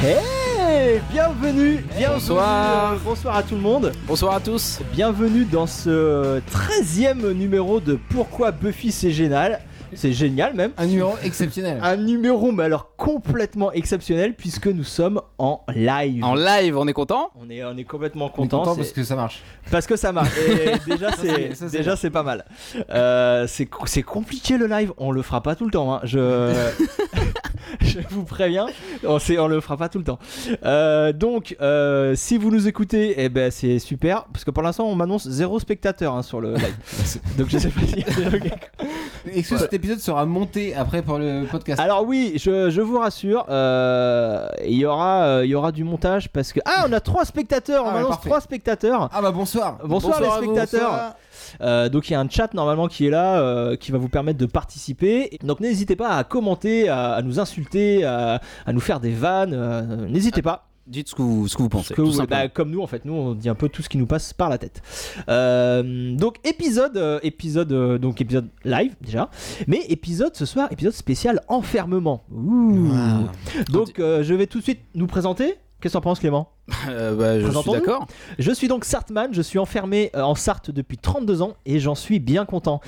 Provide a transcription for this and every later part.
Hey Bienvenue, bienvenue Bonsoir. euh, bonsoir à tout le monde, Bonsoir à tous. bienvenue dans ce 13 e numéro de Pourquoi Buffy c'est génial, c'est génial même, Un numéro exceptionnel. un numéro mais alors complètement exceptionnel puisque nous sommes en live. En live, on est content On est, on est complètement On est content, parce que ça marche. parce que ça marche. Et déjà c'est c'est- ça, c'est déjà c'est pas mal. Euh, c'est co- c'est compliqué le live, on le fera pas tout le temps. hein. Je je vous préviens, on sait, on le fera pas tout le temps. Euh, donc euh, si vous nous écoutez, eh ben c'est super parce que pour l'instant on m'annonce zéro spectateur hein, sur le live. donc je sais pas si. Est-ce que cet épisode sera monté après pour le podcast Alors oui, je, je vous rassure, euh, il y aura euh, il y aura du montage parce que ah on a trois spectateurs, on Ah ouais, m'annonce parfait. trois spectateurs. Ah bah bonsoir. Bonsoir, Bonsoir à les vous, spectateurs. bonsoir. Euh, donc il y a un chat normalement qui est là, euh, qui va vous permettre de participer. Donc n'hésitez pas à commenter, à, à nous insulter, à, à nous faire des vannes. euh, n'hésitez pas. Dites ce que vous, ce que vous pensez. Parce que, tout ouais, simplement. bah, comme nous en fait, nous on dit un peu tout ce qui nous passe par la tête. Euh, donc épisode, euh, épisode, euh, donc épisode live déjà, mais épisode ce soir, épisode spécial enfermement. Ouh. Donc euh, je vais tout de suite nous présenter. Qu'est-ce que t'en penses Clément Euh, bah, je suis Présentons-nous. d'accord. je suis donc Sartman, je suis enfermé euh, en Sarthe depuis 32 ans et j'en suis bien content.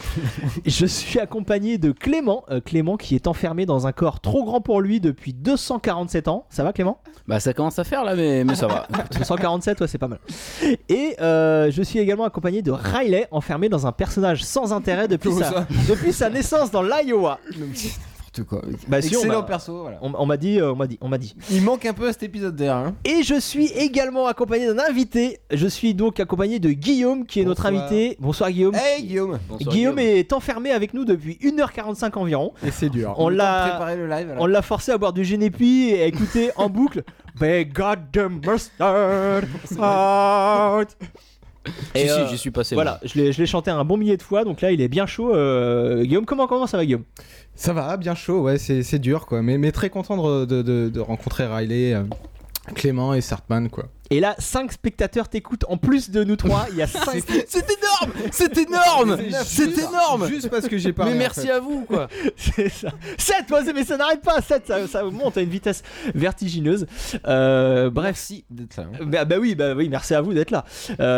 je suis accompagné de Clément, euh, Clément qui est enfermé dans un corps trop grand pour lui depuis 247 ans. Ça va Clément Bah, ça commence à faire là, mais, mais ça va. Ah. 247, ouais c'est pas mal. Et euh, je suis également accompagné de Riley, enfermé dans un personnage sans intérêt depuis, Comment sa, ça depuis sa naissance dans l'Iowa. N'importe quoi. Bah si, on Excellent m'a- perso, voilà. On, on m'a dit, euh, on m'a dit, on m'a dit. Il manque un peu à cet épisode d'ailleurs. hein. Et je suis également accompagné d'un invité. Je suis donc accompagné de Guillaume qui est notre Bonsoir. invité. Bonsoir Guillaume. Hey Guillaume Guillaume, est enfermé avec nous depuis 1h45 environ. Et c'est dur. On Le temps de l'a préparer le live. alors. on l'a forcé à boire du Génépi et à écouter en boucle They got the mustard out. Si, Et, Eh, si, euh, j'y suis passé. Voilà, je l'ai je l'ai chanté un bon millier de fois, donc là il est bien chaud. euh, Guillaume, comment, comment ça va Guillaume Ça va, bien chaud, ouais, c'est c'est dur quoi. Mais, mais très content de, de- de- de rencontrer Riley, euh, Clément et Sartman quoi. Et là, 5 spectateurs t'écoutent en plus de nous trois. Il y a 5 moi. C'est énorme C'est Oh, énorme C'est Juste- énorme Juste parce que j'ai parlé. Mais en merci fait. à vous, quoi. C'est ça. 7, mais ça n'arrête pas. 7, ça, ça monte à une vitesse vertigineuse. Euh, bref. Merci d'être là. hein. Bah, bah oui, bah oui, merci à vous d'être là.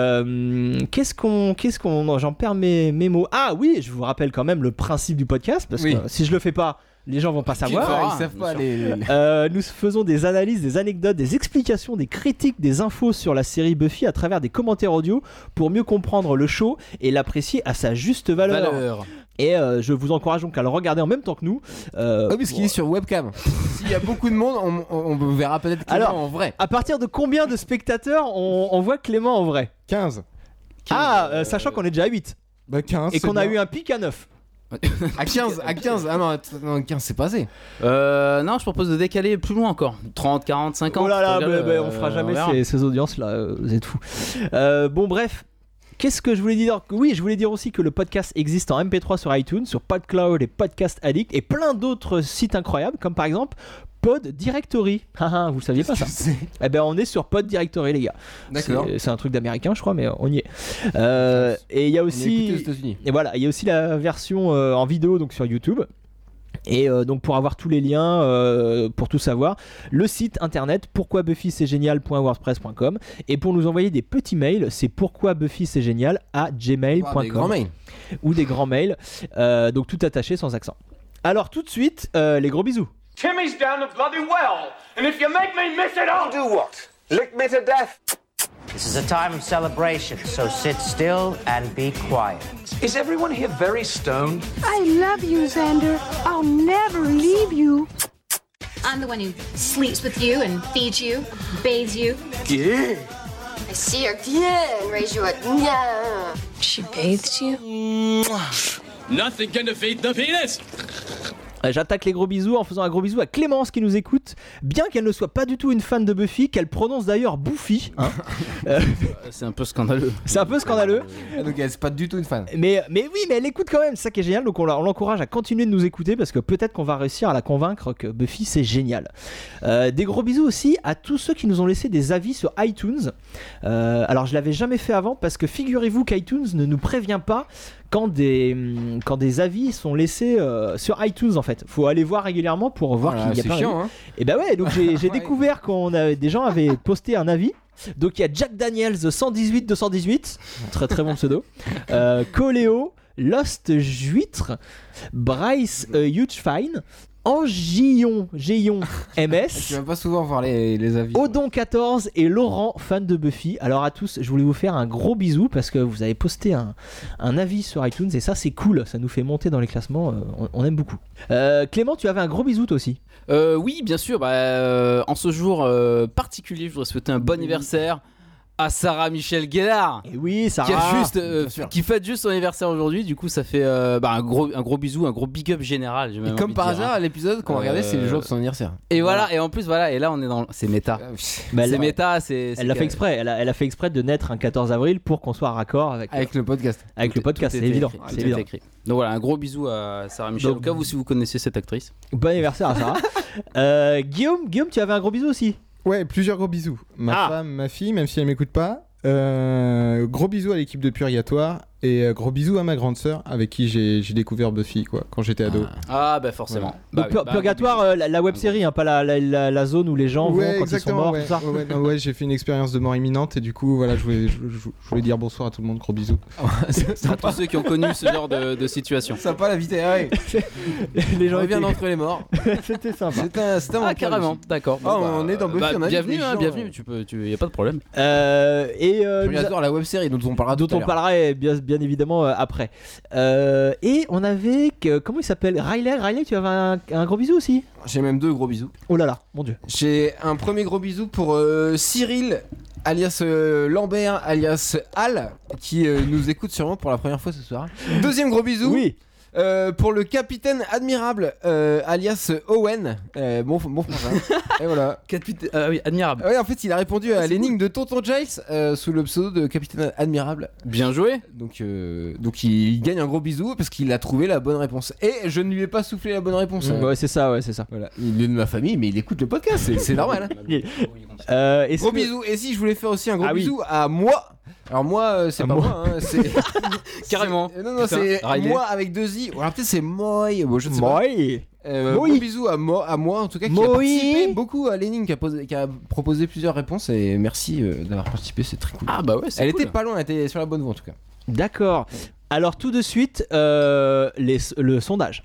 Euh, qu'est-ce qu'on, qu'est-ce qu'on, non, j'en perds mes, mes mots. Ah oui, je vous rappelle quand même le principe du podcast parce Oui. que si je le fais pas, les gens vont pas savoir. fera, ils savent bien pas sûr. les. les- les- Euh, nous faisons des analyses, des anecdotes, des explications, des critiques, des infos sur la série Buffy à travers des commentaires audio pour mieux comprendre le show et l'apprécier à sa juste valeur. Valeur. Et euh, je vous encourage donc à le regarder en même temps que nous. Euh, Ah oui, parce qu'il est sur webcam. S'il y a beaucoup de monde, on, on- on verra peut-être Clément Alors- en vrai. à partir de combien de spectateurs on, on voit Clément en vrai 15. Ah, euh, sachant qu'on est déjà à 8 Bah 15. Ah, et qu'on a eu un pic à 9. À 15, à 15. Ah non, att- non 15, c'est passé. Euh, non, je propose de décaler plus loin encore. 30, 40, 50. Oh là là, regarde, bah, bah, euh, on fera jamais verra. ces, ces audiences-là, euh, vous êtes fous. Euh, bon, bref. Qu'est-ce que je voulais dire Oui, je voulais dire aussi que le podcast existe en MP3 sur iTunes, sur PodCloud et Podcast Addict et plein d'autres sites incroyables, comme par exemple Pod Directory. Ah, ah, vous le saviez pas ça Eh ben, on est sur Pod Directory, les gars. D'accord. C'est- C'est un truc d'américain, je crois, mais on y est. Euh, et il y a On est écouté aux aussi. États-Unis. Et voilà, il y a aussi la version euh, en vidéo donc sur YouTube. Et euh, donc pour avoir tous les liens, euh, pour tout savoir, le site internet pourquoi Buffy c'est génial.wordpress.com et pour nous envoyer des petits mails, c'est pourquoi Buffy c'est génial à Des grands gmail.com mails. ou des grands mails, euh, donc tout attaché sans accent. Alors tout de suite, euh, les gros bisous. Timmy's down the bloody well, and if you make me miss it, I'll do what? Lick me to death. This is a time of celebration, so sit still and be quiet. Is everyone here very stoned? I love you, Xander. I'll never leave you. I'm the one who sleeps with you and feeds you, bathes you. I see her yeah, and raise you a yeah. She bathes you? Nothing can defeat the penis! Euh, J'attaque les gros bisous en faisant un gros bisou à Clémence qui nous écoute, bien qu'elle ne soit pas du tout une fan de Buffy, qu'elle prononce d'ailleurs Buffy. hein. C'est un peu scandaleux. C'est un peu scandaleux. Ah, Donc, elle, c'est pas du tout une fan. Mais, mais oui, mais elle écoute quand même, c'est ça qui est génial. Donc on la- on l'encourage à continuer de nous écouter parce que peut-être qu'on va réussir à la convaincre que Buffy c'est génial. Euh, des gros bisous aussi à tous ceux qui nous ont laissé des avis sur iTunes. Euh, alors je l'avais jamais fait avant parce que figurez-vous qu'iTunes ne nous prévient pas quand des, hum, quand des avis sont laissés euh, sur iTunes en fait. Faut aller voir régulièrement pour voir Voilà, qu'il y a c'est pas chiant, hein. Et bah ouais, donc j'ai j'ai Ouais. découvert qu'on avait des gens avaient posté un avis. Donc il y a Jack Daniels 118 218, très très bon pseudo. Euh, Coléo, Lost Juitre, Bryce euh, Huge Fine, Angillon Géon Tu MS. vas pas souvent voir les, les avis. Odon 14 et Laurent, fan de Buffy. Alors à tous, je voulais vous faire un gros bisou parce que vous avez posté un, un avis sur iTunes et ça c'est cool, ça nous fait monter dans les classements, euh, on, on aime beaucoup. Euh, Clément, tu avais un gros bisou toi aussi. Euh, oui, bien sûr. bah, euh, en ce jour euh, particulier, je voudrais souhaiter un bon anniversaire à Sarah Michel Gellar. Et oui, ça Qui, a juste, euh, qui fête juste son anniversaire aujourd'hui, du coup ça fait euh, bah, un, gros, un gros bisou, un gros big up général. j'ai même Et envie comme de par dire, hein. hasard, l'épisode qu'on Euh, regardait, c'est le jour de son anniversaire. Et voilà, Euh, et en plus voilà, et là on est dans. C'est méta. Ah, pff, Bah, c'est elle- méta, c'est. c'est Elle l'a que- fait exprès, elle a, elle a fait exprès de naître un 14 avril pour qu'on soit raccord avec, euh, avec, Avec le podcast. le podcast, Tout c'est était évident. écrit, c'est tout était évident. écrit. Donc voilà, un gros bisou à Sarah Michel. Donc- au cas où si vous connaissez cette actrice. Bon anniversaire à Sarah. Euh, Guillaume, Guillaume, tu avais un gros bisou aussi. Ouais, plusieurs gros bisous. Ma Ah. femme, ma fille, même si elle m'écoute pas. Euh, gros bisous à l'équipe de Purgatoire et euh, gros bisous à ma grande sœur avec qui j'ai j'ai découvert Buffy quoi quand j'étais ado. Ah bah forcément. Bah Donc, oui, Pur- bah, un Purgatoire, gros euh, la, web série, pas la, la- la- la zone où les gens vont quand ils sont morts, ouais. tout ça. Ouais, ouais, non, ouais, j'ai fait une expérience de mort imminente et du coup voilà je voulais, je, je- je voulais dire bonsoir à tout le monde gros bisous. bisou. à tous ceux qui ont connu ce genre de, de situation. Sympa la vie terrée. les ah On gens est bien étaient- entre les morts. C'était sympa. C'est un, c'est un Ah bon carrément, d'accord. bah, Ah, on est dans Buffy, on a dit bienvenue, des hein, gens, bienvenue. euh. Tu peux, tu, y a pas de problème. Euh, et euh, plan nous a- ici. J'adore la web série Bah, dont on parlera dont tout à on l'heure. parlerait bien, bien évidemment euh, après. Euh, et on avait que- comment il s'appelle Riley. Riley, tu avais un, un gros bisou aussi. J'ai même deux gros bisous. Oh là là, mon dieu. J'ai un premier gros bisou pour euh, Cyril, alias euh, Lambert, alias Al, qui euh, nous écoute sûrement pour la première fois ce soir. Deuxième gros bisou Oui. euh, pour le capitaine admirable, euh, alias Owen. Euh, bon, bon frangin. Et voilà. Ah oui, admirable. Ouais, en fait, il a répondu à l'énigme de Tonton Giles euh, sous le pseudo de Capitaine Admirable. Bien joué. Donc, euh, donc il gagne un gros bisou parce qu'il a trouvé la bonne réponse. Et je ne lui ai pas soufflé la bonne réponse. Euh, Ouais, c'est ça, ouais, c'est ça. Voilà. Il est de ma famille, mais il écoute le podcast, c'est- c'est normal. hein. Euh, est-ce Gros que- bisou. Et si je voulais faire aussi un gros Ah oui. bisou à moi. Alors moi, euh, c'est À pas moi. moi, hein, c'est Carrément. c'est- Non non, Putain, c'est Riley. moi avec deux i. Ou alors peut-être c'est moi. Bon, je ne sais pas. Moi. Euh, Moi. Gros bisou à moi, à moi en tout cas qui Moi. a participé beaucoup à Lénine qui a, posé- qui a proposé plusieurs réponses et merci euh, d'avoir participé, c'est très cool. Ah bah ouais, c'est Elle cool. était pas loin, elle était sur la bonne voie en tout cas. D'accord. Alors tout de suite, euh, les- le sondage.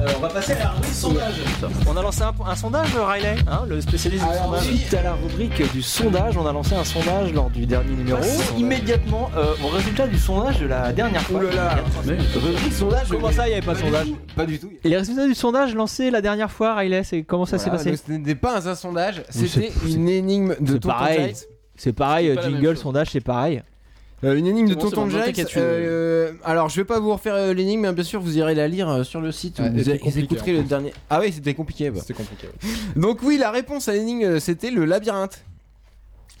Euh, on va passer à la rubrique sondage. On a lancé un, un sondage, Riley, hein, le spécialiste du sondage. Suite à la rubrique du sondage, on a lancé un sondage lors du dernier numéro. Immédiatement euh, au résultat du sondage de la dernière fois. Rubrique sondage. Comment ça, il n'y avait pas de sondage Pas du tout. Les résultats du sondage lancé la dernière fois, Riley, c'est comment ça Voilà, s'est donc passé Ce n'était pas un sondage, Oui, c'était c'est- une énigme c'est de Tonton pareil. Giles. C'est pareil, pas la même jingle, chose. sondage, c'est pareil. Euh, une énigme de C'est bon, c'est Tonton bon, Giles. t'inquiète, tu- euh, alors, je vais pas vous refaire euh, l'énigme, hein, bien sûr, vous irez la lire euh, sur le site. Ah, vous, c'était vous compliqué, écouterez en le plus. dernier. Ah oui, c'était compliqué. bah. C'était compliqué. ouais. Donc oui, la réponse à l'énigme, euh, c'était le labyrinthe.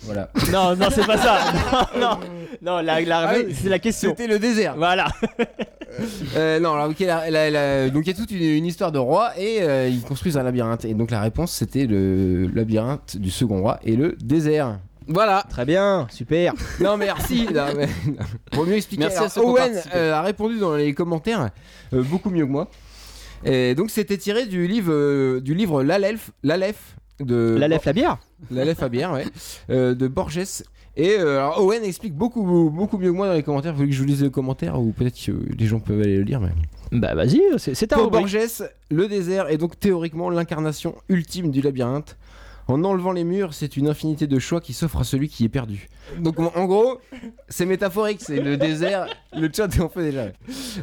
Voilà. Non, non, c'est pas ça. Non, non, non, la, la- Ah oui. c'est la question. C'était le désert. Voilà. Euh, non, alors, ok, la- la- la- donc il y a toute une, une histoire de roi et euh, ils construisent un labyrinthe. Et donc la réponse, c'était le labyrinthe du second roi et le désert. Voilà. Très bien, super. Non merci. non, mais- Pour mieux expliquer. Merci à Alors, ceux qui ont Owen participé. euh, a répondu dans les commentaires euh, beaucoup mieux que moi. Et donc c'était tiré du livre euh, du livre L'Aleph L'Aleph de La lèvre, la bière L'Aleph à bière ouais euh, de Borges. Et euh, alors, Owen explique beaucoup beaucoup mieux que moi dans les commentaires. Vous voulez que je vous lise les commentaires ou peut-être que euh, les gens peuvent aller le lire mais. Bah vas-y, c'est c'est ta Pour rubrique. Borges, le désert est donc théoriquement l'incarnation ultime du labyrinthe. En enlevant les murs, c'est une infinité de choix qui s'offre à celui qui est perdu. Donc en en gros, c'est métaphorique, c'est le désert, le chat on fait déjà.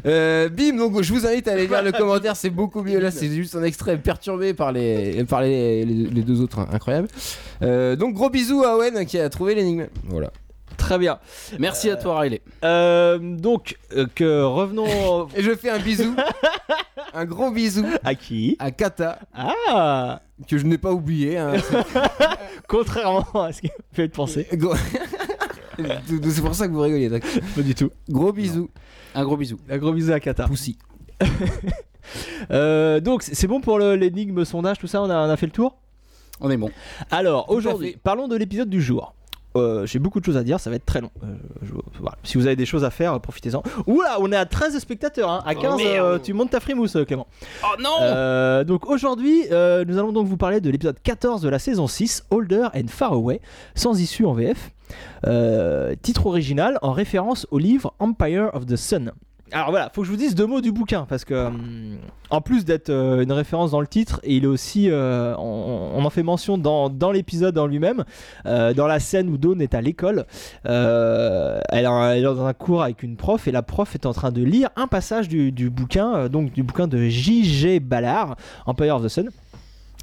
Euh, bim, donc je vous invite à aller lire le commentaire, c'est beaucoup mieux. Là, c'est juste un extrait perturbé par les, par les, les- les deux autres, hein, incroyable. Euh, donc gros bisous à Owen qui a trouvé l'énigme. Voilà. Très bien. Merci à toi Riley. Euh, donc, euh, que revenons Et je fais un bisou, un gros bisou à qui à Kata, Ah que je n'ai pas oublié. hein. Contrairement à ce qu'il fait penser. Gros- C'est pour ça que vous rigolez, d'accord Pas du tout. Gros bisous. Un gros bisou. Un gros bisou à Kata. Poussy. Euh, donc, c'est c'est bon pour le- l'énigme, sondage, tout ça, on a, on a fait le tour On est bon. Alors, à aujourd'hui, fait. parlons de l'épisode du jour. euh, j'ai beaucoup de choses à dire, ça va être très long. Euh, je- voilà. Si vous avez des choses à faire, euh, profitez-en. Oula, on est à 13 spectateurs, hein. à 15, euh, tu montes ta frimousse, euh, Clément. Oh non Euh, donc aujourd'hui, euh, nous allons donc vous parler de l'épisode 14 de la saison 6, Older and Far Away, sans issue en VF. Euh, titre original en référence au livre Empire of the Sun. Alors voilà, faut que je vous dise deux mots du bouquin parce que hum, en plus d'être euh, une référence dans le titre, il est aussi, euh, on, on en fait mention dans, dans l'épisode en lui-même, euh, dans la scène où Dawn est à l'école. Euh, elle, a- elle est dans un cours avec une prof et la prof est en train de lire un passage du, du bouquin, euh, donc du bouquin de J.G. Ballard, Empire of the Sun.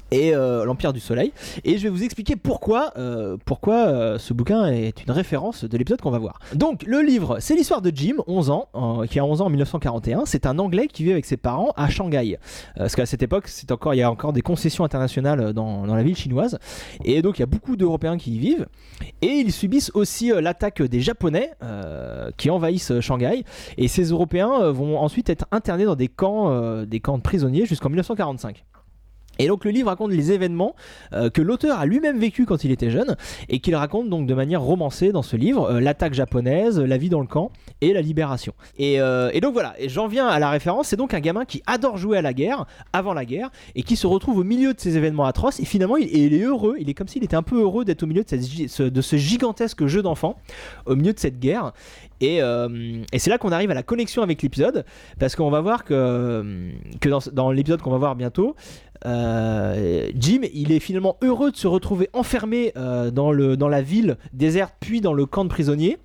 Et euh, l'Empire du Soleil. Et je vais vous expliquer pourquoi, euh, pourquoi euh, ce bouquin est une référence de l'épisode qu'on va voir. Donc, le livre, c'est l'histoire de Jim, 11 ans, euh, qui a 11 ans en 1941. C'est un Anglais qui vit avec ses parents à Shanghai. Euh, parce qu'à cette époque, c'est encore, il y a encore des concessions internationales dans, dans la ville chinoise. Et donc, il y a beaucoup d'Européens qui y vivent. Et ils subissent aussi euh, l'attaque des Japonais euh, qui envahissent euh, Shanghai. Et ces Européens euh, vont ensuite être internés dans des camps, euh, des camps de prisonniers jusqu'en 1945. Et donc le livre raconte les événements euh, que l'auteur a lui-même vécu quand il était jeune et qu'il raconte donc de manière romancée dans ce livre euh, l'attaque japonaise, la vie dans le camp et la libération. Et, euh, et donc voilà, et j'en viens à la référence, c'est donc un gamin qui adore jouer à la guerre avant la guerre et qui se retrouve au milieu de ces événements atroces et finalement il, et il est heureux, il est comme s'il était un peu heureux d'être au milieu de, cette gi- ce- de ce gigantesque jeu d'enfant, au milieu de cette guerre. Et, euh, et c'est là qu'on arrive à la connexion avec l'épisode, parce qu'on va voir que, que dans, ce- dans l'épisode qu'on va voir bientôt, euh, Jim, il est finalement heureux de se retrouver enfermé euh, dans, le, dans la ville déserte, puis dans le camp de prisonniers,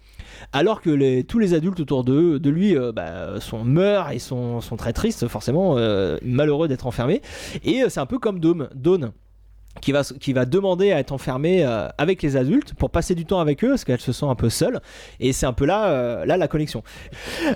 alors que les- tous les adultes autour de, de lui euh, bah, sont meurent et sont, sont très tristes, forcément euh, malheureux d'être enfermés. Et euh, c'est un peu comme Dome, Dawn. Qui va, s- qui va demander à être enfermée euh, avec les adultes pour passer du temps avec eux parce qu'elle se sent un peu seule et c'est un peu là, euh, là la connexion.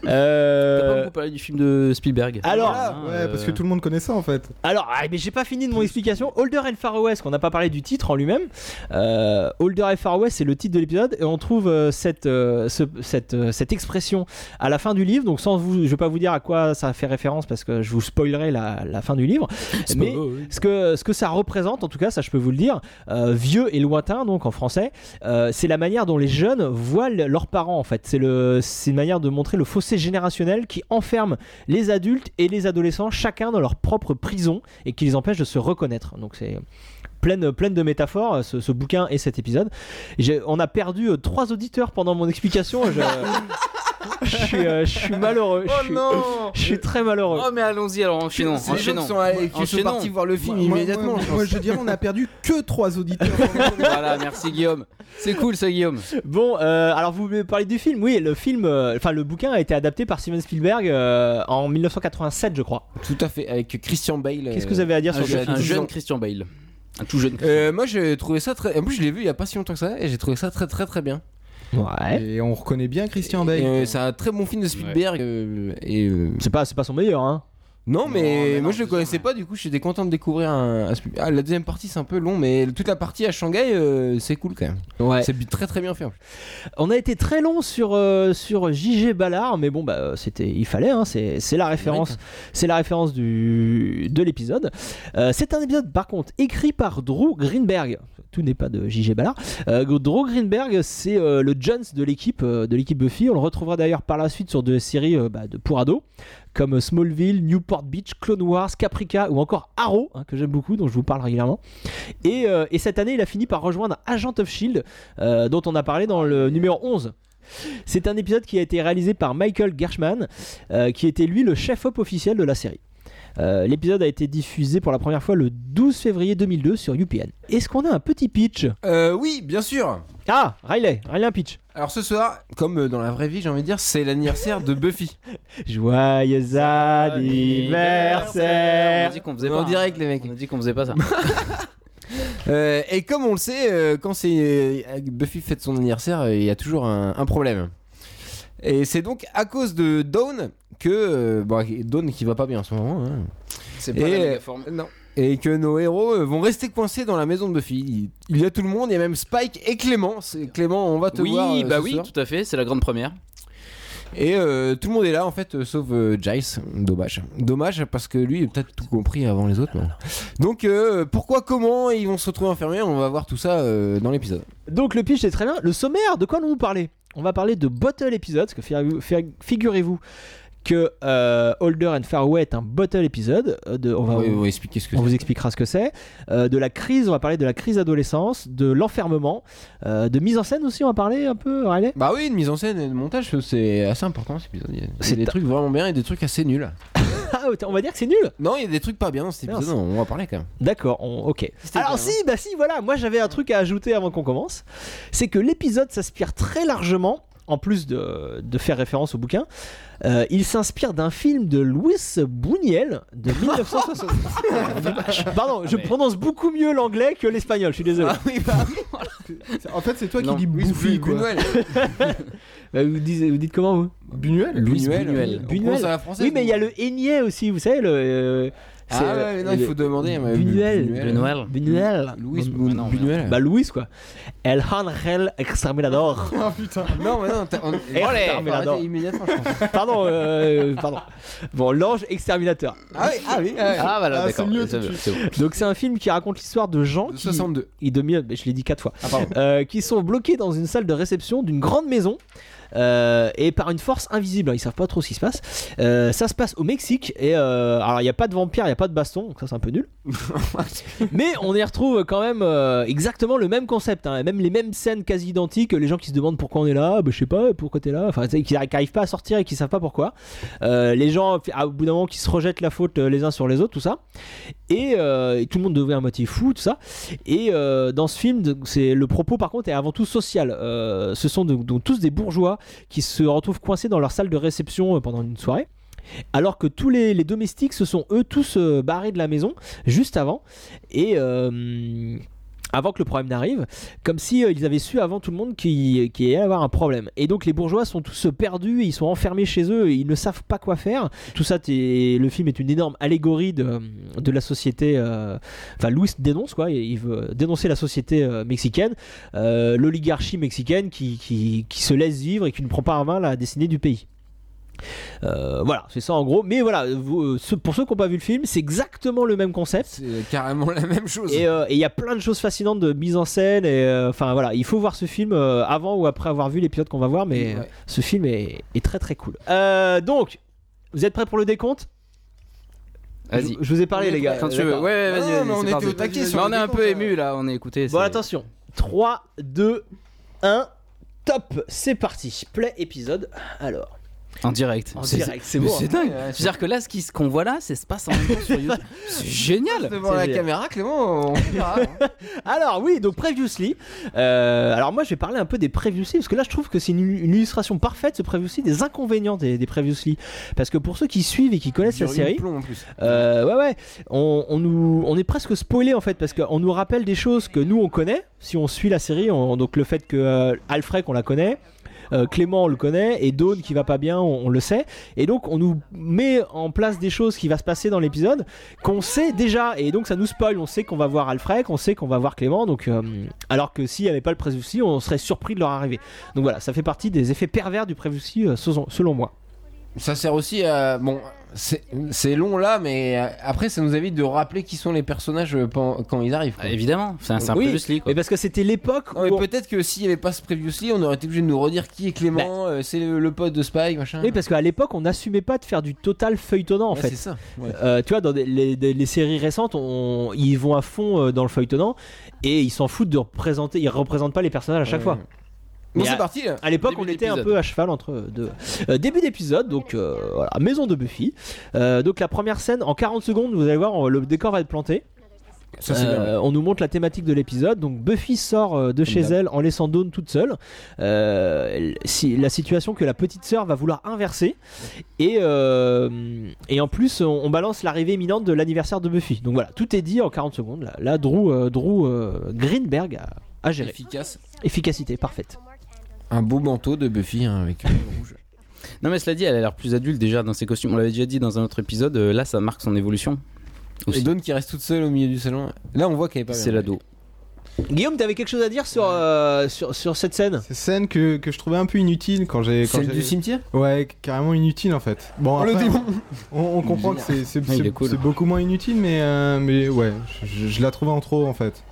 Euh, T'as pas beaucoup parlé du film de Spielberg. Alors- Hein, ouais, euh, parce que tout le monde connaît ça en fait. Alors, ah, mais j'ai pas fini de mon explication. Older and Far West, qu'on n'a pas parlé du titre en lui-même. Euh, Older and Far West, c'est le titre de l'épisode et on trouve euh, cette, euh, ce- cette, euh, cette expression à la fin du livre. Donc, sans vous, je vais pas vous dire à quoi ça fait référence parce que je vous spoilerai la, la fin du livre. c'est mais- pas beau, oui. Ce que, ce que ça représente, en tout cas, ça je peux vous le dire, euh, vieux et lointain, donc en français, euh, c'est la manière dont les jeunes voient le- leurs parents, en fait. C'est le- c'est une manière de montrer le fossé générationnel qui enferme les adultes et les adolescents, chacun dans leur propre prison, et qui les empêche de se reconnaître. Donc c'est pleine, pleine de métaphores, euh, ce, ce bouquin et cet épisode. J'ai- On a perdu euh, trois auditeurs pendant mon explication. Je, je suis, euh, je suis malheureux. je, suis, non je suis très malheureux. Oh mais allons-y alors, enchaînons, C'est les gens qui enchaînons. sont allés- qui sont Enchaînons. partis voir le film Moi- moi- immédiatement. Moi, je pense. moi, je dirais, on a perdu que trois auditeurs. voilà, merci Guillaume. C'est cool ça Guillaume. Bon, euh, alors vous voulez parler du film Oui, le film, euh, enfin le bouquin a été adapté par Steven Spielberg euh, en 1987, je crois. Tout à fait, avec Christian Bale. Qu'est-ce euh, que vous avez à dire Un, sur jeune- ce un film jeune Christian Bale. Un tout jeune Christian. Euh, moi j'ai trouvé ça très. En plus je l'ai vu il y a pas si longtemps que ça et j'ai trouvé ça très très très bien. Ouais. Et on reconnaît bien Christian Bale. Et, euh, c'est un très bon film de Spielberg. euh, et, euh, C'est pas, c'est pas son meilleur, hein. Non mais, mais non, moi je le c'est connaissais ça. pas du coup j'étais content de découvrir un, un Spielberg. Ah, la deuxième partie c'est un peu long mais toute la partie à Shanghai euh, c'est cool quand même. Ouais. C'est bi- très très bien fait. en plus. On a été très long sur euh, sur JG Ballard, mais bon, bah euh, c'était, il fallait, hein. C'est, c'est la référence, c'est la référence du de l'épisode. Euh, c'est un épisode par contre écrit par Drew Greenberg. Tout n'est pas de JG Ballard. Euh, Drew Greenberg, c'est euh, le Jones de l'équipe euh, de l'équipe Buffy. On le retrouvera d'ailleurs par la suite sur des séries euh, bah, de pour ados. comme Smallville, Newport Beach, Clone Wars, Caprica ou encore Arrow, hein, que j'aime beaucoup, dont je vous parle régulièrement. Et, euh, et cette année, il a fini par rejoindre Agent of Shield, euh, dont on a parlé dans le numéro 11. C'est un épisode qui a été réalisé par Michael Gershman, euh, qui était lui le chef-op officiel de la série. Euh, L'épisode a été diffusé pour la première fois le 12 février 2002 sur UPN. Est-ce qu'on a un petit pitch Euh, oui bien sûr. Ah, Riley, Riley un pitch. Alors ce soir comme euh, dans la vraie vie j'ai envie de dire c'est l'anniversaire de Buffy. Joyeux On a anniversaire dit qu'on faisait En pas. direct, les mecs. On a dit qu'on faisait pas ça. Euh, et comme on le sait, euh, quand c'est euh, Buffy fête son anniversaire, euh, il y a toujours un, un problème. Et c'est donc à cause de Dawn que euh, bon, Dawn qui va pas bien en ce moment. hein. C'est pas la méga forme. Non. Et que nos héros euh, vont rester coincés dans la maison de Buffy. Il y a tout le monde, il y a même Spike et Clément. C'est- Clément, on va te Oui, voir. euh, bah ce oui, soir. tout à fait, c'est la grande première. Et euh, tout le monde est là en fait, euh, sauf euh, Jace. Dommage. Dommage parce que lui, il a peut-être tout compris avant les autres. mais bon. Donc euh, pourquoi, comment ils vont se retrouver enfermés On va voir tout ça euh, dans l'épisode. Donc le pitch est très bien. Le sommaire, de quoi allons-nous parler On va parler de bottle épisode, parce que figurez-vous- fig- figurez-vous que euh, Holder and Farway est un bottle épisode. euh, De, on va, Oui, on va expliquer ce que on vous c'est. expliquera ce que c'est. Euh, de la crise, on va parler de la crise adolescence, de l'enfermement, euh, de mise en scène aussi, on va parler un peu, Riley Bah oui, une mise en scène et de montage, c'est assez important cet épisode. Il y a- il y a C'est des ta- trucs vraiment bien et des trucs assez nuls. Ah, on va dire que c'est nul Non, il y a des trucs pas bien dans cet Mince. épisode, on va en parler quand même. D'accord, on- ok. C'était Alors bien, si, bah si, voilà, moi j'avais un truc à ajouter avant qu'on commence, c'est que l'épisode s'inspire très largement, en plus de, de faire référence au bouquin, euh, il s'inspire d'un film de Louis Buñuel de 1960. Pardon, je mais- prononce beaucoup mieux l'anglais que l'espagnol, je suis désolé. oui, bah En fait, c'est toi Non. qui dis bouffi, quoi. Buñuel. Bah, vous, dites, vous dites comment vous Buñuel Buñuel. On Buñuel. prononce à la française. Oui, mais il y a le aignet aussi, vous savez, le... euh, Ah c'est, ouais, mais non, il le- faut demander. mais- Buñuel. Buñuel. Buñuel. Buñuel. Louis Bah non, mais- Buñuel. Bah Louis quoi. El Angel Exterminador. Ah putain. Non, mais non, t'as- on... Eh, Arrêtez putain, mais là-dedans. immédiatement, je pense. Pardon, euh, pardon. Bon, l'ange exterminateur. Ah oui, ah oui, ah oui. Ah voilà, Ah, d'accord. c'est mieux c'est tout de bon, c'est bon. Donc c'est un film qui raconte l'histoire de gens De qui 62. et de mille- mais je l'ai dit quatre fois, Ah, pardon. Euh, qui sont bloqués dans une salle de réception d'une grande maison. euh, et par une force invisible, hein, ils savent pas trop ce qui se passe. Euh, ça se passe au Mexique et euh, alors il n'y a pas de vampire, il n'y a pas de baston, donc ça c'est un peu nul. Mais on y retrouve quand même euh, exactement le même concept, hein, et même les mêmes scènes quasi identiques. Les gens qui se demandent pourquoi on est là, bah, je sais pas, pourquoi t'es là, enfin tu sais, qui n'arrivent pas à sortir et qui savent pas pourquoi. Euh, les gens à- au bout d'un moment qui se rejettent la faute euh, les uns sur les autres, tout ça. Et, euh, et tout le monde devient à moitié fou, tout ça. Et euh, dans ce film, donc, c'est le propos par contre est avant tout social. Euh, ce sont donc, donc tous des bourgeois qui se retrouvent coincés dans leur salle de réception euh, pendant une soirée. Alors que tous les, les domestiques se sont eux tous euh, barrés de la maison juste avant et euh, avant que le problème n'arrive, comme si euh, ils avaient su avant tout le monde qu'il qu'il allait y avoir un problème. Et donc les bourgeois sont tous perdus, ils sont enfermés chez eux, et ils ne savent pas quoi faire. Tout ça, t'es- le film est une énorme allégorie de, de la société. euh, Enfin, Louis dénonce quoi, il- il veut dénoncer la société euh, mexicaine, euh, l'oligarchie mexicaine qui, qui- qui se laisse vivre et qui ne prend pas en main la destinée du pays. Euh, voilà, c'est ça en gros. Mais voilà, vous- euh, ceux- pour ceux qui n'ont pas vu le film, c'est exactement le même concept. C'est carrément la même chose. Et euh, et il y a plein de choses fascinantes de mise en scène. Et euh, enfin voilà, il faut voir ce film euh, avant ou après avoir vu l'épisode qu'on va voir. Mais Ouais. euh, ce film est, est très très cool. Euh, donc, vous êtes prêts pour le décompte Vas-y. Je, je vous ai parlé, les gars. Quand tu veux. Ouais, D'accord. ouais, vas-y. Non, vas-y, mais on c'est était parti. au taquet Mais sur On le est un décompte, peu hein. ému là, on est écouté. Bon, c'est- attention. 3, 2, 1. Top, c'est parti. Play épisode. Alors, En direct. en C'est- direct, c'est mais bon. C'est hein. dingue. C'est-à-dire que là, ce qui- ce qu'on voit là, c'est se passe en même temps sur YouTube. C'est génial. devant la c'est- caméra, Clément, on verra. hein. Alors, oui, donc Previously. euh, alors, moi, je vais parler un peu des Previously parce que là, je trouve que c'est une, une illustration parfaite, ce Previously, des inconvénients des, des Previously. Parce que pour ceux qui suivent et qui connaissent la Dure une série, plomb, en plus. Euh, ouais, ouais. On, on nous, on est presque spoilé en fait parce qu'on nous rappelle des choses que nous on connaît. Si on suit la série, on- donc le fait que euh, Alfred on la connaît, euh, Clément on le connaît et Dawn qui va pas bien, on, on le sait. Et donc on nous met en place des choses qui va se passer dans l'épisode qu'on sait déjà et donc ça nous spoil. On sait qu'on va voir Alfred, on sait qu'on va voir Clément. Donc euh, alors que s'il n'y avait pas le préviously, on serait surpris de leur arrivée. Donc voilà, ça fait partie des effets pervers du préviously euh, selon, selon moi. Ça sert aussi à. Bon, c'est c'est long là, mais euh, après, ça nous évite de rappeler qui sont les personnages euh, pen- quand ils arrivent. quoi. Ah, Évidemment, c'est un c'est un Oui, peu juste lit, quoi. Mais parce que c'était l'époque Non, mais où on- peut-être que s'il n'y avait pas ce previously, on aurait été obligé de nous redire qui est Clément, euh, c'est le, le pote de Spike, machin. Oui, parce qu'à l'époque, on n'assumait pas de faire du total feuilletonnant en Mm. Ouais, fait. C'est ça. Euh, tu vois, dans des- les, des- les séries récentes, on- ils vont à fond euh, dans le feuilletonnant et ils s'en foutent de représenter, ils représentent pas les personnages à chaque Ouais. fois. Bon, Mais à- c'est parti là. À l'époque, Début on était un d'épisode. peu à cheval entre deux. Euh, début d'épisode, donc euh, voilà, maison de Buffy. Euh, donc la première scène, en 40 secondes, vous allez voir, on- le décor va être planté. Ça, c'est bien. Euh, on nous montre la thématique de l'épisode. Donc Buffy sort euh, de chez d'hab. elle en laissant Dawn toute seule. Euh, elle- si- la situation que la petite sœur va vouloir inverser. Et, euh, et en plus, on, on balance l'arrivée imminente de l'anniversaire de Buffy. Donc voilà, tout est dit en 40 secondes. Là, Là, Drew, euh, Drew, euh, Greenberg a, a géré. Efficace. Efficacité parfaite. Un beau manteau de Buffy hein, avec euh, le rouge. Non, mais cela dit, elle a l'air plus adulte déjà dans ses costumes. On l'avait déjà dit dans un autre épisode. euh, Là, ça marque son évolution. Et Aussi. Dawn qui reste toute seule au milieu du salon. Là, on voit qu'elle est pas bien. C'est l'ado. Guillaume, t'avais quelque chose à dire sur, euh, sur, sur cette scène Cette scène que, que je trouvais un peu inutile quand j'ai. quand Celle j'ai- du cimetière Ouais, carrément inutile en fait. Bon, Oh, Le après, démon. on, on comprend que c'est c'est- Oh, Ah, il c'est- est cool. c'est beaucoup moins inutile, mais, euh, mais ouais, je, je- je la trouvais en trop en fait.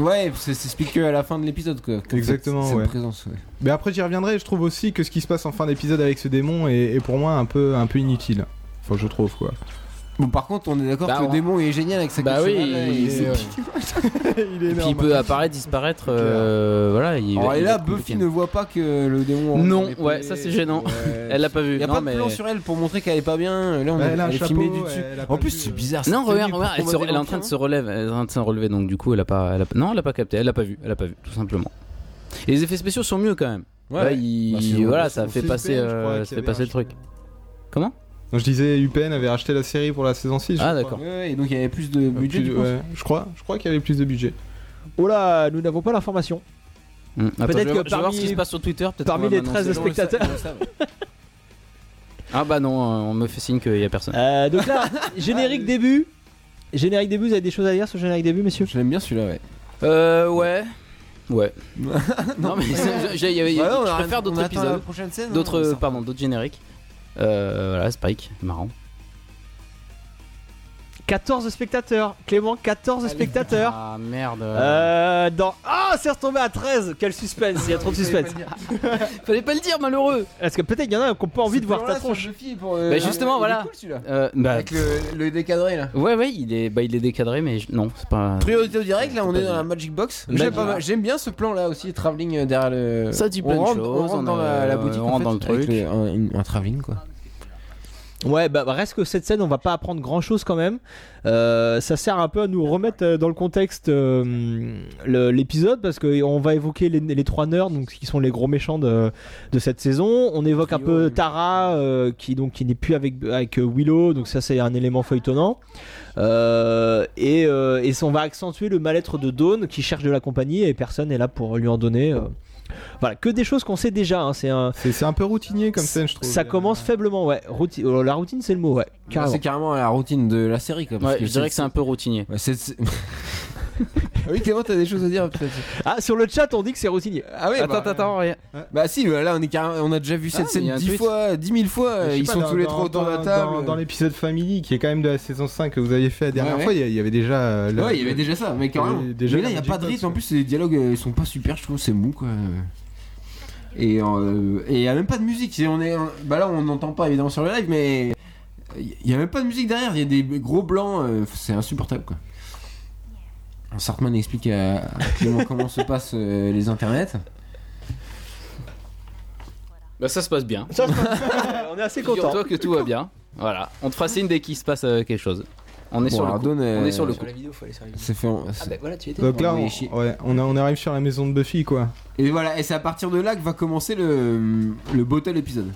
Ouais, parce que c'est expliqué à la fin de l'épisode quoi. qu'en fait, Exactement, cette ouais. présence, ouais. Mais après, j'y reviendrai. Je trouve aussi que ce qui se passe en fin d'épisode avec ce démon est, est pour moi un peu, un peu inutile. Enfin, je trouve quoi. Bon, par contre, on est d'accord Bah, que on- le démon il est génial avec sa Bah queue de oui, cheval, là, il et est- c'est- ouais. Il est Puis il peut apparaître, disparaître. euh, voilà. Il, Alors, il va et Oh, là, être compliqué. Buffy ne voit pas que le démon. rentre Non, dans ouais, les poulets. ça, c'est gênant. Ouais. Elle l'a pas vu. Y a non, pas de mais... plan sur elle pour montrer qu'elle est pas bien. Là, on Bah, est, elle a un est chapeau, filmée du dessus. elle a pas en plus, vu, c'est euh, bizarre. Non, Ah, c'est regarde, regarde, venu pour elle, se- commander elle est en train de se l'empire. relever. Elle est en train de se relever, donc du coup, elle a pas, elle a pas- non, elle a pas capté, elle a pas vu, elle a pas vu, tout simplement. Et les effets spéciaux sont mieux quand même. Ouais, Là, il- Bah, c'est- voilà, c'est ça mon fait suspect, passer, Ben, je euh, crois, ça qu'il fait avait passer le truc. Comment Non, je disais, UPN avait acheté la série pour la saison Ah, 6. je crois. d'accord. Ouais, et donc il y avait plus de Euh, budget. plus- du coup. ouais, je crois, je crois qu'il y avait plus de budget. Oh là, nous n'avons pas l'information. Hmm, attends, Peut-être je vais- que je vais voir parmi- ce qui se passe sur Twitter. peut-être parmi qu'on va les m'annoncer. 13 Ils vont le sa- spectateurs. ils vont le savoir. Ah bah non, euh, on me fait signe qu'il y a personne. Euh, donc là, générique début. Générique début, vous avez des choses à dire sur le générique début, messieurs Je l'aime bien celui-là, ouais. Euh, ouais, ouais. non mais c'est- j'ai- il y avait- il y Bah avait- non, on je arrête- préfère on d'autres attend la épisodes, prochaine scène, hein, on d'autres, sort. pardon, d'autres génériques. Euh, voilà, Spike, marrant. 14 spectateurs. Clément, 14 spectateurs. Ah merde. Euh, dans. Ah, c'est retombé à 13 Quel suspense Il y a trop de suspense. Fallait pas le dire, malheureux. Parce que peut-être qu'il y en a qui ont pas envie de Ce voir plan-là ta sur tronche. Buffy pour, euh, Bah, justement, il est voilà. cool, celui-là. Euh, bah, Avec le, le décadré là. Ouais, ouais, il est, bah, il est décadré, mais je- non, c'est pas. Priorité au direct, là on est dans la Magic Box. Magic J'aime pas mal- J'aime bien ce plan là aussi, travelling euh, derrière le. Ça dit On plein de rentre- choses, On rentre dans on, la, la euh, boutique. on en rentre fait, dans le avec truc. un, une- un travelling quoi. Ouais, bah bah, reste que cette scène, on va pas apprendre grand chose quand même. Euh, ça sert un peu à nous remettre euh, dans le contexte euh, le- l'épisode parce que on va évoquer les, les trois nerds donc qui sont les gros méchants de, de cette saison. On évoque un Trio, peu oui. Tara euh, qui donc qui n'est plus avec avec euh, Willow donc ça c'est un élément feuilletonnant. Euh, et, euh, et on va accentuer le mal-être de Dawn qui cherche de la compagnie et personne n'est là pour lui en donner. euh. Voilà, que des choses qu'on sait déjà. hein, c'est un C'est c'est un peu routinier comme scène, je trouve. ça commence faiblement, ouais. Routi- euh, la routine, c'est le mot, ouais. Bah, Carrément. C'est carrément la routine de la série quoi. Ouais, parce je dirais que c'est un peu routinier. Ouais, bah, c'est- c'est- ah oui, Clément, t'as des choses à dire peut-être. Ah, sur le chat, on dit que c'est routinier. Ah oui, bah, rien. Bah si, là on, est carré- on a déjà vu cette Ah, il y scène a un 10 tweet. fois, 10 000 fois, Je sais ils pas, sont dans- tous les dans- trois autour de la dans- table. Dans, dans l'épisode Family, qui est quand même de la saison 5 que vous avez fait la dernière Ouais, ouais. fois, il y a- il y avait déjà. euh, le- Ouais, il y avait déjà ça, mais carrément. il y avait déjà mais là, il la n'y a Magic pas de Box, rythme. En ouais. plus, les dialogues, euh, ils sont pas super, je trouve, c'est mou, quoi. Et euh, et il n'y a même pas de musique. c'est- On est, bah là, on n'entend pas, évidemment, sur le live, mais il n'y a même pas de musique derrière. Il y a des gros blancs, euh, c'est insupportable, quoi. Sartman explique à, à Clément comment se passent euh, les internets. Bah, ça se passe bien. Euh, on est assez content. Figure-toi que tout va bien. Voilà, on te fera signe dès qu'il se passe euh, quelque chose. On est Bon, sur le alors, coup. donne, euh, On est sur le coup. C'est fait en- c'est- Donc là, On on, est chier. ouais, on, a- on arrive sur la maison de Buffy, quoi. Et voilà, et c'est à partir de là que va commencer le, le bottle épisode.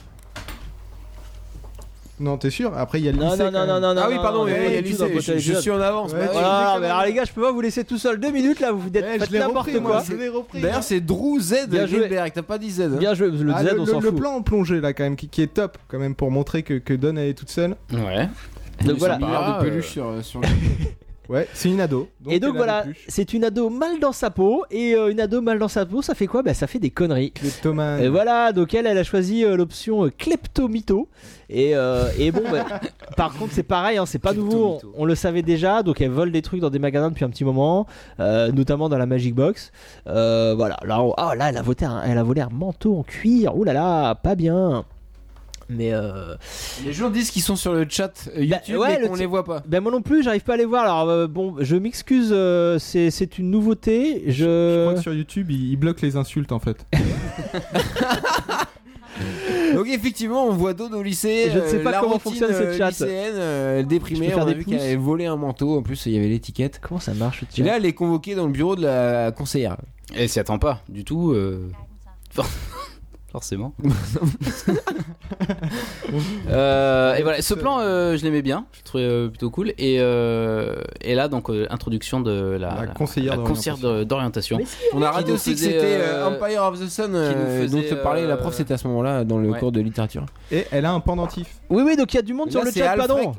Non, t'es sûr Après, il y a le Non, lycée, non, quand non, non, même. non, non. ah oui, pardon, non, il y a- non, il y a du tout dans lycée, votre je, je épisode. suis en avance. Ouais, bah tu- oui. Voilà, mais alors les gars, je peux pas vous laisser tout seul deux minutes là, vous Ouais, faites Eh, je faites l'ai repris, n'importe moi, quoi. je l'ai repris. D'ailleurs, c'est Drew Z Bien joué. Greenberg, t'as pas dit Z. hein. Bien joué, le Ah, Z, le, on le- s'en le fout. plan en plongée là quand même qui, qui est top quand même pour montrer que, que Dawn elle est toute seule. Ouais. Donc voilà. Ils sont milliards Ah, de peluches sur, sur le- Ouais, c'est une ado. Et donc elle a voilà, des peluches. c'est une ado mal dans sa peau, et euh, une ado mal dans sa peau, ça fait quoi Bah ça fait des conneries. Les Thomas. Et voilà, donc elle, elle a choisi euh, l'option euh, kleptomytho. Et, euh, et bon, bah, par contre, c'est pareil, hein, c'est pas nouveau, on, on le savait déjà. Donc elle vole des trucs dans des magasins depuis un petit moment, euh, notamment dans la Magic Box. Euh, voilà, là, on- ah, là elle, a voté un, elle a volé un manteau en cuir, ouh là là, pas bien. Mais euh, Les gens disent qu'ils sont sur le chat euh, Bah, YouTube, ouais, mais le qu'on ti- les voit pas. ben moi non plus, j'arrive pas à les voir. Alors euh, bon, je m'excuse, euh, c'est c'est une nouveauté. Je Je, crois que sur YouTube ils, ils bloquent les insultes en fait. Donc effectivement, on voit Dawn au lycée. Je ne sais euh, pas la comment routine, fonctionne ce euh, chat. lycéenne, euh, déprimée, Je peux on faire a des vu pouces qu'elle avait volé un manteau. En plus, il y avait l'étiquette. Comment ça marche le Et chat là, elle est convoquée dans le bureau de la conseillère. euh, Et s'y attend pas, du tout. euh, for- Forcément. Euh, et voilà, ce plan, euh, je l'aimais bien, je le trouvais euh, plutôt cool. Et, euh, et là, donc, euh, introduction de la, La conseillère la conseillère de- d'orientation. On a raté nous aussi que faisait, c'était euh, euh, Empire of the Sun euh, faisait, dont te parlait la euh, prof. C'était à ce moment-là dans le ouais. cours de littérature. Et elle a un pendentif. Oui oui, donc il y a du monde Là, sur le c'est chat, Alfred. pardon.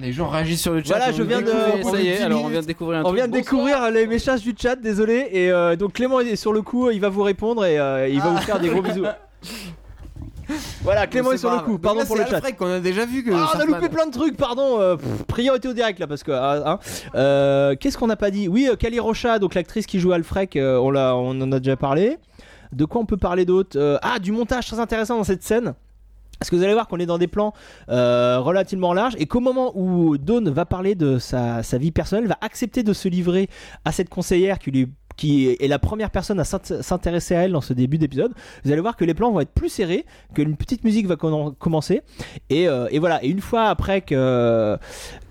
Les gens réagissent sur le chat. Voilà, on je nous viens de- découvre on Ça pendant y est, 10 alors on minutes. vient de découvrir un On truc. vient de découvrir les messages du chat, désolé. Et euh, donc Clément est sur le coup, il va vous répondre et euh, il Ah. va vous faire des gros bisous. Voilà, Ah, Clément C'est est sur pas le coup, grave. pardon Là, pour c'est euh, le chat. Alfred qu'on a déjà vu que. Ah, on a Sarpan- loupé plein de trucs, pardon. euh, pff, priorité au direct là, parce que. ah, hein. Euh, Qu'est-ce qu'on n'a pas dit Oui, euh, Kali Rocha, donc l'actrice qui joue Alfrec, euh, on, l'a- on en a déjà parlé. De quoi on peut parler d'autre Euh, Ah, du montage très intéressant dans cette scène. Parce que vous allez voir qu'on est dans des plans euh, relativement larges et qu'au moment où Dawn va parler de sa, sa vie personnelle, va accepter de se livrer à cette conseillère qui lui qui est la première personne à s'int- s'intéresser à elle dans ce début d'épisode. Vous allez voir que les plans vont être plus serrés, qu'une petite musique va con- commencer et, euh, et voilà. Et une fois après que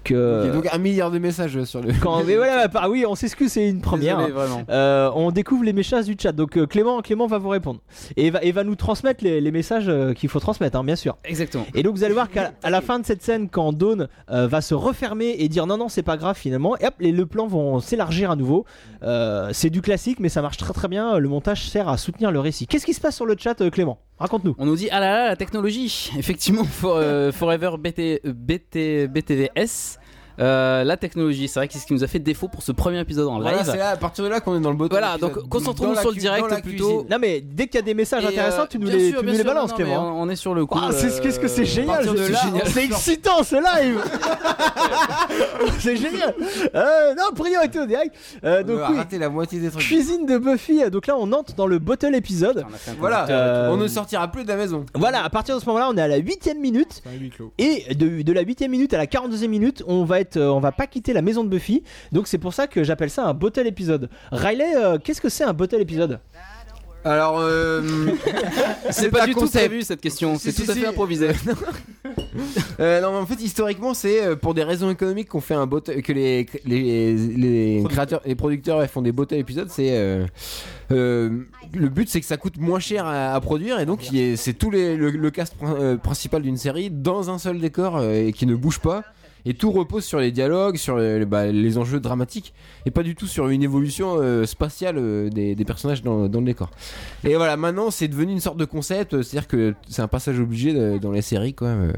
que Ok, donc un milliard de messages sur le. quand mais voilà, bah, oui, on s'excuse, c'est une première. Désolé, vraiment. Euh, on découvre les messages du chat. Donc euh, Clément, Clément va vous répondre et va, et va nous transmettre les, les messages euh, qu'il faut transmettre, hein, bien sûr. Exactement. Et donc vous allez voir qu'à à la fin de cette scène, quand Dawn euh, va se refermer et dire non non c'est pas grave finalement, et hop les le plans vont s'élargir à nouveau. Euh, c'est du classique, mais ça marche très très bien. Le montage sert à soutenir le récit. Qu'est-ce qui se passe sur le chat, euh, Clément Raconte-nous. On nous dit ah là là la technologie effectivement for- euh, forever BT, BT BTVS euh, la technologie c'est vrai que c'est ce qui nous a fait défaut pour ce premier épisode en Voilà, live c'est là, à partir de là qu'on est dans le beau temps Voilà, d'épisode. donc concentrons-nous Dans la sur le cu- direct dans la plutôt. cuisine. Non mais dès qu'il y a des messages Et, euh, intéressants, tu nous bien les, sûr, tu nous bien les sûr, non, balances, non, mais Clément. hein. on, on est sur le coup Ah, c'est qu'est-ce que c'est euh, génial, partir de c'est là, génial. c'est excitant ce live. c'est génial. Euh, non, priorité au direct. Euh, On donc va oui, rater la moitié des trucs. cuisine de Buffy. Donc là, on entre dans le bottle épisode. on a fait un Voilà, Euh, on ne sortira plus de la maison. Voilà, à partir de ce moment-là, on est à la huitième minute. C'est un huis clos. Et de, de la huitième minute à la 42e minute, on va être, euh, on va pas quitter la maison de Buffy. Donc c'est pour ça que j'appelle ça un bottle épisode. Riley, euh, qu'est-ce que c'est un bottle épisode Alors, euh, C'est pas un du tout concept. prévu cette question, c'est Si, si, tout à si. fait improvisé. Euh, non, mais en fait, historiquement, c'est euh, pour des raisons économiques qu'on fait un bot que les, les, les créateurs, les producteurs ouais, font des bottes à épisodes. C'est euh, euh, le but, c'est que ça coûte moins cher à, à produire et donc il y a- c'est tout les, le, le cast prin- euh, principal d'une série dans un seul décor euh, et qui ne bouge pas. Et tout repose sur les dialogues, sur le- bah, les enjeux dramatiques, et pas du tout sur une évolution euh, spatiale euh, des, des personnages dans, dans le décor. Et voilà, maintenant c'est devenu une sorte de concept, euh, c'est-à-dire que c'est un passage obligé de- dans les séries, quoi. euh.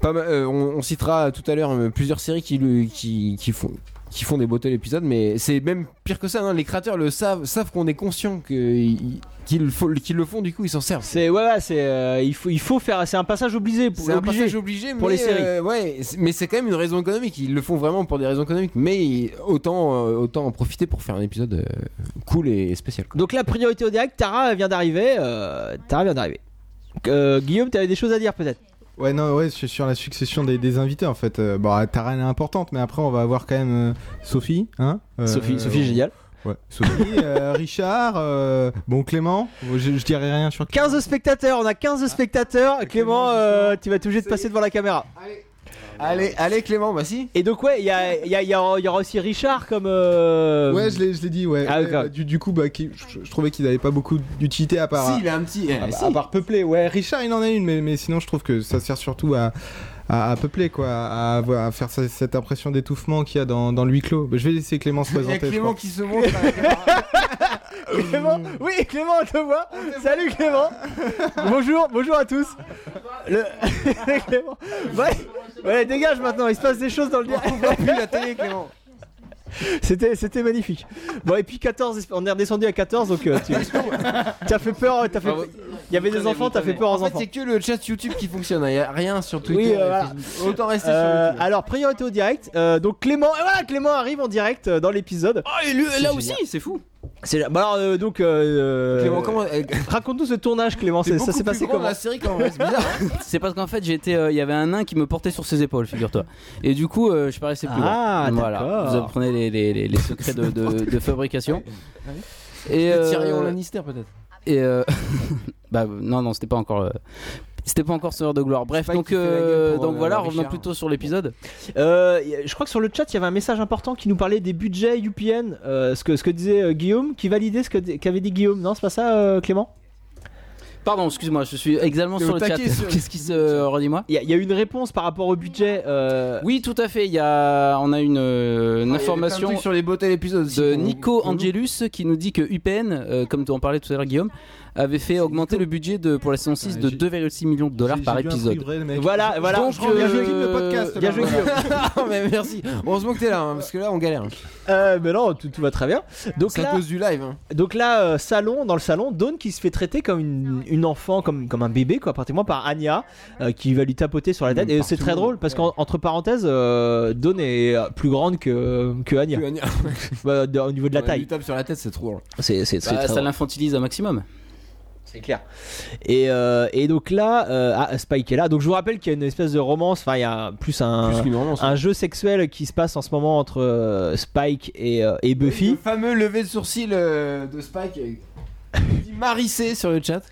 Pas mal- euh, on, on citera tout à l'heure euh, plusieurs séries qui, le- qui, qui font qui font des bottles épisodes, mais c'est même pire que ça. hein, les créateurs le savent, savent qu'on est conscient que ils- qu'ils fo- qu'ils le font, du coup ils s'en servent. C'est ouais, ouais, c'est euh, il faut, il faut faire, c'est un passage obligé, C'est obligé. un passage obligé, pour mais, les séries. euh, ouais, c'est- mais c'est quand même une raison économique. Ils le font vraiment pour des raisons économiques, mais ils- autant euh, autant en profiter pour faire un épisode euh, cool et spécial. quoi. Donc la priorité au direct, Tara vient d'arriver. euh, Tara vient d'arriver. Euh, Guillaume, t'avais des choses à dire peut-être Ouais, non, ouais, c'est sur la succession des, des invités en fait. Euh, bon, Taran est importante, mais après on va avoir quand même euh, Sophie, hein Euh, Sophie, Sophie, génial. Ouais, Sophie, euh, Richard, euh, bon Clément, je, je dirais rien sur 15 spectateurs, on a 15 spectateurs. Clément, euh, tu vas tout obligé de passer devant la caméra. Allez, allez Clément, bah si. Et donc ouais, il y, a- il y, a- il y aura il y aura aussi Richard comme... euh, Ouais, je l'ai, je l'ai dit, ouais. Ah, Ouais, d'accord. bah, du, du coup, bah, qui- je, je trouvais qu'il n'avait pas beaucoup d'utilité à part. Si, il a un petit. à, Ah, bah, eh, à- si. à part peupler. Ouais, Richard, il en a une, mais, mais sinon, je trouve que ça sert surtout à, à, à peupler, quoi. À, avoir- à faire ce- cette impression d'étouffement qu'il y a dans, dans le huis clos. Bah, je vais laisser Clément se Il y a présenter. je Clément crois. qui se montre. Clément, oui Clément, on te voit. Salut Clément. bonjour, bonjour à tous. Le... Clément. Ouais, ouais, dégage maintenant, il se passe des choses dans le direct. Plus la télé, Clément. C'était, c'était magnifique. Bon, et puis 14, on est redescendu à 14, donc euh, tu as fait peur. t'as fait... Bravo. Il y avait des Vous enfants, t'as fait connaissez, peur aux En fait, enfants. c'est que le chat YouTube qui fonctionne. Il n'y a rien sur Twitter. Oui, euh, et voilà. Facebook. Autant rester Euh, sur YouTube. alors, priorité au direct. Euh, donc, Clément, et voilà, Clément arrive en direct euh, dans l'épisode. Oh, et lui, là génial. aussi, c'est fou. C'est là- bah, alors, euh, donc, euh, Clément, comment. euh, raconte-nous ce tournage, Clément. t'es c'est- beaucoup ça s'est plus passé grand dans comment la série quand même, c'est bizarre. hein. C'est parce qu'en fait, j'étais euh, il y avait un nain qui me portait sur ses épaules, figure-toi. Et du coup, euh, je paraissais plus Ah, d'accord. grand. voilà. Vous apprenez les, les- les- les secrets de, de- de fabrication. Et Le euh, Tyrion Lannister peut-être. et euh, bah non non, c'était pas encore euh, c'était pas encore Seigneur de gloire. Bref, pas donc qui fait la gueule euh, pour, donc euh, voilà, Richard. revenons plutôt sur l'épisode. Euh, y a- je crois que sur le chat, il y avait un message important qui nous parlait des budgets UPN. euh, ce, que, ce que disait euh, Guillaume, qui validait ce que- qu'avait dit Guillaume. Non, c'est pas ça, euh, Clément Pardon, excuse-moi, je suis également T'es sur au le chat. taquet sur- Qu'est-ce qui se. Redis-moi. Il y, a- il y a une réponse par rapport au budget. euh, Oui, tout à fait. Il y a, on a une, euh, une Ah, Il y avait plein de information trucs sur les beautés de l'épisode aussi de qu'on- Nico qu'on- Angelus qui nous dit que UPN, euh, comme tu en parlais tout à l'heure, Guillaume, avait fait augmenter le budget de, pour la saison 6 Ouais, de j'ai- 2,6 millions de dollars J'ai- par j'ai dû un truc épisode. vrai, le mec. Voilà, voilà. Donc, rends bien euh, Guillaume le podcast. bien là. joué, Guillaume. Non, mais merci. Heureusement que t'es là, hein, parce que là on galère. Euh, mais non, tout, tout va très bien. Donc C'est à là, cause du live. hein. donc là, euh, salon, dans le salon, Dawn qui se fait traiter comme une, une enfant, comme, comme un bébé, quoi, pratiquement par Anya, euh, qui va lui tapoter sur la Mmh, tête. Et c'est très drôle parce qu'entre parenthèses, euh, Dawn est euh, plus grande que, que Anya, Tu vas- bah, de- au niveau de la Ouais, taille. Du tape sur la tête, c'est trop. drôle. C'est c'est- c'est Bah, très ça drôle. l'infantilise un maximum. C'est clair. Et, euh, et donc là, euh, ah, Spike est là. Donc je vous rappelle qu'il y a une espèce de romance, enfin il y a plus un, Plus qu'une romance. un jeu sexuel qui se passe en ce moment entre euh, Spike et, euh, et Le Buffy. fameux lever de sourcil euh, de Spike. euh, il dit Marissé sur le chat.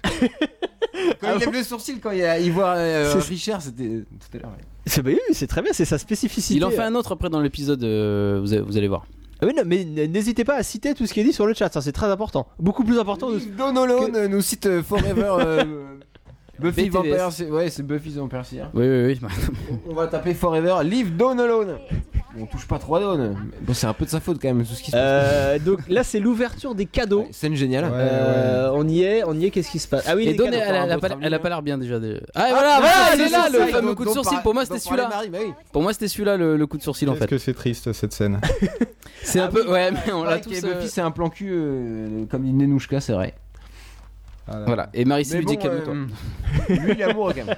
quand il lève le sourcil, quand il, y a- il voit euh, C'est- Richard, c'était tout à l'heure. ouais. C'est bah oui, c'est très bien, c'est sa spécificité. Il en fait un autre après dans l'épisode, euh, vous, allez- vous allez voir. Ah oui, non, mais n- n'hésitez pas à citer tout ce qui est dit sur le chat, ça c'est très important. Beaucoup plus important. de- Don Alone euh, nous cite euh, Forever. euh, Buffy BTS. Vampire, c'est- ouais, c'est Buffy Vampire Slayer. Oui, oui, oui. On va taper Forever, leave Don Alone. On touche pas trois Dawn. Mais Bon, c'est un peu de sa faute quand même, tout ce qui se passe. Euh, donc là, c'est l'ouverture des cadeaux. Ouais, Scène géniale. Ouais, Euh, On y est, on y est. Qu'est-ce qui se passe Ah oui, Et les Dawn, cadeaux. elle, elle, a votre pas- avis, elle a hein. pas l'air bien déjà. de- Ah, voilà, voilà, Ah, il est le là, le sourcil, fameux dont- coup de dont sourcil. par- Pour moi, dont c'était parlait celui-là. Marie, bah oui. Pour moi, c'était celui-là le, le coup de sourcil en Qu'est-ce fait. que c'est triste cette scène. C'est un peu. Ouais, mais on l'a Pareil tous. que euh, Buffy, c'est un plan cul euh, comme une Nenouchka, c'est vrai. Voilà. Et Marie Mais lui dit bon, calme-toi. euh, Lui, il est amoureux quand même.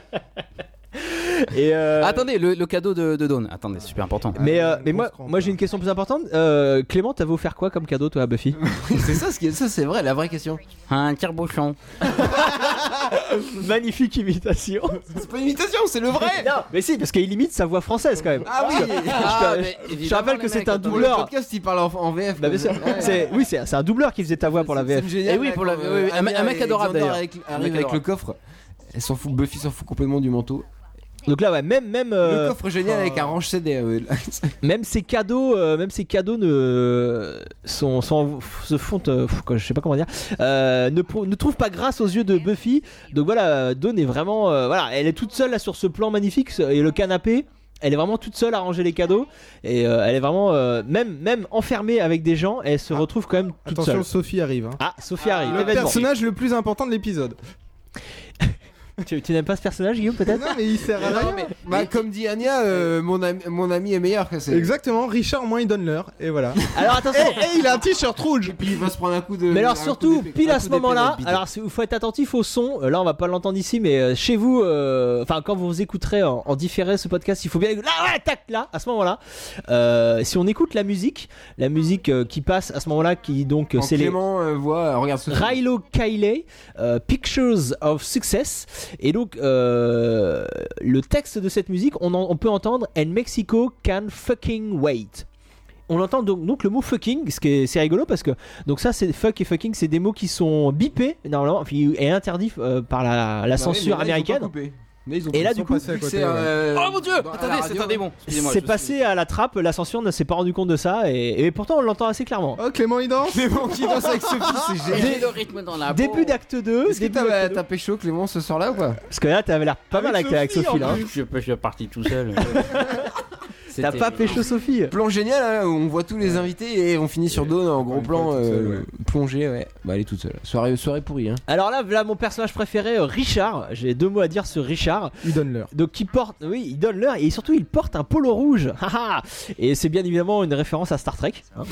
Et euh, Attendez, le, le cadeau de, de Dawn. Attendez, super important. Mais, euh, Ah, on mais se moi, crampe, moi là. j'ai une question plus importante. Euh, Clément, t'avais offert quoi comme cadeau toi à Buffy c'est ça, ce qui est- ça, c'est vrai, la vraie question. Un carbochon. Magnifique imitation. C'est pas une imitation, c'est le vrai. non, mais si, parce qu'il imite sa voix française quand même. Ah oui. je, mais je évidemment, rappelle que les c'est mecs, un attends. Pour le doubleur. podcast, il parle en, en VF. Bah, bien comme- sûr. Ouais. C'est- oui, c'est c'est un doubleur qui faisait ta voix pour la C'est- c'est VF. génial, Eh oui, là, pour la- quand, oui, euh, oui, un- Anya un mec et adorable, Xander d'ailleurs. avec- Un Arrive mec avec le adorable. coffre. Elle s'en fout, Buffy s'en fout complètement du manteau. Donc là, ouais, même même Le euh, coffre génial avec un range CD. euh, ouais. même ses cadeaux, euh, même ses cadeaux ne sont, sont- se font, euh, pff, quoi, je sais pas comment dire, euh, ne, pro- ne trouvent pas grâce aux yeux de Buffy. Donc voilà, euh, Dawn est vraiment, euh, voilà, elle est toute seule là sur ce plan magnifique ce- et le canapé. Elle est vraiment toute seule à ranger les cadeaux et euh, elle est vraiment euh, même même enfermée avec des gens. Elle se Ah. retrouve quand même toute Attention, seule. Sophie arrive. hein. Ah, Sophie arrive. Le Événement. personnage le plus important de l'épisode. Tu, tu n'aimes pas ce personnage, Guillaume, peut-être Non, mais il sert à rien. Bah, comme dit Anya, euh, mon, ami, mon ami est meilleur. quoi, c'est- Exactement, Richard au moins il donne l'heure et voilà. Alors attention. et Eh, il a un t-shirt rouge. Et puis il va se prendre un coup de. Mais un alors coup surtout, d'épée- pile un à coup ce d'épée dans le moment-là, bide. alors c'est- il faut être attentif au son. Euh, Là, on va pas l'entendre ici, mais euh, chez vous, euh, enfin quand vous écouterez en, en différé ce podcast, il faut bien là, ouais, tac, là, à ce moment-là. euh, si on écoute la musique, la musique euh, qui passe à ce moment-là, qui donc euh, Quand c'est les Clément euh, voit, euh, regarde ce Rilo Kiley, euh, Pictures of Success. Et donc, euh, le texte de cette musique, on, en- on peut entendre And Mexico can fucking wait. On entend donc, donc le mot fucking, ce qui est c'est rigolo parce que donc ça c'est fuck et fucking, c'est des mots qui sont bipés normalement enfin, et interdits euh, par la, la Bah oui, censure mais là, ils ont pas américaine. coupé. Là, ils ont Et là Ils du sont coup, passés à côté. C'est, ouais. euh, Oh mon dieu dans- à la Attendez, radio. c'est un démon. Excusez-moi, c'est je passé euh, suis- à la trappe. La censure ne s'est pas rendu compte de ça et, et pourtant on l'entend assez clairement. Oh Clément il danse Clément qui danse avec Sophie, c'est génial. J'ai le rythme dans la Début d'acte 2, Ah Est-ce que début t'as bah, d'acte t'as pécho Clément ce soir là ou pas deux. parce que là t'avais l'air pas Avec mal avec, avec Sophie, en Sophie là. hein. Je suis- je suis parti tout seul. T'as pas pécho Sophie Plan génial hein, où on voit tous les invités et on finit sur Dawn en gros une plan fois toute seule, euh, plongée ouais. Bah elle est toute seule. Soirée, soirée pourrie hein. Alors là, voilà mon personnage préféré, euh, Richard. J'ai deux mots à dire sur Richard. Il donne l'heure. Donc qui porte, oui, il donne l'heure et surtout il porte un polo rouge. Haha. et c'est bien évidemment une référence à Star Trek. hein.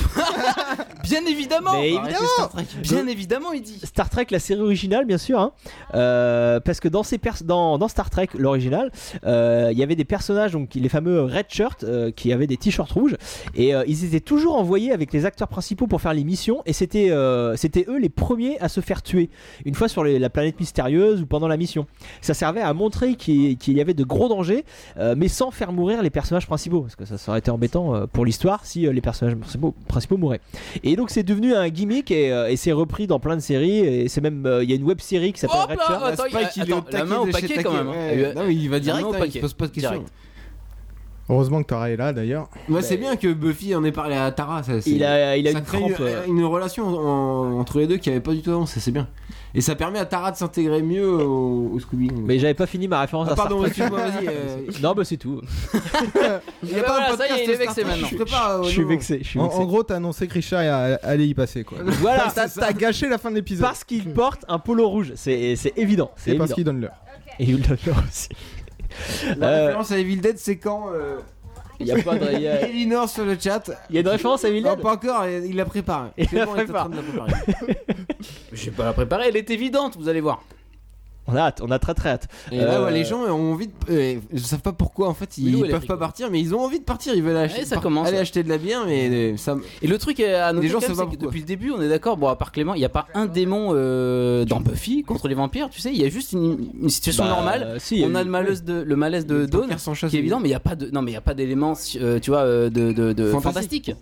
Bien évidemment Mais Arrêtez évidemment. Star Trek. Bien évidemment, il dit Star Trek, la série originale, bien sûr. hein. Euh, parce que dans, ces pers- dans, dans Star Trek, l'original, euh, il y avait des personnages, donc les fameux Red Shirt, euh, qui avaient des t-shirts rouges. Et euh, ils étaient toujours envoyés avec les acteurs principaux pour faire les missions. Et c'était euh, c'était eux les premiers à se faire tuer. Une fois sur les- la planète mystérieuse ou pendant la mission. Ça servait à montrer qu'il qu'il y avait de gros dangers, euh, mais sans faire mourir les personnages principaux. Parce que ça aurait été embêtant euh, pour l'histoire si euh, les personnages principaux, principaux mouraient. Et donc c'est devenu un gimmick et, euh, et c'est repris dans plein de séries et c'est même euh, il y a une web série qui s'appelle Hop Red là, euh, Shirt. attends, il- Spike, il est au attends, la taquet main au de chez paquet quand taquet, même. hein. ouais. Il y a- Non, mais il va la direct, main au hein, il paquet. se pose pas de questions. Direct. Heureusement que Tara est là d'ailleurs. Moi, Bah, c'est bien que Buffy en ait parlé à Tara. Ça, c'est- Il a, il a ça une crée crampe. euh, une, une relation en- entre les deux qui avait pas du tout avant, ça c'est bien. Et ça permet à Tara de s'intégrer mieux au, au Scooby. Mais j'avais pas fini ma référence Ah, à pardon, Star Trek. excuse-moi, vas-y. euh, Non, bah c'est tout. Il y Ah, a pas voilà, un ça y est, podcast il est Star vexé Trek, maintenant. Je, prépare, euh, Je suis non. vexé. Je suis En, vexé. en gros, t'as annoncé que Richard a- allait y passer quoi. voilà, T'as t'as gâché la fin de l'épisode. parce qu'il porte un polo rouge. C'est c'est évident. C'est C'est hmm. parce évident. qu'il donne l'heure. Et il le fait aussi. La Euh, référence à Evil Dead, c'est quand euh, Il y a pas de. Il y a, Elinor sur le chat. il y a une référence à Evil Non, Dead pas encore, il il la prépare. Il C'est la bon, est en train de la préparer. J'ai pas la préparée, elle est évidente, vous allez voir. On a hâte, on a très très hâte. Et Euh, là, Ah ouais, les gens ont envie de. euh, je savent pas pourquoi en fait, Oui, ils oui, elle a peuvent pris pas goût. partir, mais ils ont envie de partir. Ils veulent acheter, Ouais, ça par- commence, aller ouais. acheter de la bière, mais euh, ça. Et le truc à noter, Les gens quand même, savent pas c'est que pourquoi. depuis le début, on est d'accord, bon, à part Clément, il n'y a pas un démon euh, dans Buffy contre les vampires, tu sais, il y a juste une, une situation Bah, normale. si, on a eu- le malaise de, le malaise de Dawn, Sans chasse, qui est évident, mais il n'y a pas de, non, mais il y a pas d'éléments, euh, tu vois, euh, de, de, de Fantastique. fantastique.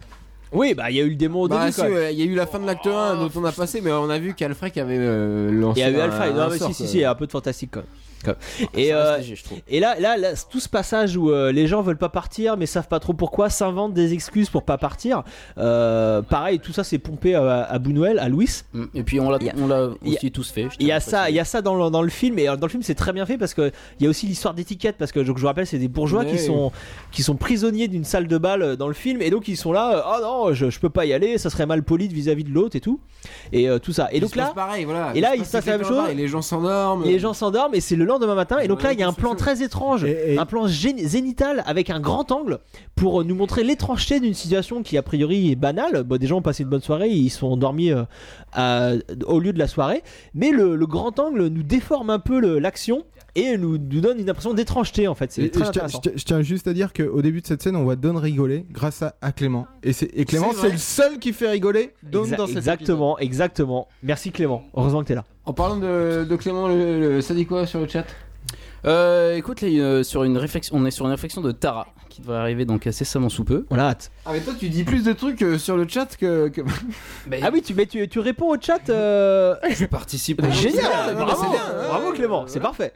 Oui, bah il y a eu le démon au Bah, début si, quand même. ouais, il y a eu la fin de l'acte 1 dont on a passé, mais on a vu qu'Alfred avait euh, lancé. Oh, Il y a eu un- Alpha. Non, un mais sort, si, si, quoi. Ah, si, il y a un peu de fantastique quand même. Quand même. Et, Ça reste euh, léger, je trouve. et là, là, là, tout ce passage où euh, les gens veulent pas partir mais savent pas trop pourquoi, s'inventent des excuses pour pas partir. euh, pareil, tout ça c'est pompé à, à Bounoël, à Louis. Mm. Et puis on l'a, Il y a- on l'a il y a- aussi tous fait. je Il y a tiens à ça, il y préciser. a ça dans le, dans le film et euh, dans le film c'est très bien fait parce que il y a aussi l'histoire d'étiquette parce que donc, je vous rappelle c'est des bourgeois Ouais. qui sont qui sont prisonniers d'une salle de bal euh, dans le film et donc ils sont là euh, oh non je, je peux pas y aller ça serait mal poli de vis-à-vis de l'autre et tout et euh, tout ça et Il donc se passe là pareil, voilà. et là, il se passe passe la même exactement chose. pareil, Les gens s'endorment. les gens s'endorment et c'est le lendemain matin et donc là il y a un plan très étrange Et- et- un plan gé- zénital avec un grand angle pour nous montrer l'étrangeté d'une situation qui a priori est banale bon, des gens ont passé une bonne soirée ils sont endormis euh, à- au lieu de la soirée mais le, le grand angle nous déforme un peu le- l'action et nous, nous donne une impression d'étrangeté en fait Et- c'est et très je, tiens, intéressant je tiens- je tiens juste à dire qu'au début de cette scène, on voit Don rigoler grâce à, à Clément. Et, c'est- et Clément, C'est vrai. c'est le seul qui fait rigoler Don Exa- dans cette exactement exactement merci Clément heureusement que t'es là En parlant de, de Clément, le, le- ça dit quoi sur le chat Euh, écoute, là, euh, sur une réflexion, on est sur une réflexion de Tara qui devrait arriver donc incessamment sous peu. on a hâte Ah, mais toi, tu dis plus de trucs euh, sur le chat que. que- ah oui tu, mais tu, tu réponds au chat euh, je participe. Génial, non, mais bravo, c'est bien, hein. ouais, bravo Clément, c'est parfait.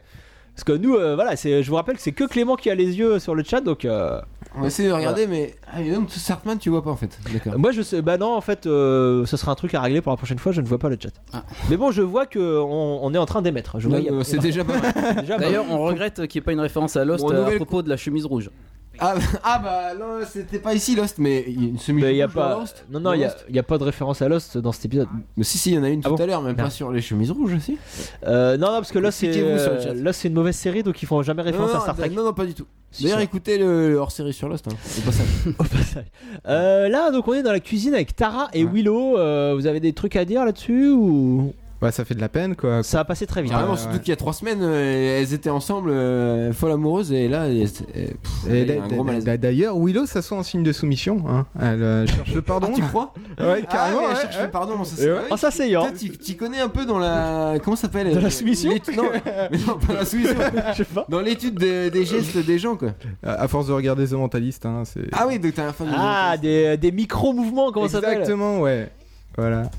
Parce que nous, euh, voilà, c'est, je vous rappelle que c'est que Clément qui a les yeux sur le chat, donc euh, On essaie de regarder, mais. Ah, mais donc, Sartman, tu vois pas en fait. D'accord. moi je sais, bah non, en fait, euh, ce sera un truc à régler pour la prochaine fois. Je ne vois pas le chat. Ah. Mais bon, je vois que on, on est en train d'émettre. Je vois, Non, il y a- non, euh, C'est déjà pas mal. déjà pas mal. D'ailleurs, on regrette qu'il n'y ait pas une référence à Lost Bon, euh, à nouvelle propos de la chemise rouge. Ah, ah bah non, c'était pas ici Lost, mais il y a une semi Mais il y a rouge dans pas, Lost. non non, Dans il y a, Lost. il y a pas de référence à Lost dans cet épisode. Mais si, si, il y en a une Ah tout bon à l'heure, mais Non. pas sur les chemises rouges aussi. Euh, non non, parce que Lost c'est, Expliquez-vous sur le chat. Lost, c'est une mauvaise série, donc ils font jamais référence non, à Star Trek. non, non, pas du tout. Si, D'ailleurs, si. écoutez le, hors série sur Lost, hein. c'est pas ça. Au passage. Euh, là, donc on est dans la cuisine avec Tara et Willow. Euh, vous avez des trucs à dire là-dessus ou épisode. Ouais, ça fait de la peine quoi. ça a passé très vite Carrément, ouais. surtout qu'il y a trois semaines, euh, elles étaient ensemble, euh, folles amoureuses, et là, elles- euh, pff, Et il y d'a- a un gros d'a- malaise. d'a- D'ailleurs, Willow, ça soit en signe de soumission. hein. Elle euh, cherche le Ah, pardon. tu crois Ouais, carrément. Ah, mais ouais, elle cherche ouais. le pardon, ça Et c'est ouais. vrai. en s'asseyant. Toi, tu tu connais un peu dans la. Comment ça s'appelle Dans la euh, soumission l'étude- Non, mais non, pas la soumission. Je sais pas. Dans l'étude des- des gestes des gens, quoi. À à force de regarder The Mentalist, hein, c'est. Ah oui, donc t'as un fan de Ah, des, des micro-mouvements, comment ça s'appelle Exactement, ouais. Voilà.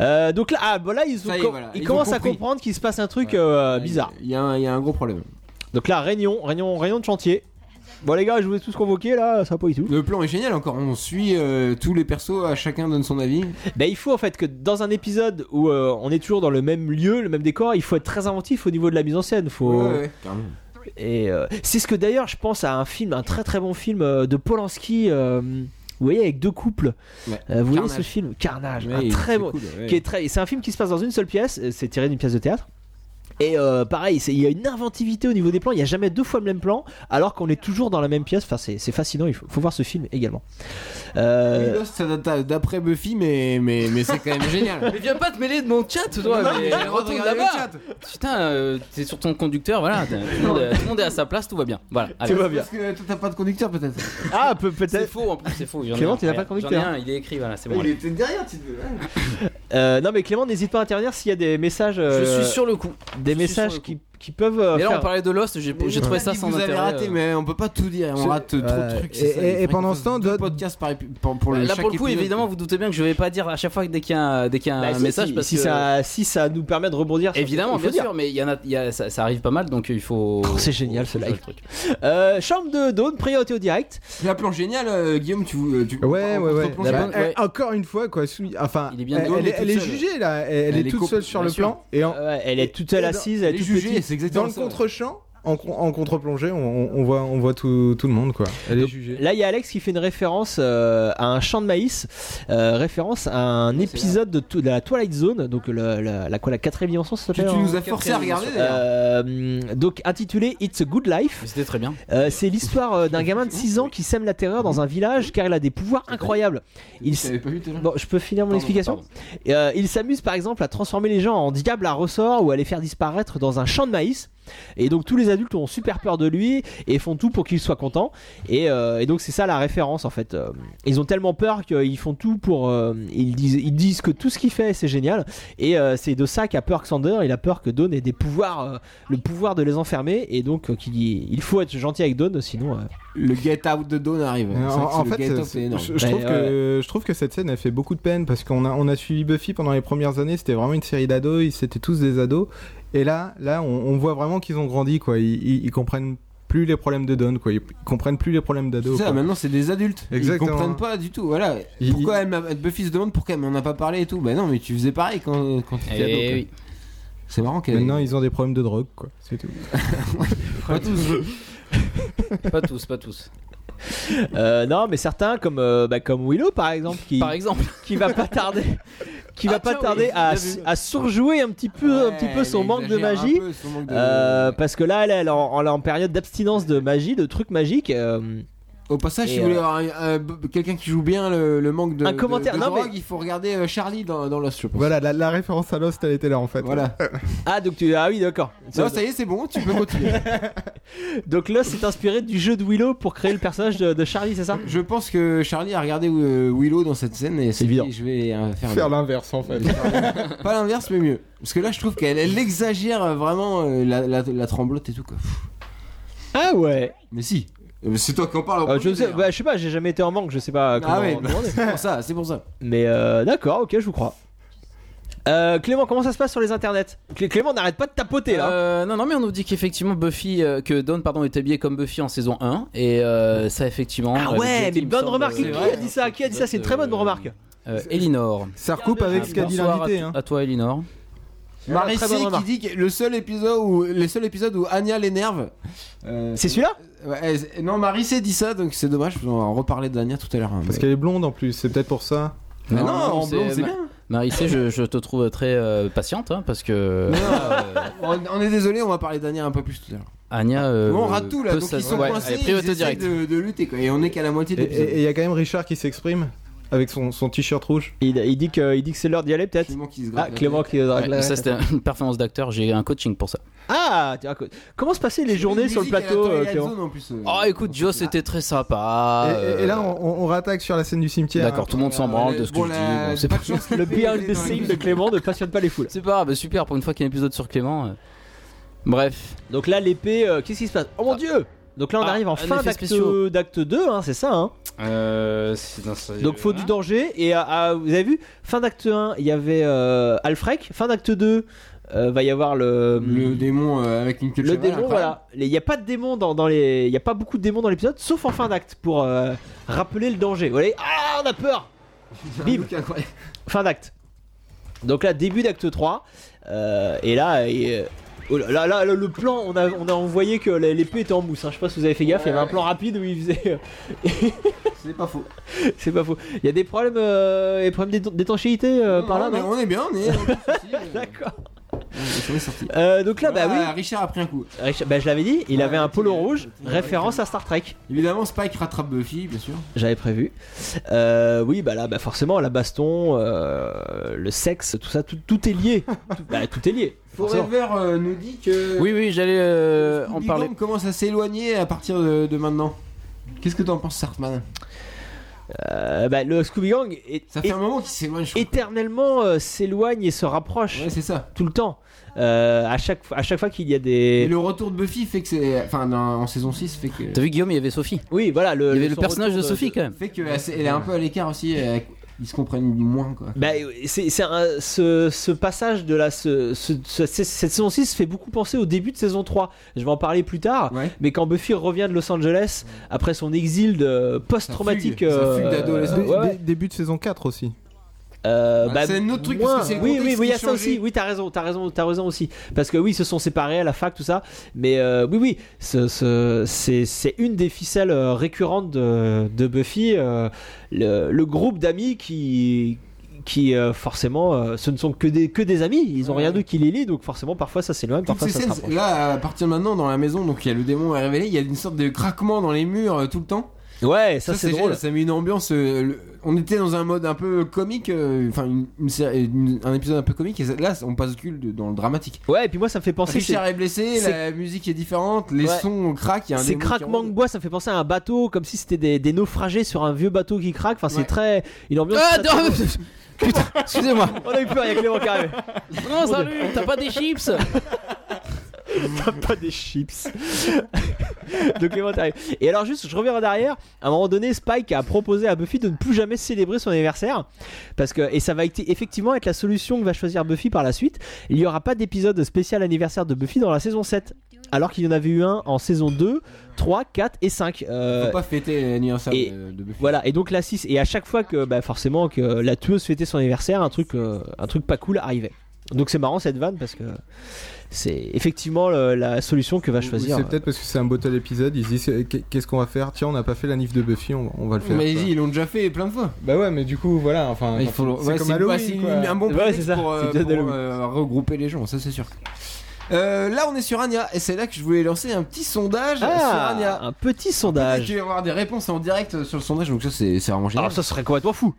Euh, Donc là, ah, bah là ils, ont Ça y est, com- voilà, ils ils ont commencent à compris. comprendre qu'il se passe un truc euh, bizarre. Il y, a un- il y a un gros problème. Donc là, réunion, réunion, réunion de chantier. Bon, les gars, je vous ai tous convoqués là, ça va pas du tout. Le plan est génial encore, on suit euh, tous les persos, à chacun donne son avis. Bah, il faut en fait que dans un épisode où euh, on est toujours dans le même lieu, le même décor, il faut être très inventif au niveau de la mise en scène. Faut... Ouais, Ah, ouais, Oh. carrément. Et euh, c'est ce que d'ailleurs je pense à un film, un très très bon film euh, de Polanski, euh, vous voyez, avec deux couples. Ouais. Euh, vous voyez Carnage. ce film Carnage, Ouais, un il- Ah, très c'est bon. cool, ouais. qui est très- c'est un film qui se passe dans une seule pièce, euh, c'est tiré d'une pièce de théâtre. Et euh, pareil, c'est- il y a une inventivité au niveau des plans, il n'y a jamais deux fois le même plan, alors qu'on est toujours dans la même pièce. Enfin, c'est c'est fascinant, il faut, faut voir ce film également. Oui, Euh, Lost, ça date à- d'après Buffy, mais, mais, mais c'est quand même génial. Mais viens pas te mêler de mon chat, toi. Non, mais mais j'ai retourne regardé le là-bas. Putain, euh, t'es sur ton conducteur, voilà. t'as- Tout le, monde, est- tout le monde est à sa place, tout va bien. Voilà. allez. tu vois bien. Parce que toi t'as pas de conducteur peut-être. Ah, peut- C'est peut-être. faux, en plus, c'est faux. j'en ai Clément, un, tu n'as pas de regarde, conducteur. J'en ai un, il est écrit, voilà, c'est bon. Il allez. était derrière, tu te Euh, non, mais Clément, n'hésite pas à intervenir s'il y a des messages. euh, Je suis sur le coup. Des je suis sur messages le qui, qui peuvent euh, Et là, on faire- parlait de Lost, j'ai j'ai trouvé ça sans vous avez intérêt. raté, euh. mais on peut pas tout dire, on C'est- rate trop de euh, trucs. et- c'est ça, il et- et faudrait pendant qu'on ce fasse temps, deux doit- podcasts par épi- pour, pour le- Bah, Là, chaque pour le coup, épisode. évidemment, vous doutez bien que je vais pas dire à chaque fois que dès qu'il y a un, dès qu'il y a un Bah, si, message. si, parce si que- ça, si ça nous permet de rebondir. sur- Évidemment, il faut bien dire. sûr, mais il y en a, il y a- ça, ça arrive pas mal, donc euh, il faut. Oh, c'est génial, faut- ce faut live. faire le truc. Euh, chambre de Dawn, priorité au direct. La planche géniale, euh, Guillaume, tu. euh, tu Ouais, on- ouais, on ouais. se plonge La Bah, pas. bonne- elle- Encore une fois, quoi. sou- Enfin, Il est bien elle, drôle, elle il est, est elle tout est seul. jugée là. Elle, elle Elle est est toute coupe- seule sur le bien sûr. plan et en- Ouais, Euh, elle est toute seule Et dans- assise, elle est Les toute jugés, petite. c'est dans exactement le ça. contre-champ, en, con- en contre-plongée, on, on- on voit, on voit tout, tout le monde, quoi. Elle est jugée. Là, il y a Alex qui fait une référence euh, à un champ de maïs, euh, référence à un épisode de, to- de la Twilight Zone, donc le- la, la, quoi, la quatrième dimension, ça Tu, s'appelle tu nous hein as forcé à regarder d'ailleurs. Euh, donc intitulé It's a Good Life. Mais C'était très bien. Euh, c'est l'histoire euh, d'un gamin de 6 ans qui sème la terreur dans un village car il a des pouvoirs incroyables. Il Tu s- l'avais pas vu déjà Bon, je peux finir mon Pardon, explication. pardon. Euh, il s'amuse par exemple à transformer les gens en diables à ressort ou à les faire disparaître dans un champ de maïs. Et donc tous les adultes ont super peur de lui et font tout pour qu'il soit content. Et, euh, et donc c'est ça la référence en fait. Euh, Ils ont tellement peur qu'ils font tout pour... euh, ils, disent, ils disent que tout ce qu'il fait c'est génial. Et euh, c'est de ça qu'a peur Xander. Il a peur que Dawn ait des pouvoirs, euh, le pouvoir de les enfermer. Et donc euh, qu'il y- il faut être gentil avec Dawn sinon... euh, Le Get Out de Dawn arrive. En, C'est vrai que Euh, en le fait, Get Out, c'est- c'est énorme. je, je Ouais, trouve que, je trouve que cette scène a fait beaucoup de peine parce qu'on a, on a suivi Buffy pendant les premières années, c'était vraiment une série d'ados, ils c'était tous des ados. Et là, là on, on voit vraiment qu'ils ont grandi, quoi. Ils, ils- ils comprennent plus les problèmes de Don, quoi. Ils, ils comprennent plus les problèmes d'ados. C'est ça, quoi. maintenant c'est des adultes. Exactement. Ils comprennent pas du tout. Voilà. Ils- Pourquoi elle m'a- Buffy se demande pourquoi elle m'en a pas parlé et tout. Bah non, mais tu faisais pareil quand, quand Eh t'étais ado. Et quoi. oui. C'est marrant qu'elle. Maintenant, ils ont des problèmes de drogue, quoi. C'est tout. Pas tous. Pas tous, pas tous. Euh, non, mais certains comme euh, bah, comme Willow par exemple qui Par exemple, qui va pas tarder qui va Ah, pas tiens, tarder oui, à, bien vu. à surjouer un petit peu un petit peu son manque de magie. Euh, parce que là, elle est en, elle est en période d'abstinence de magie, de trucs magiques. euh, Au passage, Et si vous voulez avoir un- un- b- quelqu'un qui joue bien le, le manque de, Un de- commentaire, de non, drogue, mais- il faut regarder euh, Charlie dans, dans Lost, je pense. Voilà, la, la référence à Lost, elle était là, en fait. Voilà. Ah, donc tu ah oui, d'accord. Non, ça y est, c'est bon, tu peux continuer. Donc là, c'est inspiré du jeu de Willow pour créer le personnage de, de Charlie, c'est ça je pense que Charlie a regardé euh, Willow dans cette scène et c'est évident. dit, Je vais euh, faire, Faire mieux. l'inverse, en fait. pas l'inverse, mais mieux. Parce que là, je trouve qu'elle elle exagère euh, vraiment euh, la, la- la tremblote et tout. Quoi. Pff. Ah ouais. Mais si. Euh, C'est toi qui en parle. en Euh, je premier, sais, d'ailleurs. bah, je sais pas, j'ai jamais été en manque, je sais pas comment. ah ouais, bah, comment on est. c'est pour ça, c'est pour ça. Mais euh, d'accord, ok, je vous crois. Euh, Clément, comment ça se passe sur les internets Clé- Clément, n'arrête pas de tapoter là. Euh, non, non, mais on nous dit qu'effectivement Buffy, euh, que Dawn, pardon, est habillée comme Buffy en saison 1, et euh, ça effectivement. Ah ouais, euh, le mais Jet, il me bonne semble, remarque. euh, Qui vrai. a dit ça Qui a dit ça C'est une Euh, très bonne remarque. euh, Elinor. Ah, Ça recoupe avec ce qu'a dit Bonsoir à, l'invité, t- hein. à toi, Elinor. Marie très bonne qui remarque. dit que le seul épisode où les seuls épisodes où Anya l'énerve. euh, C'est celui-là ouais, elle- c'est- non, Marie s'est dit ça, donc c'est dommage. On va en reparler d'Anya tout à l'heure. hein, Parce mais- qu'elle est blonde, en plus. C'est peut-être pour ça. Mais non, Non, en c'est- blonde, c'est ma- bien. Marissé, je, je te trouve très euh, patiente, hein, parce que. euh, On, on est désolé, on va parler d'Anya un peu plus tout à l'heure. Anya. euh, Bon, on rate tout là, peut donc s'as- ils sont ouais, coincés, allez, ils priorité essaient direct. de, de lutter quoi. Et on est qu'à la moitié de Et- Et l'épisode. il y a quand même Richard qui s'exprime avec son, son t-shirt rouge. Il, il dit que, il dit que c'est l'heure d'y aller peut-être. Clément qui se gratte Ah, la Clément qui Ouais, ça, c'était une performance d'acteur, j'ai un coaching pour ça. Ah, tiens, co- comment se passaient les tête. journées sur le Musique à la plateau, euh, Twilight Clément Zone, en plus, euh, Oh, écoute, Joe, c'était très sympa. Ah, euh, Et- et, et là, on, hein. on- on rattaque sur la scène du cimetière. D'accord, tout le monde s'en branle de ce que Euh, bon, je la- dis. bon, c'est pas pas... de chance Le qu'il fait behind dans the les scene de musiques. Clément ne passionne pas les foules. c'est pas grave, super, pour une fois qu'il y a un épisode sur Clément. euh. Bref. Donc là, l'épée, euh, qu'est-ce qui se passe Oh mon dieu donc là on Ah, arrive en un fin effet d'acte spéciaux. d'acte 2, hein, c'est ça. Hein Euh, Donc faut du danger. Et à- à- vous avez vu, fin d'acte 1, il y avait euh, Alfrec. Fin d'acte 2, euh, va y avoir le, Le démon euh, avec une queue de le cheval, démon. incroyable. Voilà. Les- Il n'y a pas de démon dans, dans les. Il y a pas beaucoup de démons dans l'épisode, sauf en fin d'acte pour euh, rappeler le danger. Vous voyez Ah, on a peur. Bim. Look incroyable. Fin d'acte. Donc là, début d'acte 3. euh, et là, et, euh, oh là, là, là, le- le plan, on a, on a envoyé que la- l'épée était en mousse. hein. Je sais pas si vous avez fait gaffe, il y avait un plan rapide où il faisait. euh, C'est pas faux. C'est pas faux. Il y a des problèmes, euh, des problèmes d'étan- d'étanchéité euh, par là, Non, mais non On est bien, on est. euh. D'accord. On est sorti. Euh, donc là, bah oui, Ah, Richard a pris un coup. Richard- bah, je l'avais dit, il Ouais, avait un tu- polo rouge, tu- référence à Star Trek, Évidemment, Spike rattrape Buffy, bien sûr. j'avais prévu. Euh, oui, bah là, bah forcément, la baston, euh, le sexe, tout ça, tout, tout est lié. Tout, bah, tout est lié. forcément. Forever euh, nous dit que. Oui, oui, j'allais euh, en Big parler. Bang commence à s'éloigner à partir de, de maintenant. Qu'est-ce que t'en penses, Sartman euh, bah, le Scooby Gang est, Ça fait est- un moment qu'il s'éloigne, je crois. éternellement euh, s'éloigne et se rapproche Ouais, c'est ça. tout le temps. Euh, à, chaque, à chaque fois qu'il y a Et des. le retour de Buffy fait que c'est. Enfin, dans- en saison 6, fait que. T'as vu Guillaume, il y avait Sophie. Oui, voilà. Le, Il y avait son le personnage de retour Sophie quand même. Fait que elle s'est- elle est un peu à l'écart aussi. elle- Ils se comprennent moins, quoi. Bah, c'est, c'est un- ce, ce passage de la. ce- ce- ce- cette saison 6 fait beaucoup penser au début de saison 3. Je vais en parler plus tard. Ouais. Mais quand Buffy revient de Los Angeles après son exil de post-traumatique, Sa fugue, sa euh, fugue d'adolescence. ouais, ouais. Dé- Début de saison 4 aussi. Euh, Ah, bah, c'est un autre truc, moins. parce que c'est le oui, oui, contexte oui, il y a qui ça changeait. aussi. Oui, t'as raison, t'as raison, t'as raison aussi. Parce que oui, ils se sont séparés à la fac, tout ça. Mais euh, oui, oui, ce- ce- c'est c'est une des ficelles euh, récurrentes de, de Buffy. euh, le, le groupe d'amis qui qui euh, forcément euh, ce ne sont que des que des amis ils ont Ouais. rien d'autre qui les lie donc forcément parfois ça s'éloigne Toutes parfois ces ça se scènes, rapproche là, à partir de maintenant, dans la maison, donc il y a le démon à révéler, il y a une sorte de craquement dans les murs euh, tout le temps. ouais ça, c'est génial, drôle Ça met une ambiance. euh, le- On était dans un mode un peu comique, euh, enfin une- une série- une- un épisode un peu comique, et là on passe du cul de- dans le dramatique. ouais et puis moi ça me fait penser c'est- Richard est blessé, c'est- la musique est différente, les Ouais. sons craquent, il y a un Ces démon qui craquements de rentre. bois, ça me fait penser à un bateau, comme si c'était des, des naufragés sur un vieux bateau qui craque. Enfin, c'est Ouais. très. Une ambiance. Ah, très- non, Putain, excusez-moi. On a eu peur, il y a Clément qui arrive. Non, salut, t'as pas des chips T'as pas des chips. Donc Clément arrive. Et alors, juste, je reviens en arrière. À un moment donné, Spike a proposé à Buffy de ne plus jamais célébrer son anniversaire. Parce que, et ça va être- effectivement être la solution que va choisir Buffy par la suite. Il n'y aura pas d'épisode spécial anniversaire de Buffy dans la saison 7. Alors qu'il y en avait eu un en saison 2, 3, 4 et 5. Euh, Faut pas fêter l'anniversaire et- de, de Buffy. Voilà, et donc la 6, et à chaque fois que bah, forcément que la tueuse fêtait son anniversaire, un truc, euh, un truc pas cool arrivait. Donc c'est marrant cette vanne parce que c'est effectivement le- la solution que va choisir. euh, C'est peut-être parce que c'est un bottle épisode. Ils se disent euh, qu'est- qu'est-ce qu'on va faire Tiens, on n'a pas fait la nif de Buffy, on, on va le faire. Mais quoi. ils ils l'ont déjà fait plein de fois. Bah ouais, mais du coup, voilà. Hein, Enfin, Il faut le- c'est ouais, comme c'est- Halloween. ouais, c'est quoi. un bon Ouais, prétexte c'est ça, pour, euh, c'est bien pour, Halloween. euh, regrouper les gens, ça c'est sûr. Euh, là, on est sur Anya, et c'est là que je voulais lancer un petit sondage sur Anya. Ah, un petit Je sondage. vais avoir des réponses en direct sur le sondage, donc ça c'est c'est vraiment génial. Alors ça serait complètement fou.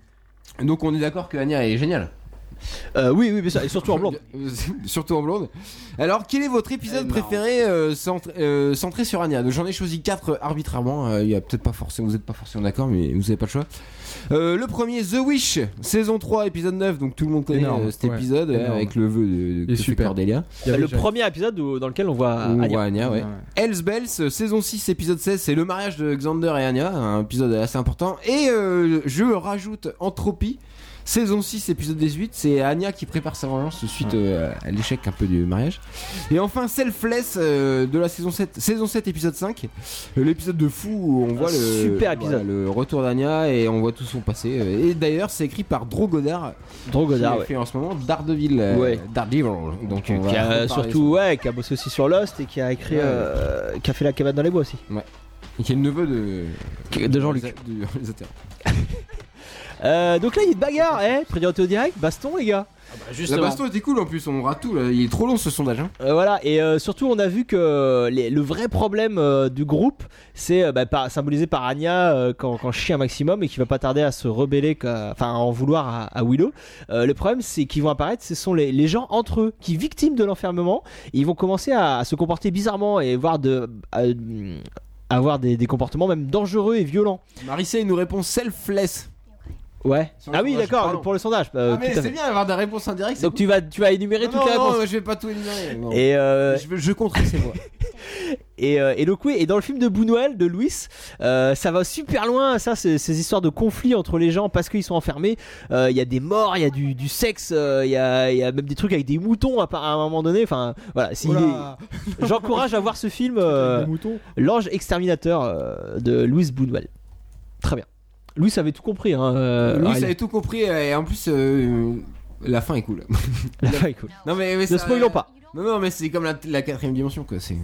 Donc on est d'accord que Anya est géniale. Euh, oui, oui, mais ça, et surtout en blanc. Euh, Surtout en blonde. Alors, quel est votre épisode préféré euh, centré, euh, centré sur Anya Donc, J'en ai choisi quatre euh, arbitrairement. euh, Il y a peut-être pas forcément, vous n'êtes pas forcément d'accord, mais vous n'avez pas le choix. Euh, le premier, The Wish, saison 3, épisode 9. Donc tout le monde connaît Énorme, euh, cet ouais, épisode euh, énorme. avec le vœu de, de Il est que fait super. Ah, Cordelia. Il y avait le déjà- premier épisode où- dans lequel on voit Ou Anya. Anya, ouais. Ouais. Hells Bells, euh, saison 6, épisode 16, c'est le mariage de Xander et Anya, un épisode assez important. Et euh, je rajoute Entropie, saison 6, épisode 18, c'est Anya qui prépare sa vengeance suite euh, à l'échec un peu du mariage. Et enfin Selfless euh, de la saison 7, saison 7, épisode 5, euh, l'épisode de fou où on voit le, super épisode. voilà, le retour d'Anya et on voit tout son passé. Euh, Et d'ailleurs, c'est écrit par Dro Goddard, Drogoda, qui a ouais. fait en ce moment Daredevil. euh, Ouais. Daredevil. Donc on va Qui a reparler surtout ouais, qui a bossé aussi sur Lost et qui a écrit, Ouais. euh, qui a fait la cabane dans les bois aussi. Et qui est le neveu de, de Jean-Luc. Du réalisateur. Euh, donc là, il y a une bagarre, eh, prédit au direct, baston les gars. La Justement. baston était cool en plus, on rate tout là. Il est trop long ce sondage. Hein. Euh, voilà, et euh, surtout on a vu que les- le vrai problème euh, du groupe, c'est euh, bah, par- symbolisé par Anya euh, quand, quand chie un maximum et qui va pas tarder à se rebeller, qu'à- enfin à en vouloir à, à Willow. Euh, le problème c'est qu'ils vont apparaître, ce sont les, les gens entre eux qui, victimes de l'enfermement, ils vont commencer à, à se comporter bizarrement et voir de... à- avoir des, des comportements même dangereux et violents. Marissa, il nous répond selfless. Ouais. Sur le Ah oui, sondage, d'accord, pardon. pour le sondage. euh, ah, tout mais à c'est fait. bien avoir des réponses indirectes. Donc tu vas, tu vas énumérer non, toutes les non, réponses. non, je vais pas tout éliminer. non. Et, euh, Je, veux- je compterai ces voix. Et, euh, et donc oui, et dans le film de Buñuel, de Luis, euh, ça va super loin, ça, ces, ces histoires de conflits entre les gens parce qu'ils sont enfermés. Euh, Il y a des morts, il y a du, du sexe, euh, il y, a, il y a même des trucs avec des moutons à, part- à un moment donné. Enfin, voilà. si- Oula, J'encourage à voir ce film, euh, des moutons. L'ange exterminateur euh, de Luis Buñuel. Très bien. Louis avait tout compris. Hein, euh, Louis Riley. avait tout compris et en plus, euh, la fin est cool. La fin est cool. non, mais, mais Ne ça- euh, spoilons pas. Non, non, mais c'est comme la, la quatrième dimension quoi. C'est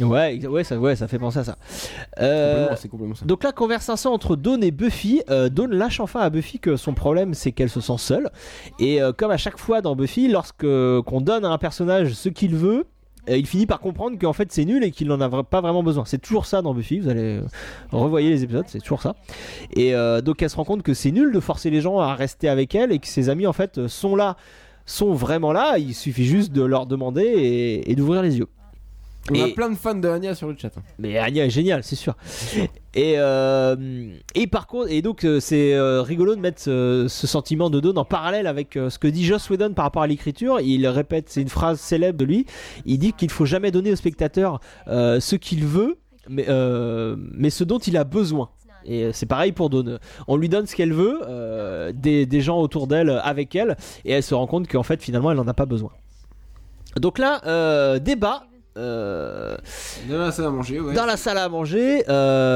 Ouais, ex- ouais, ça, ouais, ça fait penser à ça. Euh, complètement, c'est complètement ça. Donc la conversation entre Dawn et Buffy, euh, Dawn lâche enfin à Buffy que son problème c'est qu'elle se sent seule. Et euh, comme à chaque fois dans Buffy, lorsque euh, qu'on donne à un personnage ce qu'il veut, euh, il finit par comprendre qu'en fait c'est nul et qu'il n'en a vra- pas vraiment besoin. C'est toujours ça dans Buffy, vous allez euh, revoyer les épisodes, c'est toujours ça. Et euh, donc elle se rend compte que c'est nul de forcer les gens à rester avec elle et que ses amis en fait euh, sont là, sont vraiment là, il suffit juste de leur demander et, et d'ouvrir les yeux. On a Et- plein de fans de Anya sur le chat. hein. Mais Anya est géniale, c'est sûr. Et, euh, et par contre, et donc euh, c'est euh, rigolo de mettre ce, ce sentiment de Dawn en parallèle avec euh, ce que dit Joss Whedon par rapport à l'écriture. Il répète, c'est une phrase célèbre de lui. Il dit qu'il faut jamais donner au spectateur euh, ce qu'il veut, mais, euh, mais ce dont il a besoin. Et euh, c'est pareil pour Dawn. On lui donne ce qu'elle veut, euh, des, des gens autour d'elle, euh, avec elle, et elle se rend compte qu'en fait, finalement, elle n'en a pas besoin. Donc là, euh, débat. euh, Dans la salle à manger, ouais. dans la salle à manger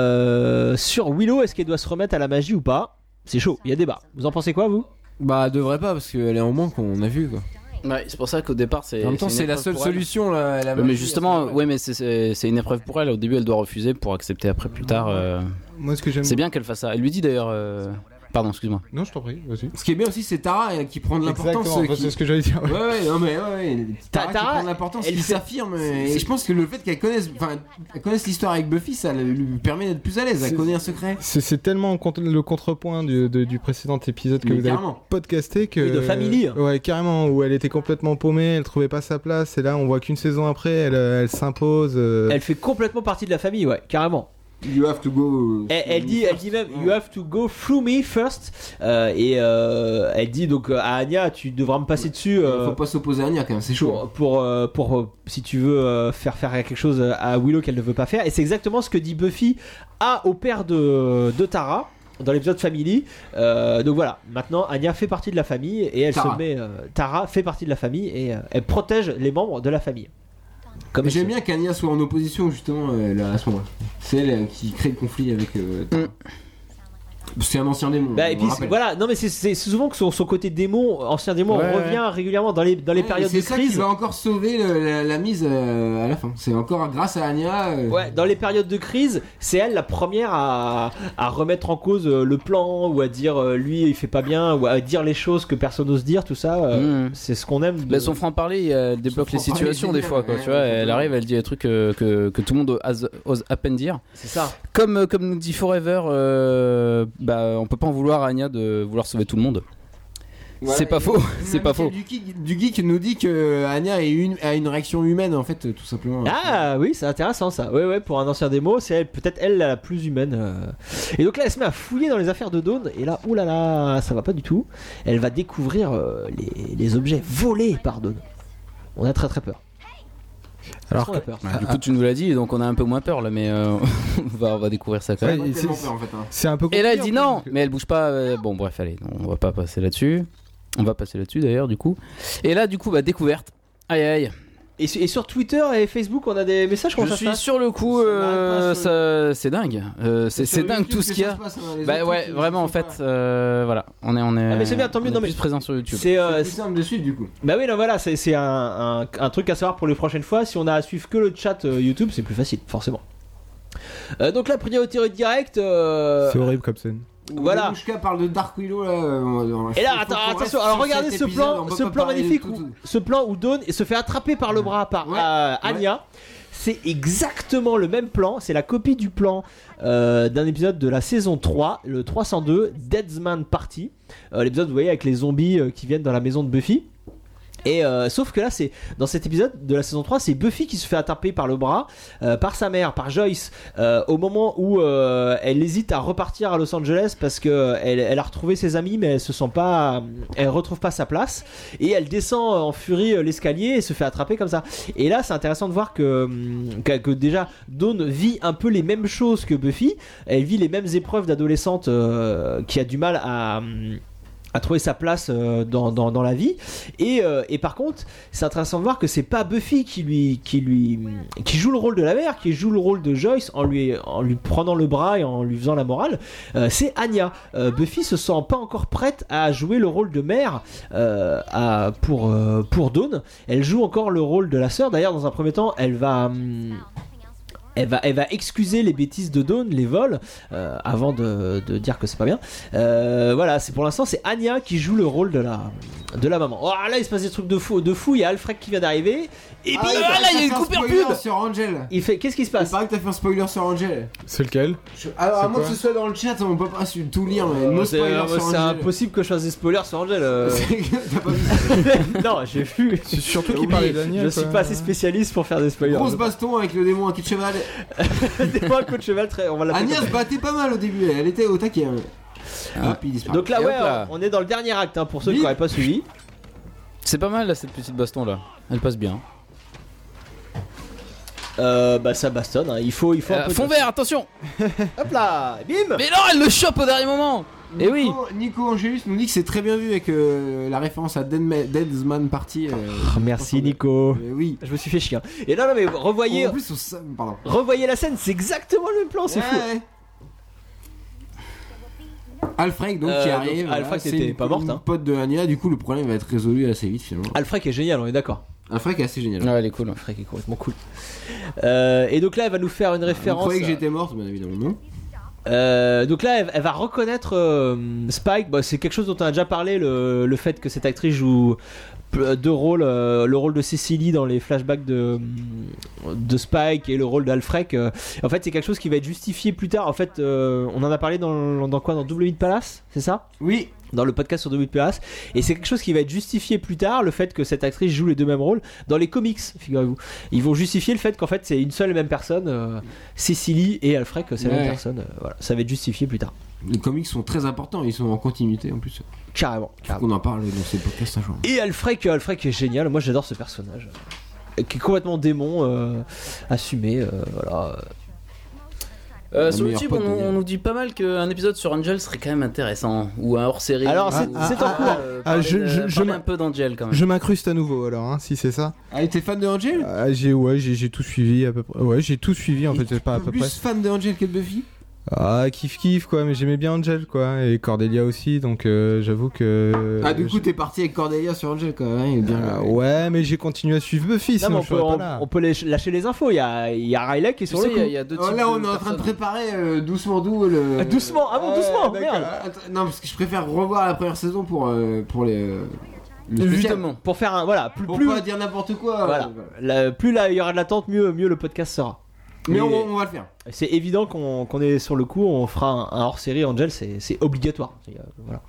euh, sur Willow est-ce qu'elle doit se remettre à la magie ou pas c'est chaud il y a débat vous en pensez quoi vous Bah, devrait pas, parce qu'elle est en manque, on a vu quoi. Ouais, c'est pour ça qu'au départ, c'est. En même temps, c'est une la épreuve seule pour elle. solution là. la Ouais, mais magie, justement, ouais, mais c'est- c'est c'est une épreuve pour elle. Au début, elle doit refuser pour accepter après plus tard. euh, Moi, ce que j'aime. C'est bien qu'elle fasse ça. Elle lui dit d'ailleurs. euh, Pardon, excuse-moi. Non, je t'en prie, vas-y. Ce qui est bien aussi, c'est Tara elle, qui prend de l'importance. Exactement, euh, enfin, qui- c'est ce que j'allais dire. Ouais, ouais, non, mais ouais, ouais. Tara, Tara, qui prend de l'importance, elle qui fait- s'affirme. Et je pense que le fait qu'elle connaisse, enfin, elle connaisse l'histoire avec Buffy, ça le- lui permet d'être plus à l'aise. Elle C'est- connaît un secret. C'est c'est tellement contre- le contrepoint du, de- du précédent épisode que Mais vous avez carrément. podcasté que Oui, de Family. ouais carrément où elle était complètement paumée, elle trouvait pas sa place et là on voit qu'une saison après elle, elle s'impose. euh, elle fait complètement partie de la famille ouais carrément You have to go. elle, elle dit elle dit même you have to go through me first Euh, et euh, elle dit donc euh, à Anya tu devras me passer dessus euh, Faut pas s'opposer à Anya quand même, c'est chaud. hein. pour pour, euh, pour, euh, si tu veux euh, faire faire quelque chose à Willow qu'elle ne veut pas faire et c'est exactement ce que dit Buffy à au père de, de Tara dans l'épisode Family Euh, donc voilà maintenant Anya fait partie de la famille et elle Tara. se met euh, Tara fait partie de la famille et euh, elle protège les membres de la famille comme Mais J'aime elle bien qu'Anya soit en opposition justement euh, là, à ce moment-là. C'est elle euh, qui crée le conflit avec. euh, Tara. C'est un ancien démon. Bah, on et puis le rappelle. voilà, non mais c'est- c'est c'est souvent que son, son côté démon, ancien démon, Ouais, revient régulièrement dans les, dans les Ouais, périodes c'est de ça qui crise. va encore sauver le- la, la mise euh, à la fin. C'est encore grâce à Anya. euh, Ouais, dans les périodes de crise, c'est elle la première à, à remettre en cause euh, le plan ou à dire euh, lui il fait pas bien ou à dire les choses que personne n'ose dire, tout ça. euh, Mhm. C'est ce qu'on aime. de- Bah, son franc-parler, euh, elle débloque les franc-parler, situations génial, des fois. Quoi, ouais, tu vois, ouais, elle ouais. arrive, elle dit des trucs euh, que, que tout le monde ose, ose à peine dire. C'est ça. Comme, euh, comme nous dit Forever, euh, bah, on peut pas en vouloir à Anya de vouloir sauver tout le monde. voilà. c'est pas Et- faux, et c'est pas faux. Du geek, du geek nous dit que Anya est une, a une réaction humaine en fait, euh, tout simplement. Ah oui, c'est intéressant ça. Ouais, ouais, pour un ancien démo, c'est elle- peut-être elle la plus humaine. euh. Et donc là, elle se met à fouiller dans les affaires de Dawn. Et là, oulala, ça va pas du tout. Elle va découvrir euh, les, les objets volés par Dawn. On a très très peur. Alors Parce qu'on a peur. du coup, tu nous l'as dit, donc on a un peu moins peur là, mais euh, on, va, on va découvrir ça quand Ouais, même. Elle a il- pas tellement c'est- peur, en fait, hein. C'est un peu. Et là, elle compliqué, dit en non, plus, que- mais elle bouge pas. euh, Bon, bref, allez, on va pas passer là-dessus. On va passer là-dessus d'ailleurs, du coup. Et là, du coup, bah, découverte. Aïe aïe. Et, su- et sur Twitter et Facebook, on a des messages qu'on Je ça se suis passe sur le coup, Ça euh, m'arrête pas, ça- c'est dingue. Euh, c'est sur c'est dingue YouTube tout ce que qu'il y ça a. se passe, hein, les Bah autres ouais, trucs, ils vraiment en sont pas- fait, euh, voilà, on est on est. Ah, mais c'est bien, tant mieux, on est non, mais- plus présent sur YouTube. C'est euh, C'est plus simple de suite du coup. Bah oui, non, voilà, c'est c'est un, un- un truc à savoir pour les prochaines fois. Si on a à suivre que le chat euh, YouTube, c'est plus facile, forcément. Euh, donc la priorité directe. euh, C'est horrible comme scène. Voilà. Mouchka parle de Dark Willow là. euh, Et là, faut- attends, faut qu'on reste attention, sur alors cet regardez ce épisode, plan, on peut ce pas plan parler de magnifique, tout- où- ce plan où Dawn se fait attraper par le bras par Ouais, euh, Anya. C'est exactement le même plan, c'est la copie du plan euh, d'un épisode de la saison 3, le 302, Deadsman Party. Euh, L'épisode, vous voyez, avec les zombies euh, qui viennent dans la maison de Buffy. Et euh, sauf que là, c'est dans cet épisode de la saison 3, c'est Buffy qui se fait attraper par le bras, euh, par sa mère, par Joyce, euh, au moment où euh, elle hésite à repartir à Los Angeles parce que euh, elle, elle a retrouvé ses amis, mais elle se sent pas, euh, elle retrouve pas sa place, et elle descend en furie euh, l'escalier et se fait attraper comme ça. Et là, c'est intéressant de voir que, hum, que, que déjà Dawn vit un peu les mêmes choses que Buffy. Elle vit les mêmes épreuves d'adolescente euh, qui a du mal à hum, à trouver sa place euh, dans, dans, dans la vie et, euh, et par contre c'est intéressant de voir que c'est pas Buffy qui lui qui lui qui joue le rôle de la mère qui joue le rôle de Joyce en lui en lui prenant le bras et en lui faisant la morale euh, c'est Anya Euh, Buffy se sent pas encore prête à jouer le rôle de mère euh, à, pour euh, pour Dawn elle joue encore le rôle de la sœur d'ailleurs dans un premier temps elle va hum, elle va, elle va excuser les bêtises de Dawn, les vols, euh, avant de, de dire que c'est pas bien. Euh, voilà, c'est pour l'instant c'est Anya qui joue le rôle de la de la maman. Oh, là, il se passe des trucs de fou. De fou. Il y a Alfred qui vient d'arriver. Et puis, ah, là, il y a une coupure pub. sur Angel. Il fait. Qu'est-ce qui se Il passe paraît que t'as fait un spoiler sur Angel. C'est lequel Je- Alors, à C'est moins que quoi ce soit dans le chat, on peut pas su- tout lire, mais no C'est spoiler euh, sur c'est Angel. impossible que je fasse des spoilers sur Angel. euh. C'est- T'as pas vu ça non, j'ai vu. C'est surtout Oui, qui parlait d'Aniel. Je suis pas assez spécialiste pour faire des spoilers. Grosse baston avec le démon à queue de cheval. C'était pas un coup de cheval très. On va l'appeler Agnès comme ça. battait pas mal au début, elle était au taquet. hein. Ah. Hop, il disparaît. Donc là, Et hop ouais, là. on est dans le dernier acte hein, pour ceux qui Bip. n'auraient pas suivi. C'est pas mal là cette petite baston là. Elle passe bien. Euh, bah ça bastonne. hein. Il faut, il faut. un Euh, peu de- fond vert, attention Hop là, bim. Mais non, elle le chope au dernier moment Eh oui Nico, Nico Angelus nous dit que c'est très bien vu avec euh, la référence à Deadma- Deadman Party. euh, Oh, merci Nico. mais oui. Je me suis fait chier. hein. Et non, non, mais revoyez, En plus, on s- pardon. revoyez la scène. C'est exactement le même plan. Ah, C'est fou. Oh. Ouais, ouais. Alfred donc Euh, qui donc, arrive. voilà, Alfred c'est n'était une- pas morte, une hein. Pote de Ania, du coup le problème va être résolu assez vite finalement. Alfred Ah, est génial, on est d'accord. Alfred est assez génial. Ouais, elle est cool. Alfred est complètement cool. Euh, et donc là, elle va nous faire une Vous référence. croyez que j'étais morte, bien évidemment non. Euh, donc là, elle, elle va reconnaître euh, Spike. Bah, c'est quelque chose dont on a déjà parlé, le, le fait que cette actrice joue p- deux rôles, euh, le rôle de Cécilie dans les flashbacks de, de Spike et le rôle d'Alfred. euh, en fait, c'est quelque chose qui va être justifié plus tard. En fait, euh, on en a parlé dans, dans quoi Dans Double 8 Palace, c'est ça Oui, dans le podcast sur David Perras. Et c'est quelque chose qui va être justifié plus tard, le fait que cette actrice joue les deux mêmes rôles dans les comics, figurez-vous. Ils vont justifier le fait qu'en fait c'est une seule et même personne, euh, Cécilie et Alfred, que c'est la Ouais. même personne. euh, voilà, ça va être justifié plus tard. les comics sont très importants, ils sont en continuité en plus. Carrément. Faut carrément. qu'on en parle dans ces podcasts un jour. Et Alfred, euh, Alfred qui est génial, moi j'adore ce personnage. Euh, Qui est complètement démon, euh, assumé, euh, voilà. Euh, Mon sur meilleur YouTube, on, pote, Daniel. on nous dit pas mal qu'un épisode sur Angel serait quand même intéressant. Ou un hors série. Alors, c'est- c'est en cours. Ah, je- je- je parler m- un peu d'Angel quand même. Je m'incruste à nouveau alors, hein, si c'est ça. Ah, t'es fan de Angel Ah, j'ai ouais, j'ai j'ai tout suivi à peu près. Ouais, j'ai tout suivi en fait, c'est pas à peu plus près. fan de Angel que de Buffy Ah, kiff kiff quoi, mais j'aimais bien Angel quoi et Cordelia aussi, donc euh, j'avoue que. Ah, du je- coup, t'es parti avec Cordelia sur Angel quand même. hein, bien, Ah, ouais, mais j'ai continué à suivre Buffy, Non, mais sinon on je peut, serais pas on- là. on peut lâ- lâcher les infos, il y a, il y a Riley qui est Tu sur sais, le il y a- il coup. y, a deux Oh, types là, on de est en train de personnes. préparer euh, doucement doux le. Ah, doucement, ah bon, Ouais, doucement, d'accord. merde. Attends, Non, parce que je préfère revoir la première saison pour, euh, pour les. euh, le spécial. Justement. Pour faire un. Voilà, plus. Pour plus pas dire n'importe quoi. euh, voilà. voilà. La- plus là, il y aura de l'attente, mieux, mieux le podcast sera. Mais Et- on, on va le faire. C'est évident qu'on qu'on est sur le coup, on fera un, un hors-série Angel, c'est c'est obligatoire. C'est, euh, voilà.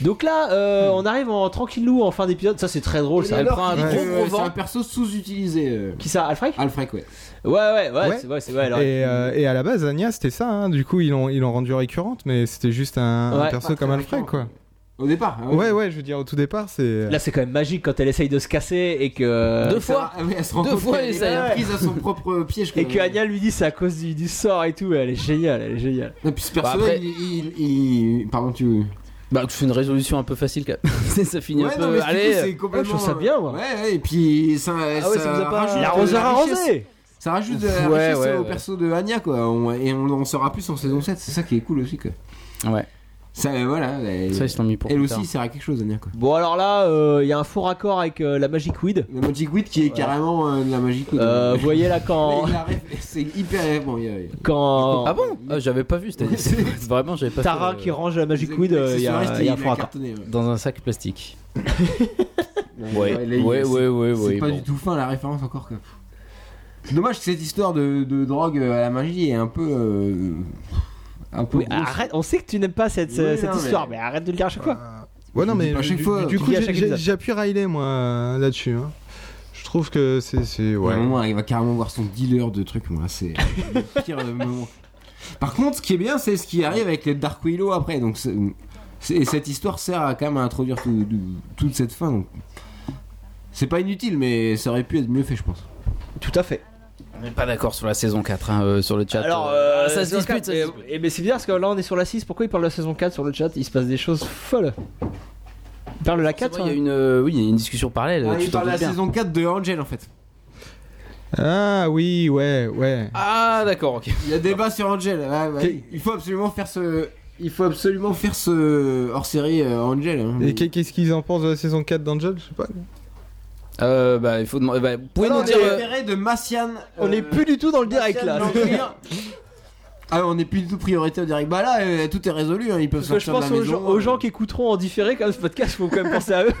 Donc là, euh, on arrive en tranquillou en fin d'épisode, ça c'est très drôle Et ça. elle alors, prend un il dit gros, que gros C'est vent. un perso sous-utilisé. euh, Qui ça, Alfred Alfred, ouais. Ouais, ouais, ouais, Ouais. c'est ouais, c'est- ouais, alors- Et, euh, et à la base, Anya, c'était ça. hein. Du coup, ils l'ont ils l'ont rendu récurrente, mais c'était juste un, un Ouais. perso Pas comme très Alfred, quoi. récurrent. Au départ. hein, Ouais, ouais, je veux dire, au tout départ, c'est. euh, Là, c'est quand même magique quand elle essaye de se casser et que. Deux Ça fois. va, ah ouais, elle se rend Deux compte fois, qu'elle elle est essaye. prise à son propre piège. Et quand que même. Anya lui dit c'est à cause du, du sort et tout, elle est géniale, elle est géniale. Et puis ce perso, Bah, après- il, il- il- Pardon, tu. Bah, je fais une résolution un peu facile quand même. ça finit un Ouais, peu. euh. non, mais du coup, Allez. c'est complètement. euh, je trouve ça bien, moi. Ouais, ouais, et puis ça. Ah ouais, ça vous a pas- rajoute La La de roseur richesse. arrosée Ça rajoute de la Ouais, richesse ouais, au ouais. perso de Anya, quoi. On- et on en saura plus en saison 7, c'est ça qui est cool aussi, quoi. Ouais. Ça, euh, voilà. Elle, Ça, ils se l'ont mis pour. elle plus aussi sert à quelque chose, Anya, quoi. Bon, alors là, euh, il y a un faux raccord avec euh, la Magic Weed. La Magic Wit qui est carrément euh, de la Magic Wit. Euh, vous voyez là quand. Il a ref- C'est hyper. Bon, il y a- il y a- quand... tard. Ah bon Ah, J'avais pas vu, c'est-à-dire. c'est- Vraiment, j'avais pas Tara fait, euh, qui range la Magic Weed, euh, il y a, il y a un faux raccord. cartonné. ouais. Dans un sac plastique. Ouais, là, il- ouais, c'est- ouais, ouais, C'est ouais, pas bon. du tout fin la référence encore que. C'est dommage que cette histoire de, de drogue à la magie est un peu. euh, un peu. Oui, grosse. arrête, on sait que tu n'aimes pas cette, Oui, cette non, mais- histoire, mais... arrête de le dire à chaque fois. Ouais, non, Je mais dis pas à du- chaque du- fois, du tu coup, dis à j'ai- chaque j'ai- épisode. j'appuie Riley, moi, euh, là-dessus. hein. Je trouve que c'est. c'est- À Ouais. un moment, il va carrément voir son dealer de trucs, moi, c'est le pire euh, moment. Par contre, ce qui est bien, c'est ce qui arrive avec les Dark Willow après. Donc, c'est- c'est- et cette histoire sert à quand même à introduire tout- tout- toute cette fin. donc. C'est pas inutile, mais ça aurait pu être mieux fait, je pense. Tout à fait. On est pas d'accord sur la saison 4, hein, euh, sur le chat. Alors, euh, euh, ça se saison dispute, 4, ça se mais- dispute. eh ben, c'est bizarre parce que là on est sur la 6, pourquoi ils parlent de la saison 4 sur le chat Il se passe des choses folles. Ils parlent de la hein. 4 C'est vrai, Il y a une, euh, oui, il y a une discussion parallèle. Ah, Euh, tu il t'en parle de la doutes bien. saison 4 de Angel en fait. Ah, oui, ouais, ouais. Ah, d'accord, ok. Il y a débat sur Angel. ouais, ouais. Qu'est- Il faut absolument faire ce. Il faut absolument faire ce hors série Angel. hein. Et qu'est- qu'est-ce qu'ils en pensent de la saison 4 d'Angel Je sais pas. Euh, bah, il faut demander. Bah, vous pouvez Non, nous dire. les euh, référés de Massian. On euh, est plus du tout dans le Massian direct là. Langleer. Ah, on n'est plus du tout prioritaire, on dirait que bah là, euh, tout est résolu, hein, ils peuvent Parce que je sortir de pense la aux maison. euh. gens, aux gens qui écouteront en différé comme ce podcast, faut quand même penser à eux.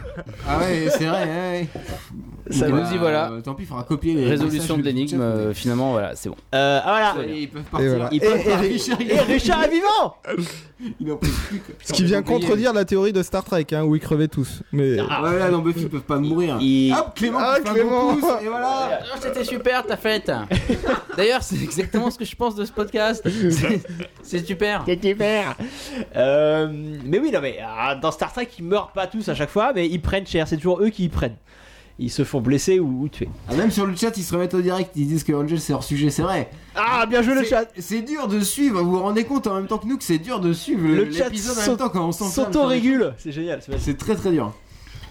Ah ouais, c'est vrai, ouais, ouais. Ça Et va. nous y voilà. euh, Tant pis, il faudra copier les Résolution de messages l'énigme, chat. euh, finalement, voilà, c'est bon. Euh, ah Ah, voilà. ils peuvent partir. Et voilà. Et, et- et- et Richard est vivant Il en peut plus. quoi. Ce qui vient contredire la théorie de Star Trek, hein, où ils crevaient tous. Mais Ah ouais, là, non, Buffy, ils peuvent pas mourir. Il- Hop, Clément, Ah, qui fait un Clément. beau pouce, et voilà. Ah, C'était super ta fête. D'ailleurs, c'est exactement ce que je pense de ce podcast. C'est- C'est super. C'est super Euh, Mais oui, non mais ah, dans Star Trek, ils meurent pas tous à chaque fois, mais ils prennent cher. C'est toujours eux qui y prennent. Ils se font blesser ou, ou tuer. Ah, même sur le chat, ils se remettent au direct, ils disent que Angel c'est hors sujet, c'est vrai. Ah, bien joué le C'est- chat C'est dur de suivre, vous vous rendez compte en même temps que nous que c'est dur de suivre Le le- chat l'épisode en saut- même temps quand on s'enferme. S'auto-régule C'est génial. c'est pas- C'est très très dur.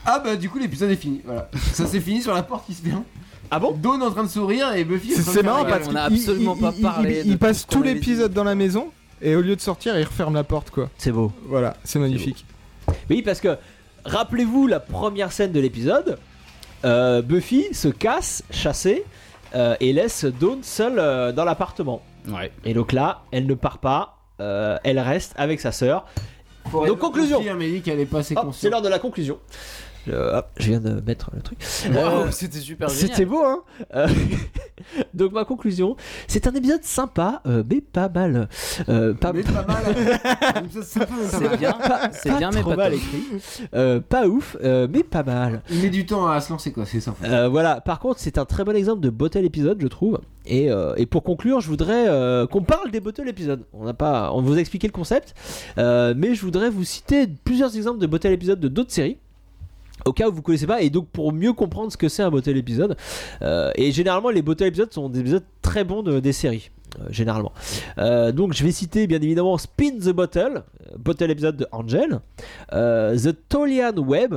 Ah bah du coup l'épisode est fini, voilà. Ça c'est fini sur la porte qui se ferme. Ah bon Dawn est en train de sourire et Buffy est en c'est train de c'est faire marrant la- parce on a qu'il- absolument il- pas il- parlé il- de il passe tout ce qu'on tout avait l'épisode dans la maison et au lieu de sortir, il referme la porte quoi. C'est beau. Voilà, c'est magnifique. Oui, parce que rappelez-vous la première scène de l'épisode. euh, Buffy se casse, chassée, euh, et laisse Dawn seule euh, dans l'appartement. Ouais. Et donc là, elle ne part pas, euh, elle reste avec sa sœur. Pour Donc, être conclusion. euh, Ah, Buffy, mais dit qu'elle est pas assez Hop, C'est consciente. l'heure de la conclusion. Euh, hop, je viens de mettre le truc. Euh, Waouh, Oh, c'était super C'était génial. beau, hein Euh, Donc ma conclusion, c'est un épisode sympa, euh, mais pas mal. Euh, pas Mais pas mal. Comme ça, c'est sympa, mais pas C'est mal. bien, c'est pas bien, mais trop pas mal top. écrit. Euh, pas ouf, euh, mais pas mal. Il met du temps à se lancer quoi, c'est sympa. Euh, voilà, par contre, c'est un très bon exemple de bottle épisode, je trouve. Et, euh, et pour conclure, je voudrais euh, qu'on parle des bottle épisodes. On n'a pas, on vous a expliqué le concept, euh, mais je voudrais vous citer plusieurs exemples de bottle épisodes de d'autres séries. Au cas où vous connaissez pas, et donc pour mieux comprendre ce que c'est un bottle épisode, Euh, et généralement les bottle épisodes sont des épisodes très bons de- des séries, euh, généralement. Euh, donc je vais citer bien évidemment Spin the Bottle, euh, bottle épisode de Angel, euh, The Tolian Web,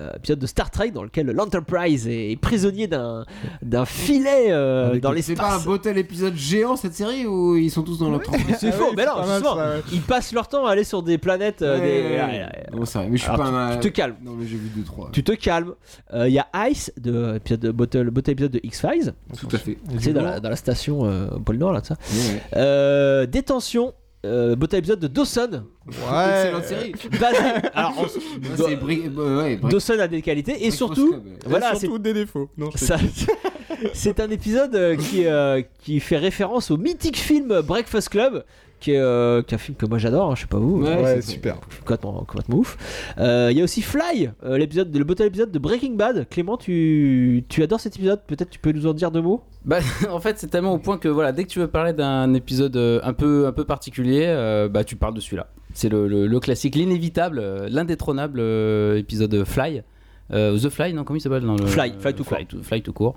euh, épisode de Star Trek dans lequel l'Enterprise est prisonnier d'un d'un filet euh, Ah, Avec dans C'est pas un l'espace. beau tel épisode géant cette série où ils sont tous dans la porte. C'est Ah faux, oui, mais non, pas mal, justement, ça, ouais. ils passent leur temps à aller sur des planètes. euh, des- Ouais, Ouais, ouais, ouais. Bon, c'est vrai, mais je suis Alors, pas un. tu te calmes. Non, mais j'ai vu 2-3. Tu te calmes. Euh, Il y a Ice, de, épisode de Bottle, Bottle épisode de X-Files. Tout à fait. Tu sais, dans la, dans la station euh, au pôle Nord, là, tout ça. Ouais, ouais. Euh, détention, euh, Bottle épisode de Dawson. Excellente Ouais. série. Basé. Alors, on- Bah, c'est Bri- bah, ouais, Bri- Dawson a des qualités et Breakfast surtout, Club, ouais. Et voilà, c'est surtout des défauts. Non, je sais Ça- c'est un épisode euh, qui, euh, qui fait référence au mythique film Breakfast Club, qui est, euh, qui est un film que moi j'adore, hein, je sais pas vous, Ouais, pas. Ouais, c'est- super. je suis complètement, complètement ouf. Euh, Il y a aussi Fly, euh, l'épisode, le bottle épisode de Breaking Bad. Clément, tu, tu adores cet épisode, peut-être tu peux nous en dire deux mots Bah, en fait, c'est tellement au point que voilà, dès que tu veux parler d'un épisode euh, un peu, un peu particulier, euh, bah, tu parles de celui-là. C'est le, le- le classique, l'inévitable, euh, l'indétrônable euh, épisode Fly. Euh, The Fly, non, comment il s'appelle non, le- Fly, Fly euh, tout Fly, tout, Fly tout court.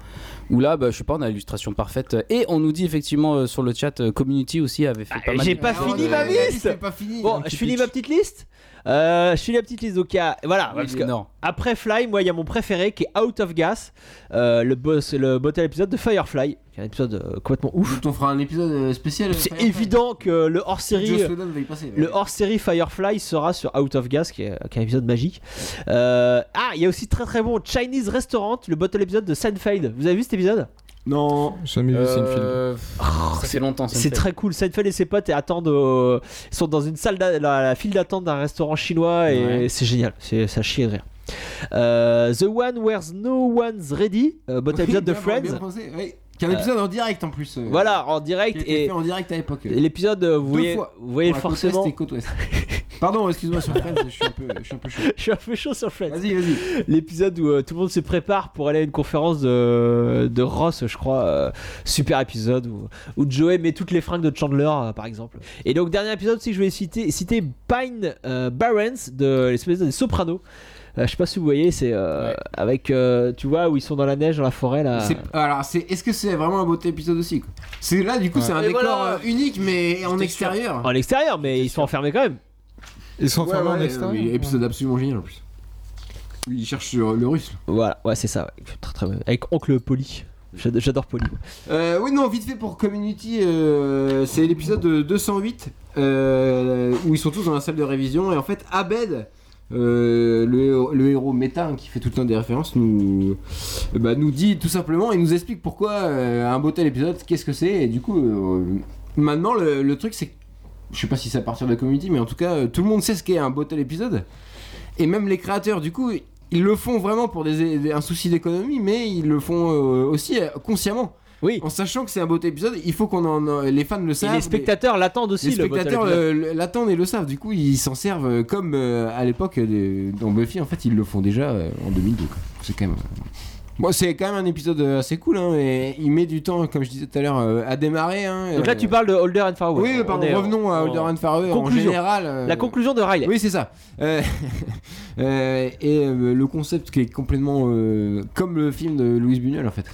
Où là, bah, je sais pas, on a l'illustration parfaite. Et on nous dit effectivement euh, sur le chat, euh, Community aussi avait fait Ah, pas mal. j'ai de- euh, pas Ah, fini ouais, ma ouais, liste. la est pas finie. Bon, Donc, je tu finis pitches. ma petite liste. Euh, je finis la petite liste, donc il y a- voilà, Oui, parce Euh, il est que énorme. Après Fly, moi, il y a mon préféré qui est Out of Gas, euh, le boss, le bottle épisode de Firefly, qui est un épisode euh, complètement Mm. ouf. Donc, on fera un épisode euh, spécial. euh, C'est Firefly. évident que le Joss hors-série, euh, Whedon va y passer. le hors-série Firefly sera sur Out of Gas, qui est, qui est un épisode magique. Euh, ah, il y a aussi très très bon Chinese Restaurant, le bottle épisode de Seinfeld. Vous avez vu cet épisode Non. Jamais vu Seinfeld. Euh, pff, ça fait longtemps. ça me Oh, C'est fait. très cool. Seinfeld et ses potes et attendent, au- ils sont dans une salle, d'a- la, la file d'attente d'un restaurant chinois et Ouais. c'est génial. C'est ça chie de rire. Euh, The One Where's No One's Ready, euh, bottle Oui, épisode de bien- bien Friends. Euh, pensé, oui. Qui est un épisode en direct en plus. euh, Voilà, en Qui a direct été et fait en direct à l'époque. euh, l'épisode, euh, vous Deux voyez, fois. vous voyez pour la côte forcément. est et côte ouest. Pardon, excuse-moi sur Friends, je suis un peu, je suis un peu chaud. Je suis un peu chaud sur Friends. Vas-y, vas-y. L'épisode où euh, tout le monde se prépare pour aller à une conférence de, de Ross, je crois. euh, super épisode où, où Joey met toutes les fringues de Chandler, euh, par exemple. Et donc, dernier épisode, si je vais citer, citer Pine euh, Barrens de l'espèce des Sopranos. Euh, je sais pas si vous voyez, c'est euh, Ouais. avec, euh, tu vois, où ils sont dans la neige, dans la forêt, là. C'est- Alors, c'est, est-ce que c'est vraiment un beau épisode aussi quoi C'est là, du coup, c'est un Et décor voilà. euh, unique, mais en J'étais extérieur. En extérieur, mais ils sont enfermés quand même. Ils sont Ouais, fermés en ouais, extérieur. oui, épisode absolument génial en plus. Oui, il cherche sur le russe. là. Voilà, ouais, c'est ça. ouais. Très, très bien. Avec Oncle Polly. J'ad- J'adore Polly. Euh, oui, non, vite fait pour Community, euh, c'est l'épisode euh, 208 euh, où ils sont tous dans la salle de révision et en fait Abed, euh, le, héros- le héros méta hein, qui fait tout le temps des références, nous, euh, bah, nous dit tout simplement et nous explique pourquoi euh, un beau tel épisode, qu'est-ce que c'est et du coup euh, Maintenant, le, le truc, c'est que je sais pas si c'est à partir de la community, mais en tout cas, euh, tout le monde sait ce qu'est un beau tel épisode. Et même les créateurs, du coup, ils le font vraiment pour des, des- un souci d'économie, mais ils le font euh, aussi euh, consciemment. Oui. En sachant que c'est un beau tel épisode, il faut qu'on en. euh, les fans le Et savent. les mais- spectateurs l'attendent aussi. les le bottle spectateurs episode. euh, le- l'attendent et le savent, du coup ils s'en servent euh, comme euh, à l'époque euh, dans Buffy, en fait ils le font déjà euh, en 2002. quoi. C'est quand même. euh, Bon, c'est quand même un épisode euh, assez cool, hein, et il met du temps, comme je disais tout à l'heure, euh, à démarrer. hein, Donc là, euh, tu parles de Holder and Farewell. Oui, On pardon, est- revenons à on- Holder and Farewell en Conclusion. général. euh, La conclusion de Riley. oui, c'est ça. Euh, euh, et euh, le concept qui est complètement euh, comme le film de Louise Buñuel en fait.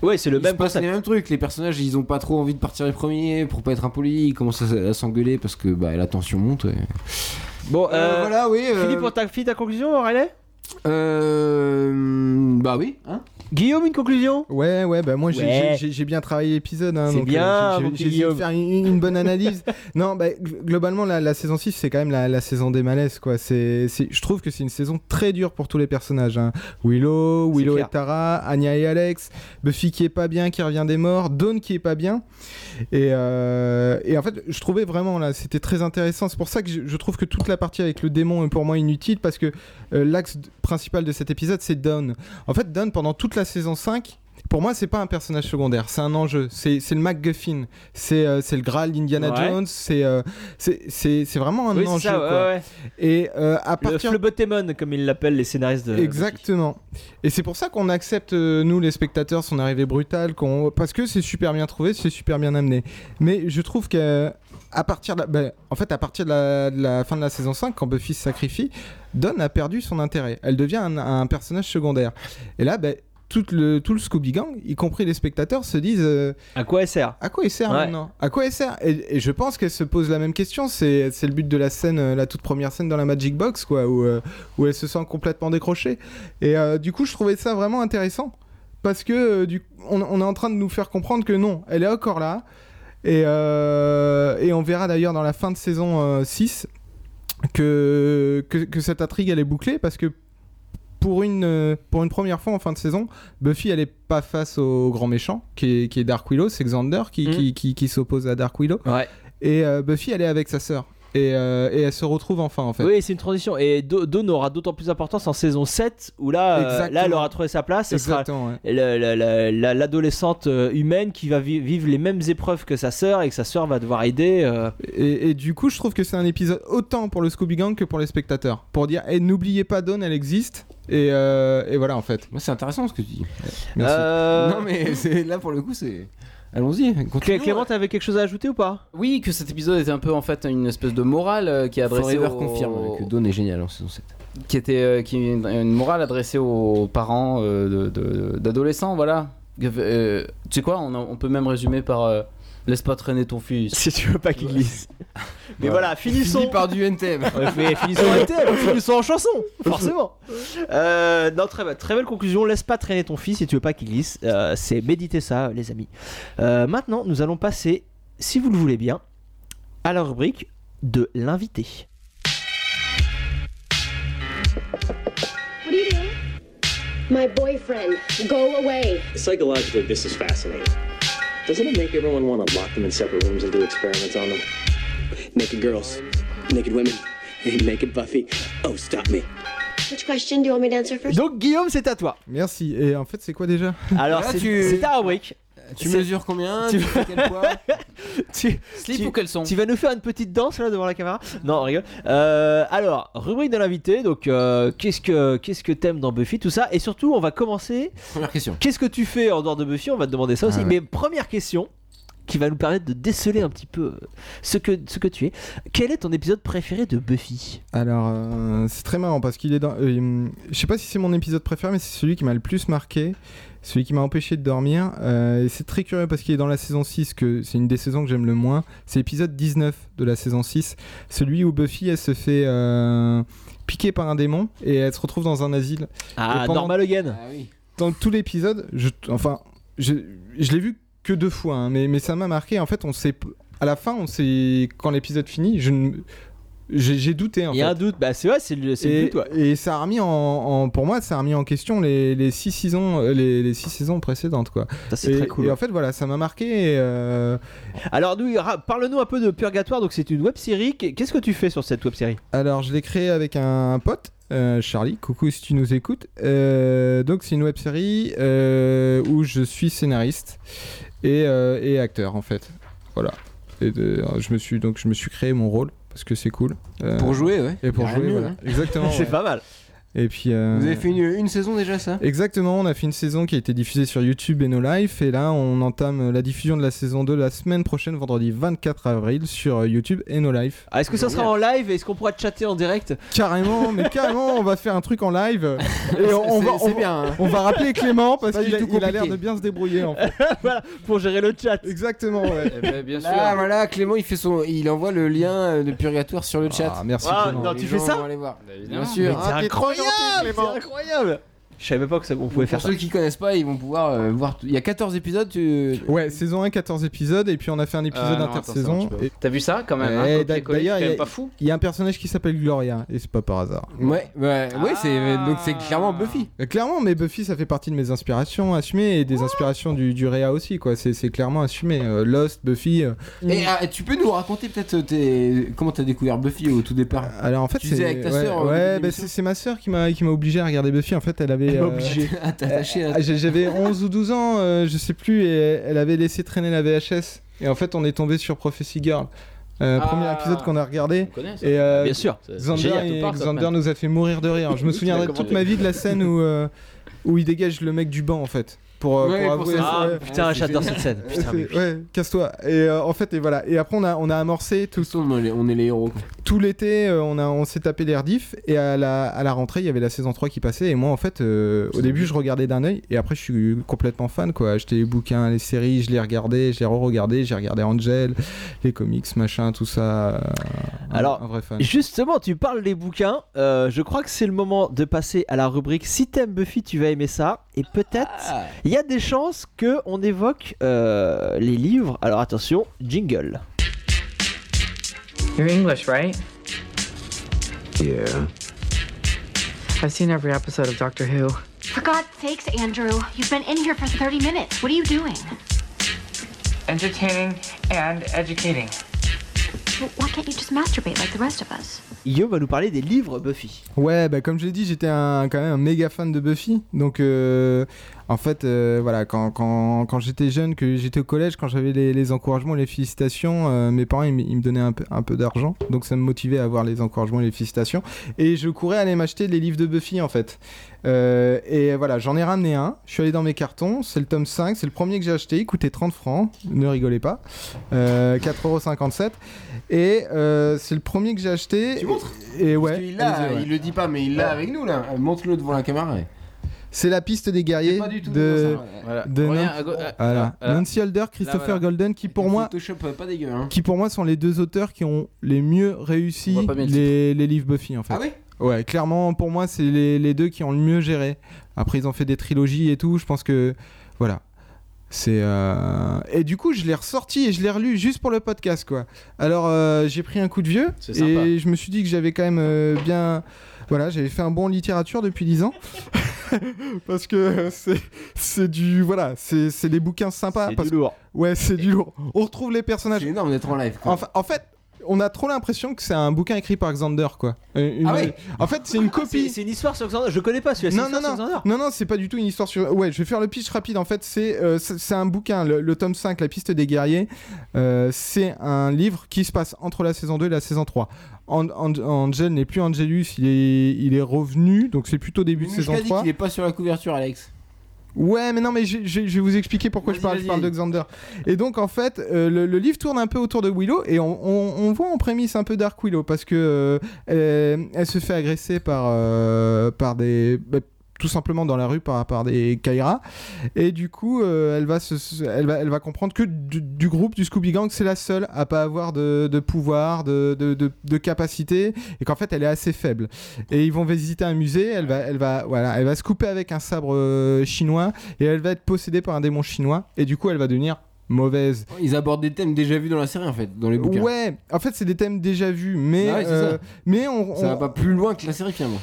Ouais, c'est le Il même se passe concept. les mêmes trucs. Les personnages, ils ont pas trop envie de partir les premiers pour pas être impolis. Ils commencent à, à s'engueuler parce que bah, la tension monte. et- Bon, Euh, euh, voilà, oui. euh, Philippe, on t'a fini ta conclusion, Riley euh, bah oui. Hein Guillaume, une conclusion Ouais, ouais, bah moi j'ai- Ouais. j'ai- j'ai j'ai bien travaillé l'épisode. Hein, C'est donc, bien, euh, j'ai- mon j'ai- petit J'ai essayé de Guillaume. faire une, une bonne analyse. non, bah, gl- globalement, la, la saison 6, c'est quand même la, la saison des malaises. Quoi. C'est c'est- je trouve que c'est une saison très dure pour tous les personnages. hein. Willow, C'est Willow et clair. Tara, Anya et Alex, Buffy qui est pas bien, qui revient des morts, Dawn qui est pas bien. Et, euh, et en fait, je trouvais vraiment là, c'était très intéressant. C'est pour ça que je, je trouve que toute la partie avec le démon est pour moi inutile parce que euh, l'axe d- principal de cet épisode, c'est Dawn. En fait, Dawn, pendant toute la saison 5, pour moi, c'est pas un personnage secondaire, c'est un enjeu. C'est c'est le MacGuffin, c'est euh, c'est le Graal d'Indiana Ouais. Jones, c'est euh, c'est- c'est c'est vraiment un Oui, c'est enjeu. ça, quoi. ouais, ouais. Et euh, à Le partir Flebotémon, comme ils l'appellent les scénaristes de. Exactement. Et c'est pour ça qu'on accepte, euh, nous les spectateurs, son arrivée brutale, qu'on... parce que c'est super bien trouvé, c'est super bien amené. Mais je trouve que à partir de la... ben, en fait, à partir de la, de la fin de la saison 5, quand Buffy se sacrifie, Dawn a perdu son intérêt. Elle devient un, un personnage secondaire. Et là, ben, tout le, tout le Scooby Gang, y compris les spectateurs, se disent... euh, À quoi elle sert à quoi il sert Ouais. maintenant À quoi il sert et, et je pense qu'elle se pose la même question. C'est c'est le but de la scène, euh, la toute première scène dans la Magic Box, quoi, où, euh, où elle se sent complètement décrochée. Et euh, du coup, je trouvais ça vraiment intéressant parce que euh, du, on, on est en train de nous faire comprendre que non, elle est encore là. Et, euh, et on verra d'ailleurs dans la fin de saison euh, 6 que, que, que cette intrigue elle est bouclée parce que pour une, euh, pour une première fois en fin de saison, Buffy elle est pas face au grand méchant qui est, qui est Dark Willow, c'est Xander qui, Mm. qui, qui, qui s'oppose à Dark Willow. Ouais. Et euh, Buffy elle est avec sa sœur et, euh, et elle se retrouve enfin en fait. Oui, c'est une transition. Et Do- Dawn aura d'autant plus d'importance en saison 7, où là, euh, Exactement. là elle aura trouvé sa place. Ce sera Exactement. ouais. le- le- le- la- l'adolescente euh, humaine qui va vi- vivre les mêmes épreuves que sa sœur et que sa sœur va devoir aider. euh. Et, et du coup, je trouve que c'est un épisode autant pour le Scooby Gang que pour les spectateurs. Pour dire, eh, n'oubliez pas Dawn, elle existe. Et, euh, et voilà, en fait. Moi, c'est intéressant ce que tu dis. Merci. Euh, Non, mais c'est- là pour le coup, c'est. Allons-y, Clé- continuons. Clément, t'avais quelque chose à ajouter ou pas Oui, que cet épisode était un peu en fait une espèce de morale euh, qui est adressée Forever aux- confirme que Dawn est génial en saison 7. qui était euh, qui est une, une morale adressée aux parents euh, de- de- d'adolescents, voilà. Euh, tu sais quoi, on, a- on peut même résumer par euh, laisse pas traîner ton fils. Si tu veux pas qu'il glisse. Mais voilà, finissons. Fini par du NTM. Ouais, mais finissons en thème, finissons en chanson, forcément. Euh, non, très, be- très belle conclusion. Laisse pas traîner ton fils si tu veux pas qu'il glisse. Euh, c'est méditer ça, les amis. Euh, maintenant, nous allons passer, si vous le voulez bien, à la rubrique de l'invité. What are you doing? My boyfriend. Go away. Psychologically, this is fascinating. Doesn't it make everyone want to lock them in separate rooms and do experiments on them? Naked girls, naked women, naked Buffy. Oh, stop me. Which question do you want me to answer first? Donc, Guillaume, c'est à toi. Merci. Et en fait, c'est quoi déjà Alors, Là, c'est tu- c'est ta rubrique. Tu C'est- mesures combien tu- Tu fais quel poids Tu, Slip tu- ou caleçon tu vas nous faire une petite danse là devant la caméra Non, on rigole. Euh, alors, rubrique de l'invité. Donc, euh, qu'est-ce que qu'est-ce que t'aimes dans Buffy, tout ça, et surtout, on va commencer Première question. Qu'est-ce que tu fais en dehors de Buffy On va te demander ça aussi. ouais. Mais première question qui va nous permettre de déceler un petit peu euh, ce que, ce que tu es. Quel est ton épisode préféré de Buffy Alors, euh, c'est très marrant parce qu'il est dans. euh, hum, je sais pas si c'est mon épisode préféré, mais c'est celui qui m'a le plus marqué, celui qui m'a empêché de dormir. Euh, et c'est très curieux parce qu'il est dans la saison 6, que c'est une des saisons que j'aime le moins. C'est l'épisode 19 de la saison 6, celui où Buffy, elle se fait euh, piquer par un démon et elle se retrouve dans un asile. Ah, Et pendant- Normal Hogan. Ah oui. dans tout l'épisode, je, enfin, je, je l'ai vu que deux fois, hein, mais, mais ça m'a marqué. En fait, on sait, p- à la fin, on sait, quand l'épisode finit, je ne, J'ai j'ai douté en Il y a un fait. doute, bah c'est ouais, c'est le, c'est le Et, doute, ouais. et ça a remis en, en- pour moi, ça a remis en question les, les six saisons, euh, les, les six saisons précédentes quoi. Ça c'est Et- très cool. Et en fait, voilà, ça m'a marqué. et, euh, Alors, nous, ra- parle-nous un peu de Purgatoire. Donc, c'est une web série. Qu'est-ce que tu fais sur cette web série Alors, je l'ai créé avec un, un pote, euh, Charlie. Coucou si tu nous écoutes. Euh, donc, c'est une web série euh, où je suis scénariste et, euh, et acteur, en fait. Voilà. Et de- je me suis donc je me suis créé mon rôle parce que c'est cool. Euh, Pour jouer, ouais. et pour Rien jouer, de mieux, voilà. hein. Exactement. C'est ouais. pas mal. Et puis. euh, Vous avez fait une, une saison déjà, ça Exactement, on a fait une saison qui a été diffusée sur YouTube et No Life, et là on entame la diffusion de la saison 2 la semaine prochaine, vendredi 24 avril, sur euh, YouTube et No Life. Ah, Est-ce que ça sera en live Est-ce qu'on pourra chatter en direct Carrément, mais carrément, on va faire un truc en live, et on, on C'est- va, C'est on, va- bien. hein. on va rappeler Clément parce pas qu'il du a, tout il a l'air de compliqué. bien se débrouiller en fait. Voilà, pour gérer le chat. Exactement, ouais. Eh ben, bien sûr. Ah voilà, Clément il fait son, il envoie le lien euh, de Purgatoire sur le chat. Ah, merci Ah, Clément. non, Les tu gens fais ça vont aller voir. Bien Évidemment. Mais sûr. c'est hein. Ah, incroyable C'est incroyable Je savais pas que ça, on pouvait Pour faire ça. ceux qui connaissent pas, ils vont pouvoir euh, voir. tout- Il y a 14 épisodes. Tu... Ouais, saison 1, 14 épisodes, et puis on a fait un Ah, épisode non, attends, ça marche intersaison. pas. et T'as vu ça quand même Eh, hein, d'a- copier-coller, d'ailleurs, c'est quand il y même a- pas fou. Il y a un personnage qui s'appelle Gloria, et c'est pas par hasard. Ouais, ouais, ouais, c'est donc c'est clairement Buffy. Euh, Clairement, mais Buffy, ça fait partie de mes inspirations assumées et des inspirations du, du Réa aussi, quoi. C'est c'est clairement assumé. Euh, Lost, Buffy. euh, Et ah, tu peux nous raconter peut-être euh, tes... comment t'as découvert Buffy au tout départ Alors en fait, Tu c'est. disais avec ta ouais, sœur, euh, au ouais, début de bah, l'émission. c'est c'est ma sœur qui m'a qui m'a obligé à regarder Buffy. En fait, elle avait. euh, Ah, T'as attaché à... Ah, j'ai- J'avais 11 ou 12 ans, euh, je sais plus, et elle avait laissé traîner la VHS. Et en fait, on est tombé sur Prophecy Girl. Euh, Ah. Premier épisode qu'on a regardé. On connaît ça. Et euh, Bien sûr. C'est- Xander, Génial, et- tout part, ça, Xander man. nous a fait mourir de rire. Je Oui, tu me l'as souviendrai toute commenté. ma vie de la scène où, euh, où il dégage le mec du banc, en fait. Pour, euh, Ouais, pour pour avouer. ça. Ah Ouais. putain, Ouais, c'est j'adore génial. cette scène. Putain, mais- C'est- ouais, casse-toi. Et euh, en fait, et voilà. Et après, on a, on a amorcé tout, Tous, on est les- on est les héros. tout l'été, euh, on, a, on s'est tapé les rediffs. Et à la, à la rentrée, il y avait la saison 3 qui passait. Et moi, en fait, euh, au début, je regardais d'un œil. Et après, je suis complètement fan, quoi. Acheté les bouquins, les séries, je les regardais, je les re-regardais. J'ai regardé Angel, les comics, machin, tout ça. euh, un- Alors, un vrai fan. Justement, tu parles des bouquins. euh, je crois que c'est le moment de passer à la rubrique Si t'aimes Buffy, tu vas aimer ça. Et peut-être, Ah. il y a des chances que on évoque euh, les livres. Alors attention, jingle. You're English, right? Yeah. I've seen every episode of Doctor Who. For God's sakes, Andrew, you've been in here for 30 minutes. What are you doing? Entertaining and educating. Well, why can't you just masturbate like the rest of us? Guillaume va nous parler des livres Buffy. Ouais, bah comme je l'ai dit, j'étais un, quand même un méga fan de Buffy. Donc, euh, en fait, euh, voilà, quand, quand, quand j'étais jeune, que j'étais au collège, quand j'avais les, les encouragements, les félicitations, euh, mes parents, ils, m- ils me donnaient un peu, un peu d'argent. Donc, ça me motivait à avoir les encouragements et les félicitations. Et je courais aller m'acheter les livres de Buffy, en fait. Euh, et voilà, j'en ai ramené un. Je suis allé dans mes cartons. C'est le tome 5. C'est le premier que j'ai acheté. Il coûtait 30 francs. Ne rigolez pas. Euh, 4,57€. Et euh, c'est le premier que j'ai acheté. Tu montres Et Parce ouais. qu'il l'a, allez-y, ouais. il le dit pas, mais il l'a avec nous là. Euh, Montre-le devant la caméra. ouais. C'est la piste des guerriers Pas du tout de, dedans, ça. Voilà. de Reviens Nan- à go- à- voilà. à- à- Nancy Holder, Christopher voilà. Golden, qui pour Le moi, Photoshop, euh, pas dégueu. Hein. qui pour moi sont les deux auteurs qui ont les mieux réussi On voit pas bien le les, les livres Buffy en fait. Ah oui ouais, clairement pour moi c'est les, les deux qui ont le mieux géré. Après ils ont fait des trilogies et tout, je pense que voilà. C'est euh, et du coup je l'ai ressorti et je l'ai relu juste pour le podcast quoi. Alors euh, j'ai pris un coup de vieux C'est sympa. et je me suis dit que j'avais quand même euh, bien voilà, j'avais fait un bon en littérature depuis 10 ans. Parce que euh, c'est- c'est du voilà, c'est c'est des bouquins sympas C'est parce du lourd. Ouais, c'est du lourd. On retrouve les C'est personnages. énorme d'être en live. quoi. En, fa- en fait, on a trop l'impression que c'est un bouquin écrit par Xander, quoi. Euh, une- Ah ouais En fait, c'est une C'est copie. c'est une histoire sur Xander. Je connais pas celui-là. c'est Non, une non, histoire sur non, Xander. non, non, c'est pas du tout une histoire sur. Ouais, je vais faire le pitch rapide. En fait, c'est euh, c'est c'est un bouquin, le, le tome 5, La piste des guerriers. Euh, c'est un livre qui se passe entre la saison 2 et la saison 3. An- An- Angel n'est plus Angelus, il est, il est revenu, donc c'est plutôt début de Minouchka saison dit 3. qu'il est pas sur la couverture, Alex. Ouais, mais non, mais je, je- je vais vous expliquer pourquoi je Vas-y, parle, je vas-y. parle de Xander. Et donc, en fait, euh, le, le livre tourne un peu autour de Willow et on, on- on voit en prémisse un peu Dark Willow parce que euh, elle, elle se fait agresser par, euh, par des. bah, tout simplement dans la rue par, par des Kaira. Et du coup, euh, elle, va se- se- elle, va, elle va comprendre que du, du groupe, du Scooby Gang, c'est la seule à pas avoir de, de pouvoir, de, de, de- de capacité, et qu'en fait, elle est assez faible et ils vont visiter un musée. Elle va, elle va, voilà, elle va se couper avec un sabre euh, chinois et elle va être possédée par un démon chinois et du coup elle va devenir mauvaise. Ils abordent des thèmes déjà vus dans la série en fait, dans les bouquins. Ouais, en fait, c'est des thèmes déjà vus, mais, Ah ouais, c'est euh, ça. mais on, Ça on- va pas plus loin que la série finalement.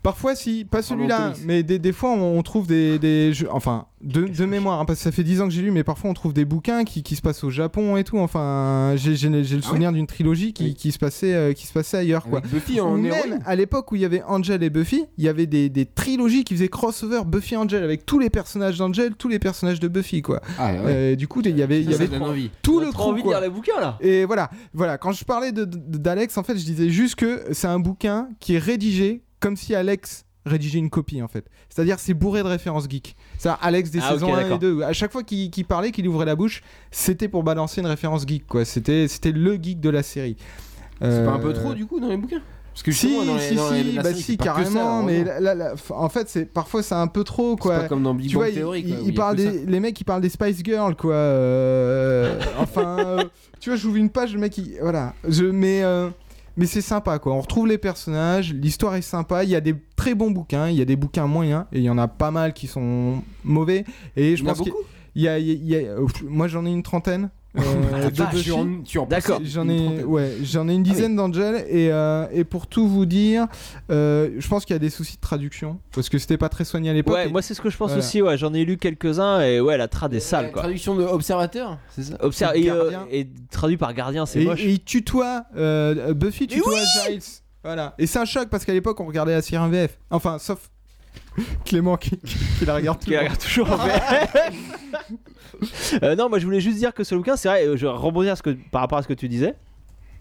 Parfois, si, pas celui-là, comics. mais des, des fois on on trouve des, des jeux, enfin, de, de mémoire, hein, parce que ça fait 10 ans que j'ai lu, mais parfois on trouve des bouquins qui, qui se passent au Japon et tout. Enfin, j'ai j'ai- j'ai le souvenir d'une trilogie qui, Ah Oui. Ah qui se passait, euh, qui se passait ailleurs, quoi. Avec Buffy Ou en même héroïne. à l'époque où il y avait Angel et Buffy, il y avait des, des trilogies qui faisaient crossover Buffy Angel avec tous les personnages d'Angel, tous les personnages de Buffy, quoi. Ah ouais. Euh, du coup, il y avait, il y Ça, avait ça donne envie. tout On a le trop trou, envie quoi. de lire les bouquins là. Et voilà, voilà. Quand je parlais de- de- d'Alex, en fait, je disais juste que c'est un bouquin qui est rédigé comme si Alex rédigeait une copie, en fait. C'est-à-dire, c'est bourré de références geek. C'est-à-dire, Alex des Ah, ok, saisons 1 et d'accord. 2, à chaque fois qu'il qu'il parlait, qu'il ouvrait la bouche, c'était pour balancer une référence geek, quoi. C'était c'était le geek de la série. C'est pas Euh, un peu trop du coup dans les bouquins Parce que si, justement, dans les- si, dans les- si, la bah série, si, c'est pas que ça, carrément, mais heureusement. là, là, là, f- en fait, c'est parfois c'est un peu trop, C'est quoi. pas comme dans Big Tu vois, Bang il- Theory. il- quoi, où il y a parle que ça. des, les mecs, ils parlent des Spice Girls, quoi. euh, enfin, euh, tu vois, j'ouvre une page, le mec, il, voilà. Je, mais euh, mais c'est sympa, quoi. On retrouve les personnages, l'histoire est sympa. Il y a des très bons bouquins, il y a des bouquins moyens, et il y en a pas mal qui sont mauvais. Et je Il y en a pense qu'il beaucoup y a, il y a- il y a- euh, pff, moi, j'en ai une trentaine. euh, Ah, de tu- tu Buffy. en- tu en- D'accord. Ah J'en Une ai, trentaine. ouais, j'en ai une dizaine d'Angel et, euh, et pour tout vous dire, euh, je pense qu'il y a des soucis de traduction parce que c'était pas très soigné à l'époque. Ouais, et- moi c'est ce que je pense Voilà. aussi. Ouais, j'en ai lu quelques-uns et ouais, la trad est La sale quoi. Traduction de observateur, c'est ça Observe du et, euh, gardien. et traduit par gardien, c'est et, moche. et il tutoie euh, Buffy tutoie Giles. Voilà. Et c'est un choc parce qu'à l'époque on regardait la série en VF. Enfin, sauf Clément qui, qui la regarde Qui la toujours. regarde toujours en VF. Euh, non, moi je voulais juste dire que ce bouquin, c'est vrai, euh, je vais rebondir à ce que, par rapport à ce que tu disais.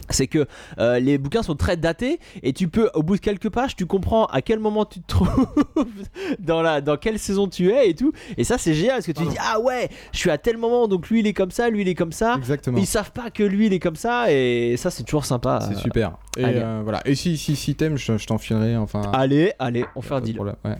C'est que euh, les bouquins sont très datés et tu peux, au bout de quelques pages, tu comprends à quel moment tu te trouves, dans, la, dans quelle saison tu es et tout. Et ça, c'est génial parce que tu dis Ah ouais, je suis à tel moment, donc lui il est comme ça, lui il est comme ça. Exactement. Ils savent pas que lui il est comme ça et ça, c'est toujours sympa. C'est Euh, super. Et allez. Ah, euh, voilà. Et si si si t'aimes, je, je t'enfilerai. Enfin. Allez, allez, on fait pas un de deal. problème, ouais.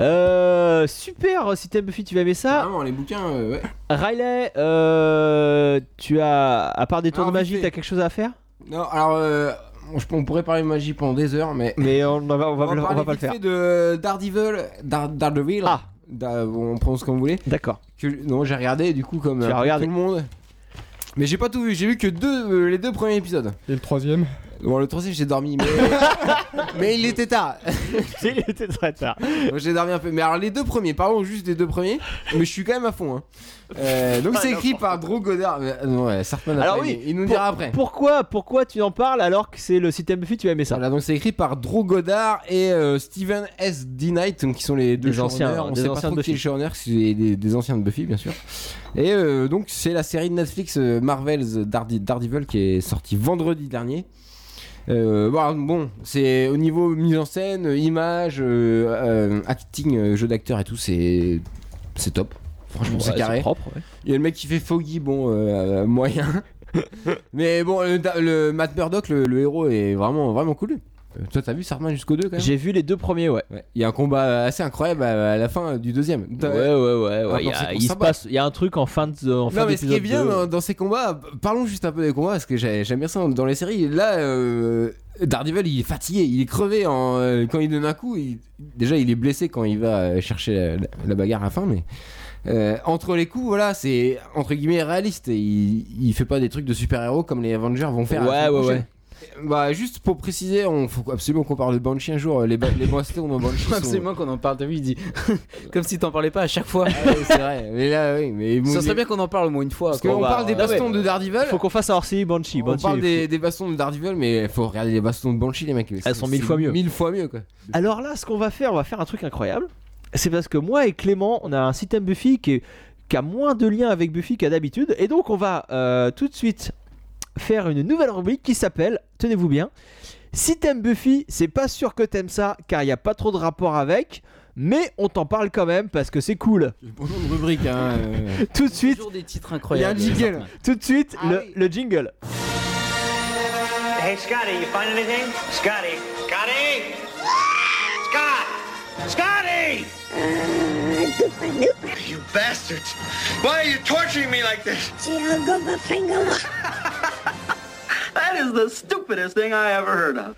Euh, super, si t'aimes Buffy, tu vas aimer ça. Vraiment, les bouquins, euh, ouais. Riley, euh, tu as, à part des tours Alors, de vite magie, fait. t'as quelque chose à faire Non, alors, euh, on, je- on pourrait parler de magie pendant des heures, mais. Mais on, en va, on va, on va pas parler le vite faire. fait de Daredevil. Dar- Daredevil. Ah. Da- on prononce comme vous voulez. D'accord. Que, non, j'ai regardé du coup comme Tu euh, as regardé. tout le monde. Mais j'ai pas tout vu, j'ai vu que deux, euh, les deux premiers épisodes. Et le troisième. Bon, le troisième, j'ai dormi, mais. mais il était tard. Il était très tard. Donc, J'ai dormi un peu. Mais alors, les deux premiers, parlons juste des deux premiers. Mais je suis quand même à fond. hein. Euh, donc, c'est écrit par Drew Goddard. Mais, euh, non, ouais, Sartman Alors après, oui, mais il nous pour- dira après. Pourquoi, pourquoi tu en parles alors que c'est le si t'aimes Buffy, tu vas aimer ça Voilà, donc c'est écrit par Drew Goddard et euh, Steven S. D. Knight, donc, qui sont les deux Des anciens, showrunners. On des sait pas anciens trop de qui est le Buffy. showrunner, c'est des, des anciens de Buffy, bien sûr. Et euh, donc, c'est la série de Netflix euh, Marvel's Dardi- Daredevil qui est sortie vendredi dernier. Euh, bon, alors, bon, c'est au niveau mise en scène, euh, image, euh, euh, acting, euh, jeu d'acteur et tout, c'est c'est top. Franchement, Ouais, c'est carré. propre. ouais. Il y a le mec qui fait Foggy, bon, euh, moyen. Mais bon, le, le Matt Murdock, le, le héros, est vraiment, vraiment cool. Euh, toi, t'as vu Sarman jusqu'au 2 quand même J'ai vu les deux premiers, ouais. Ouais. Il y a un combat assez incroyable à, à la fin du deuxième. Ouais, T'as- ouais, ouais. ouais. Ah, Il y non, c'est a- pour il ça, se bah. passe, il y a un truc en fin de. En fin non, mais ce qui est d'épisode bien deux. dans, dans ces combats, parlons juste un peu des combats parce que j'ai- j'aime bien ça hein. dans les séries. Là, euh, Daredevil, il est fatigué, il est crevé en, euh, quand il donne un coup. il- déjà, il est blessé quand il va euh, chercher la, la- la bagarre à la fin, mais euh, entre les coups, voilà, c'est entre guillemets réaliste. Et il, il fait pas des trucs de super-héros comme les Avengers vont faire. la Ouais, semaine ouais, prochaine. Bah, juste pour préciser, on faut absolument qu'on parle de Banshee un jour. euh, Les, ba- les bastons dans Banshee sont- Absolument qu'on en parle, t'as vu, il dit. Comme si t'en parlais pas à chaque fois. Ouais, Ah c'est vrai. Mais là, oui, mais Ça bon, serait bien qu'on en parle au moins une fois. Parce quoi. qu'on va- parle des Non, mais- bastons de Daredevil. Faut qu'on fasse un hors-série Banshee. On Banshee, parle faut- des, des bastons de Daredevil, mais faut regarder les bastons de Banshee, les mecs. C'est- sont mille c'est fois mieux. Mille fois mieux, quoi. Alors là, ce qu'on va faire, on va faire un truc incroyable. C'est parce que moi et Clément, on a un système Buffy qui, est- qui a moins de lien avec Buffy qu'à d'habitude. Et donc, on va euh, tout de suite faire une nouvelle rubrique qui s'appelle, tenez-vous bien, si t'aimes Buffy, c'est pas sûr que t'aimes ça, car il n'y a pas trop de rapport avec, mais on t'en parle quand même parce que c'est cool. Bon nom de rubrique, hein. euh. Tout de suite, Toujours des titres Il y a un incroyables. jingle. tout de suite, Ah le, oui. le jingle. Hey, Scotty, you find anything? Scotty. Scotty! Ah! Scott! Scotty! You bastards! Why are you torturing me like this? That is the stupidest thing I ever heard of.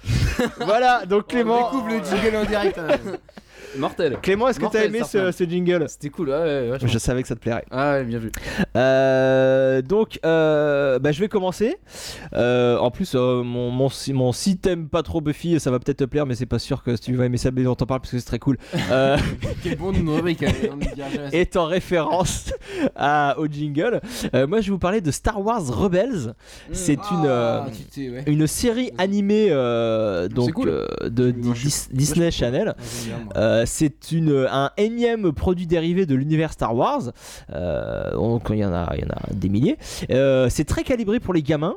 voilà, donc On Clément, découvre le jingle en direct. hein. Mortel. Clément, est-ce que t'as Mortel, aimé ce, Starman. ce jingle C'était cool, ouais, ouais, ouais, je- Je savais que ça te plairait. Ah ouais, bien vu. Euh, donc, euh, bah, je vais commencer. Euh, en plus, euh, mon, mon, si- mon si t'aimes pas trop Buffy, ça va peut-être te plaire, mais c'est pas sûr que si tu vas aimer ça, mais on t'en parle parce que c'est très cool. Euh, Quel bon de mauvais hein, quand même, on ne dira jamais ça. est en référence à, au jingle. Euh, moi, je vais vous parler de Star Wars Rebels. Mm. C'est Ah, une. euh, tu sais, ouais. une série animée euh, donc cool. euh, de Moi, je- Dis- Disney Channel Ah, j'aime bien, moi. Euh, c'est une un énième produit dérivé de l'univers Star Wars. Euh, donc il y en a, il y en a des milliers. Euh, c'est très calibré pour les gamins.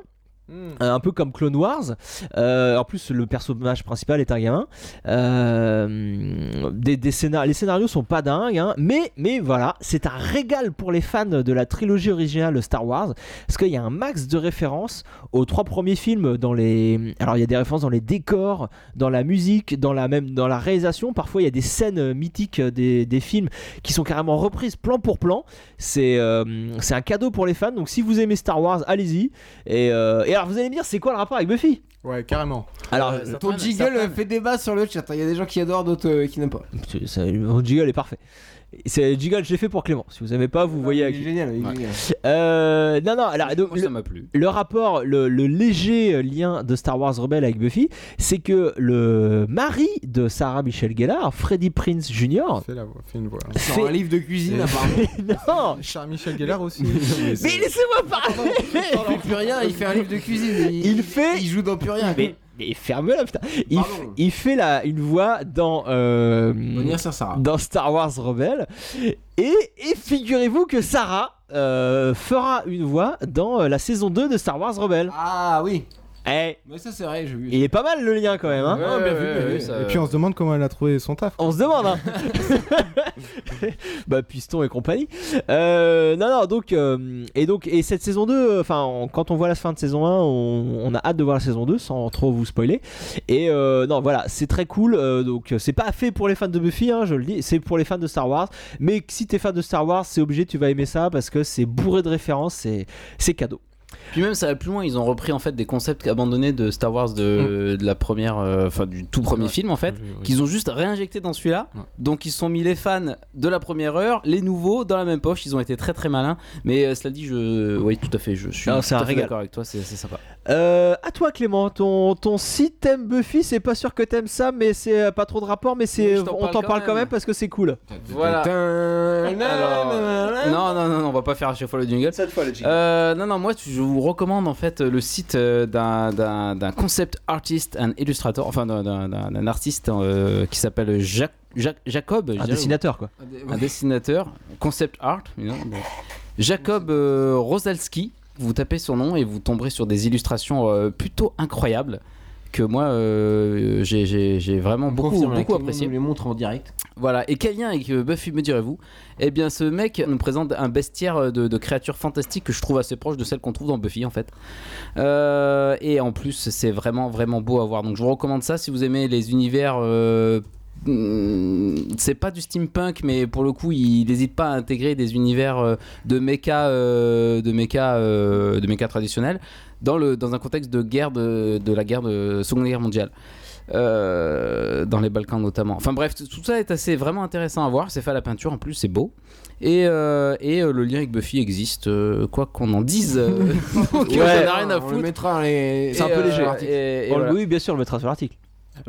Hmm. euh, Un peu comme Clone Wars. Euh, en plus, le personnage principal est un gamin. Euh, des, des scénar- les scénarios sont pas dingues, hein, mais, mais voilà, c'est un régal pour les fans de la trilogie originale Star Wars, parce qu'il y a un max de références aux trois premiers films. Dans les, alors il y a des références dans les décors, dans la musique, dans la même dans la réalisation. Parfois, il y a des scènes euh, mythiques euh, des, des films qui sont carrément reprises plan pour plan. C'est euh, c'est un cadeau pour les fans. Donc, si vous aimez Star Wars, allez-y. Et, euh, et alors, vous allez me dire, c'est quoi le rapport avec Buffy Ouais, carrément. Alors, Ouais, ça Ton traîne, ça jiggle traîne. fait débat sur le chat. Il y a des gens qui adorent, d'autres euh, qui n'aiment pas. c'est- ça- mon jiggle est parfait. C'est jiggle, je l'ai fait pour Clément. Si vous aimez pas, vous voyez. Ah, à il est qui. génial, il est Ouais. génial. Euh, non, non. Alors, donc, Moi, ça m'a plu. le rapport, le, le léger euh, lien de Star Wars Rebelle avec Buffy, c'est que le mari de Sarah Michelle Gellar, Freddie Prince Jr., Fais, la voix, fais une voix. Sur fait- un livre de cuisine, apparemment. non, Charles Michel Gellar aussi. mais laissez-moi parler. Il fait plus rien, il fait un livre de cuisine. Il, Il fait- Il joue dans plus rien. Mais, mais ferme-la putain. Il, Pardon. f- il fait la, une voix dans euh, On y sur Sarah. dans Star Wars Rebelle et, et figurez-vous que Sarah euh, fera une voix dans euh, la saison 2 de Star Wars Rebelle. Ah oui, Eh, mais ça c'est vrai, j'ai vu. il est pas mal le lien quand même. Hein. Ouais, ouais, ouais, ouais, ça- Euh, Et puis on se demande comment elle a trouvé son taf. On se demande, hein. bah, Piston et compagnie. Euh, non, non, donc, euh, et donc, et cette saison 2, enfin, on- quand on voit la fin de saison 1, on, on a hâte de voir la saison 2 sans trop vous spoiler. Et euh, non, voilà, c'est très cool. euh, donc, euh, c'est pas fait pour les fans de Buffy, hein, je le dis, c'est pour les fans de Star Wars. Mais que si t'es fan de Star Wars, c'est obligé, tu vas aimer ça parce que c'est bourré de références, c'est, c'est cadeau. Puis même ça va plus loin, ils ont repris en fait des concepts abandonnés de Star Wars Mm. de, de la première, euh, enfin du tout premier film en fait, qu'ils ont juste réinjecté dans celui-là. Donc ils se sont mis les fans de la première heure, les nouveaux dans la même poche. Ils ont été très très malins. Mais euh, cela dit, je, oui tout à fait, je suis Non, tout Ah, c'est un à fait régal. d'accord avec toi, c'est c'est sympa. Euh, à toi, Clément, ton, ton si t'aimes Buffy, c'est pas sûr que t'aimes ça, mais c'est euh, pas trop de rapport, mais c'est, Oui, je t'en on parle t'en quand parle quand même. même parce que c'est cool. Voilà. Alors, Euh, non, non, non, non, on va pas faire à chaque fois le jingle. Ah. Cette fois, le Euh, non, non, moi tu- je vous recommande en fait le site euh, d'un- d'un d'un concept artist and illustrator, enfin d'un- d'un d'un- d'un artiste euh, qui s'appelle Jacques- Jacques- Jacob, je Un dirais, ou- dessinateur, quoi. un dessinateur, concept art, you know, bon. Jacob euh, Rosalski. Vous tapez son nom et vous tomberez sur des illustrations euh, plutôt incroyables que moi euh, j'ai- j'ai j'ai vraiment beaucoup, hein. beaucoup apprécié. On les montre en direct. Voilà, et quel lien avec euh, Buffy me direz-vous Eh bien, ce mec nous présente un bestiaire euh, de, de créatures fantastiques que je trouve assez proche de celles qu'on trouve dans Buffy en fait. Euh, et en plus, c'est vraiment vraiment beau à voir. Donc, je vous recommande ça si vous aimez les univers. euh, hmm, c'est pas du steampunk, mais pour le coup, il n'hésite pas à intégrer des univers euh, de méca, euh, de méca, euh, de méca traditionnels dans le dans un contexte de guerre de, de la guerre de Seconde Guerre mondiale euh, dans les Balkans notamment. Enfin bref, tout- tout ça est assez vraiment intéressant à voir. C'est fait à la peinture en plus, c'est beau. Et, euh, et euh, le lien avec Buffy existe, euh, quoi qu'on en dise. euh, donc, euh, j'en ai rien à on le foutre. mettra dans les. Et, euh, l'article. et- et Bon, voilà. Oui, bien sûr, on le mettra sur l'article.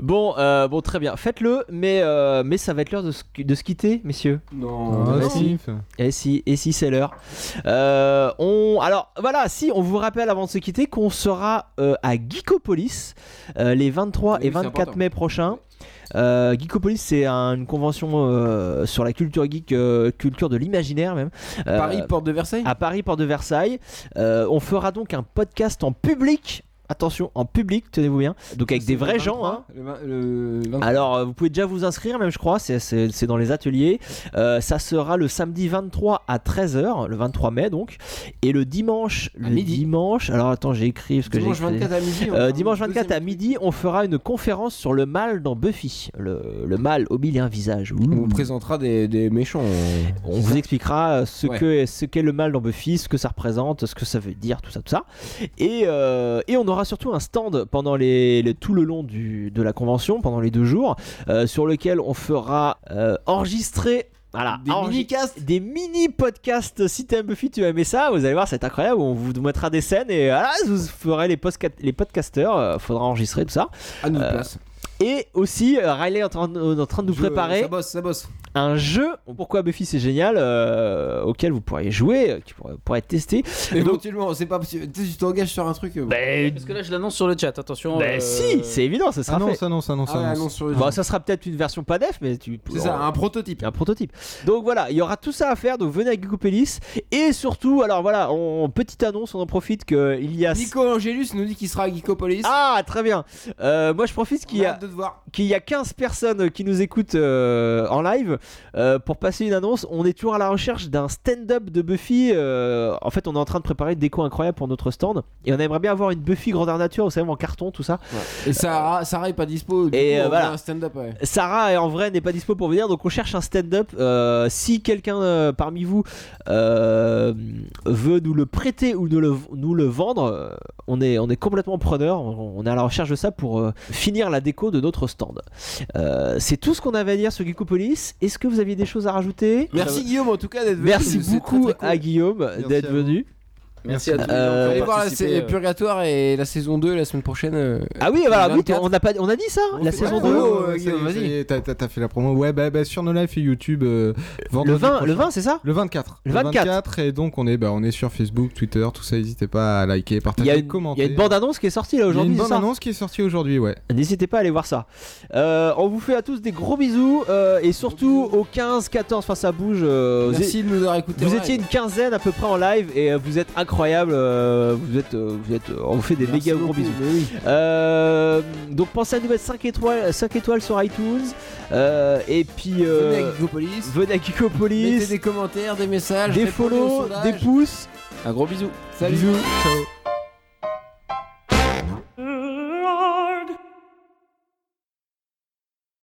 Bon, euh, bon, très bien. Faites-le, mais, euh, mais ça va être l'heure de, se- de se quitter, messieurs. Non. Ah, non. si. Et si, et si c'est l'heure. Euh, on, alors voilà, si on vous rappelle avant de se quitter qu'on sera euh, à Geekopolis euh, les 23 Oui, et c'est 24 important. mai prochains. Euh, Geekopolis, c'est un- une convention euh, sur la culture geek, euh, culture de l'imaginaire même. Euh, Paris, porte de Versailles à Paris, porte de Versailles. Euh, on fera donc un podcast en public. Attention, en public, tenez-vous bien. Donc avec des C'est vrais le gens. 23, Hein. Le, vingt- le 23. Alors, euh, vous pouvez déjà vous inscrire, même je crois, c'est- c'est c'est dans les ateliers. Euh, ça sera le samedi 23 à 13h, le 23 mai donc. Et le dimanche, le midi. dimanche, alors attends, j'ai écrit ce que j'ai dimanche écrit. 24 à midi. on Euh, fera dimanche une 24 à deuxième- midi, on fera une conférence sur le mal dans Buffy. Le, le mal au milieu un visage. Ouh. On vous présentera des, des méchants. On vous expliquera euh, ce Ouais. que- ce qu'est le mal dans Buffy, ce que ça représente, ce que ça veut dire, tout ça, tout ça. Et, euh, et on aura aura surtout un stand pendant les, les- tout le long du, de la convention, pendant les deux jours, euh, sur lequel on fera euh, enregistrer. Voilà, Des mini-casts. des mini podcasts. Si t'aimes Buffy, tu as aimé ça, vous allez voir, c'est incroyable. On vous mettra des scènes et voilà, vous ferez les, postca- les podcasters. euh, faudra enregistrer tout ça. À notre place. Et aussi, euh, Riley est en train, de- en train de euh, nous Je- préparer Ça bosse, ça bosse. un jeu. Pourquoi Buffy c'est génial euh, auquel vous pourriez jouer, euh, qui pourrait, pourrait être testé. Éventuellement, c'est pas possible. Tu tu t'engages sur un truc. euh, Ben, Parce que là, je l'annonce sur le chat, attention. ben euh, si, c'est évident, ça sera fait. Annonce, annonce, annonce, Ah ouais, annonce. annonce sur le Bon, ça sera peut-être une version pas def, mais tu. C'est ça, Bah, on- un prototype. un prototype. Donc voilà, il y aura tout ça à faire. Donc venez à Geekopélis. Et surtout, alors voilà, on, petite annonce, on en profite qu'il y a. Nico Angelus nous dit qu'il sera à Geekopolis. Ah, très bien. Euh, moi, je profite qu'il y On a. hâte de te voir. qu'il y a 15 personnes qui nous écoutent euh, en live euh, pour passer une annonce. On est toujours à la recherche d'un stand-up de Buffy. euh, en fait, on est en train de préparer une déco incroyable pour notre stand et on aimerait bien avoir une Buffy grandeur nature, vous savez, en carton, tout ça. Et Sarah, Sarah est pas dispo. Du Euh, Et, coup, euh, on voilà. fait un stand-up. ouais. Sarah, en vrai, n'est pas dispo pour venir, donc on cherche un stand-up. Euh, si quelqu'un euh, parmi vous euh, veut nous le prêter ou nous le, nous le vendre, euh, on est, on est complètement preneur. On, on est à la recherche de ça pour euh, finir la déco de notre stand. Euh, C'est tout ce qu'on avait à dire sur Geekopolis. Est-ce que vous aviez des choses à rajouter Merci Guillaume en tout cas d'être venu. Merci C'est beaucoup très, très cool. à Guillaume Merci à d'être vous. venu. Merci à tous. Euh, les gens qui ont Allez voir la participé, sé- euh. Purgatoire et la saison 2 la semaine prochaine. euh, Ah oui, voilà, oui, 24. on a, pas, on a dit ça, la Ouais, saison ouais, 2. ouais, Oh, ouais, euh, ça y est, Guillaume, ça y vas-y. est, t'as- T'as t'as fait la promo. Ouais, bah, bah, sur nos lives et YouTube, euh, Le vendredi 20, le prochain. 20 c'est ça Le 24. Le 24. et donc on est, bah, on est sur Facebook, Twitter, tout ça. N'hésitez pas à liker, Il y, a partager, une, il commenter. y a une bande-annonce qui est sortie là Il y a aujourd'hui. une c'est bande ça annonce qui est sortie aujourd'hui, ouais. N'hésitez pas à aller voir ça. Euh, on vous fait à tous des gros bisous euh, et surtout aux 15, 14, enfin ça bouge. euh, vous é- Merci de nous avoir écoutés. Vous Ouais. étiez une quinzaine à peu près en live et euh, vous êtes incroyables. euh, vous êtes, euh, vous êtes, on vous fait des Merci méga gros beaucoup, bisous. mais oui. Euh, donc pensez à nous mettre 5 étoiles, 5 étoiles sur iTunes euh, et puis euh, Venez à Geekopolis. venez à Mettez Geekopolis, des commentaires, des messages, des répondez aux follow, sondages. des pouces. Un gros bisou. Salut. Bisous. Ciao.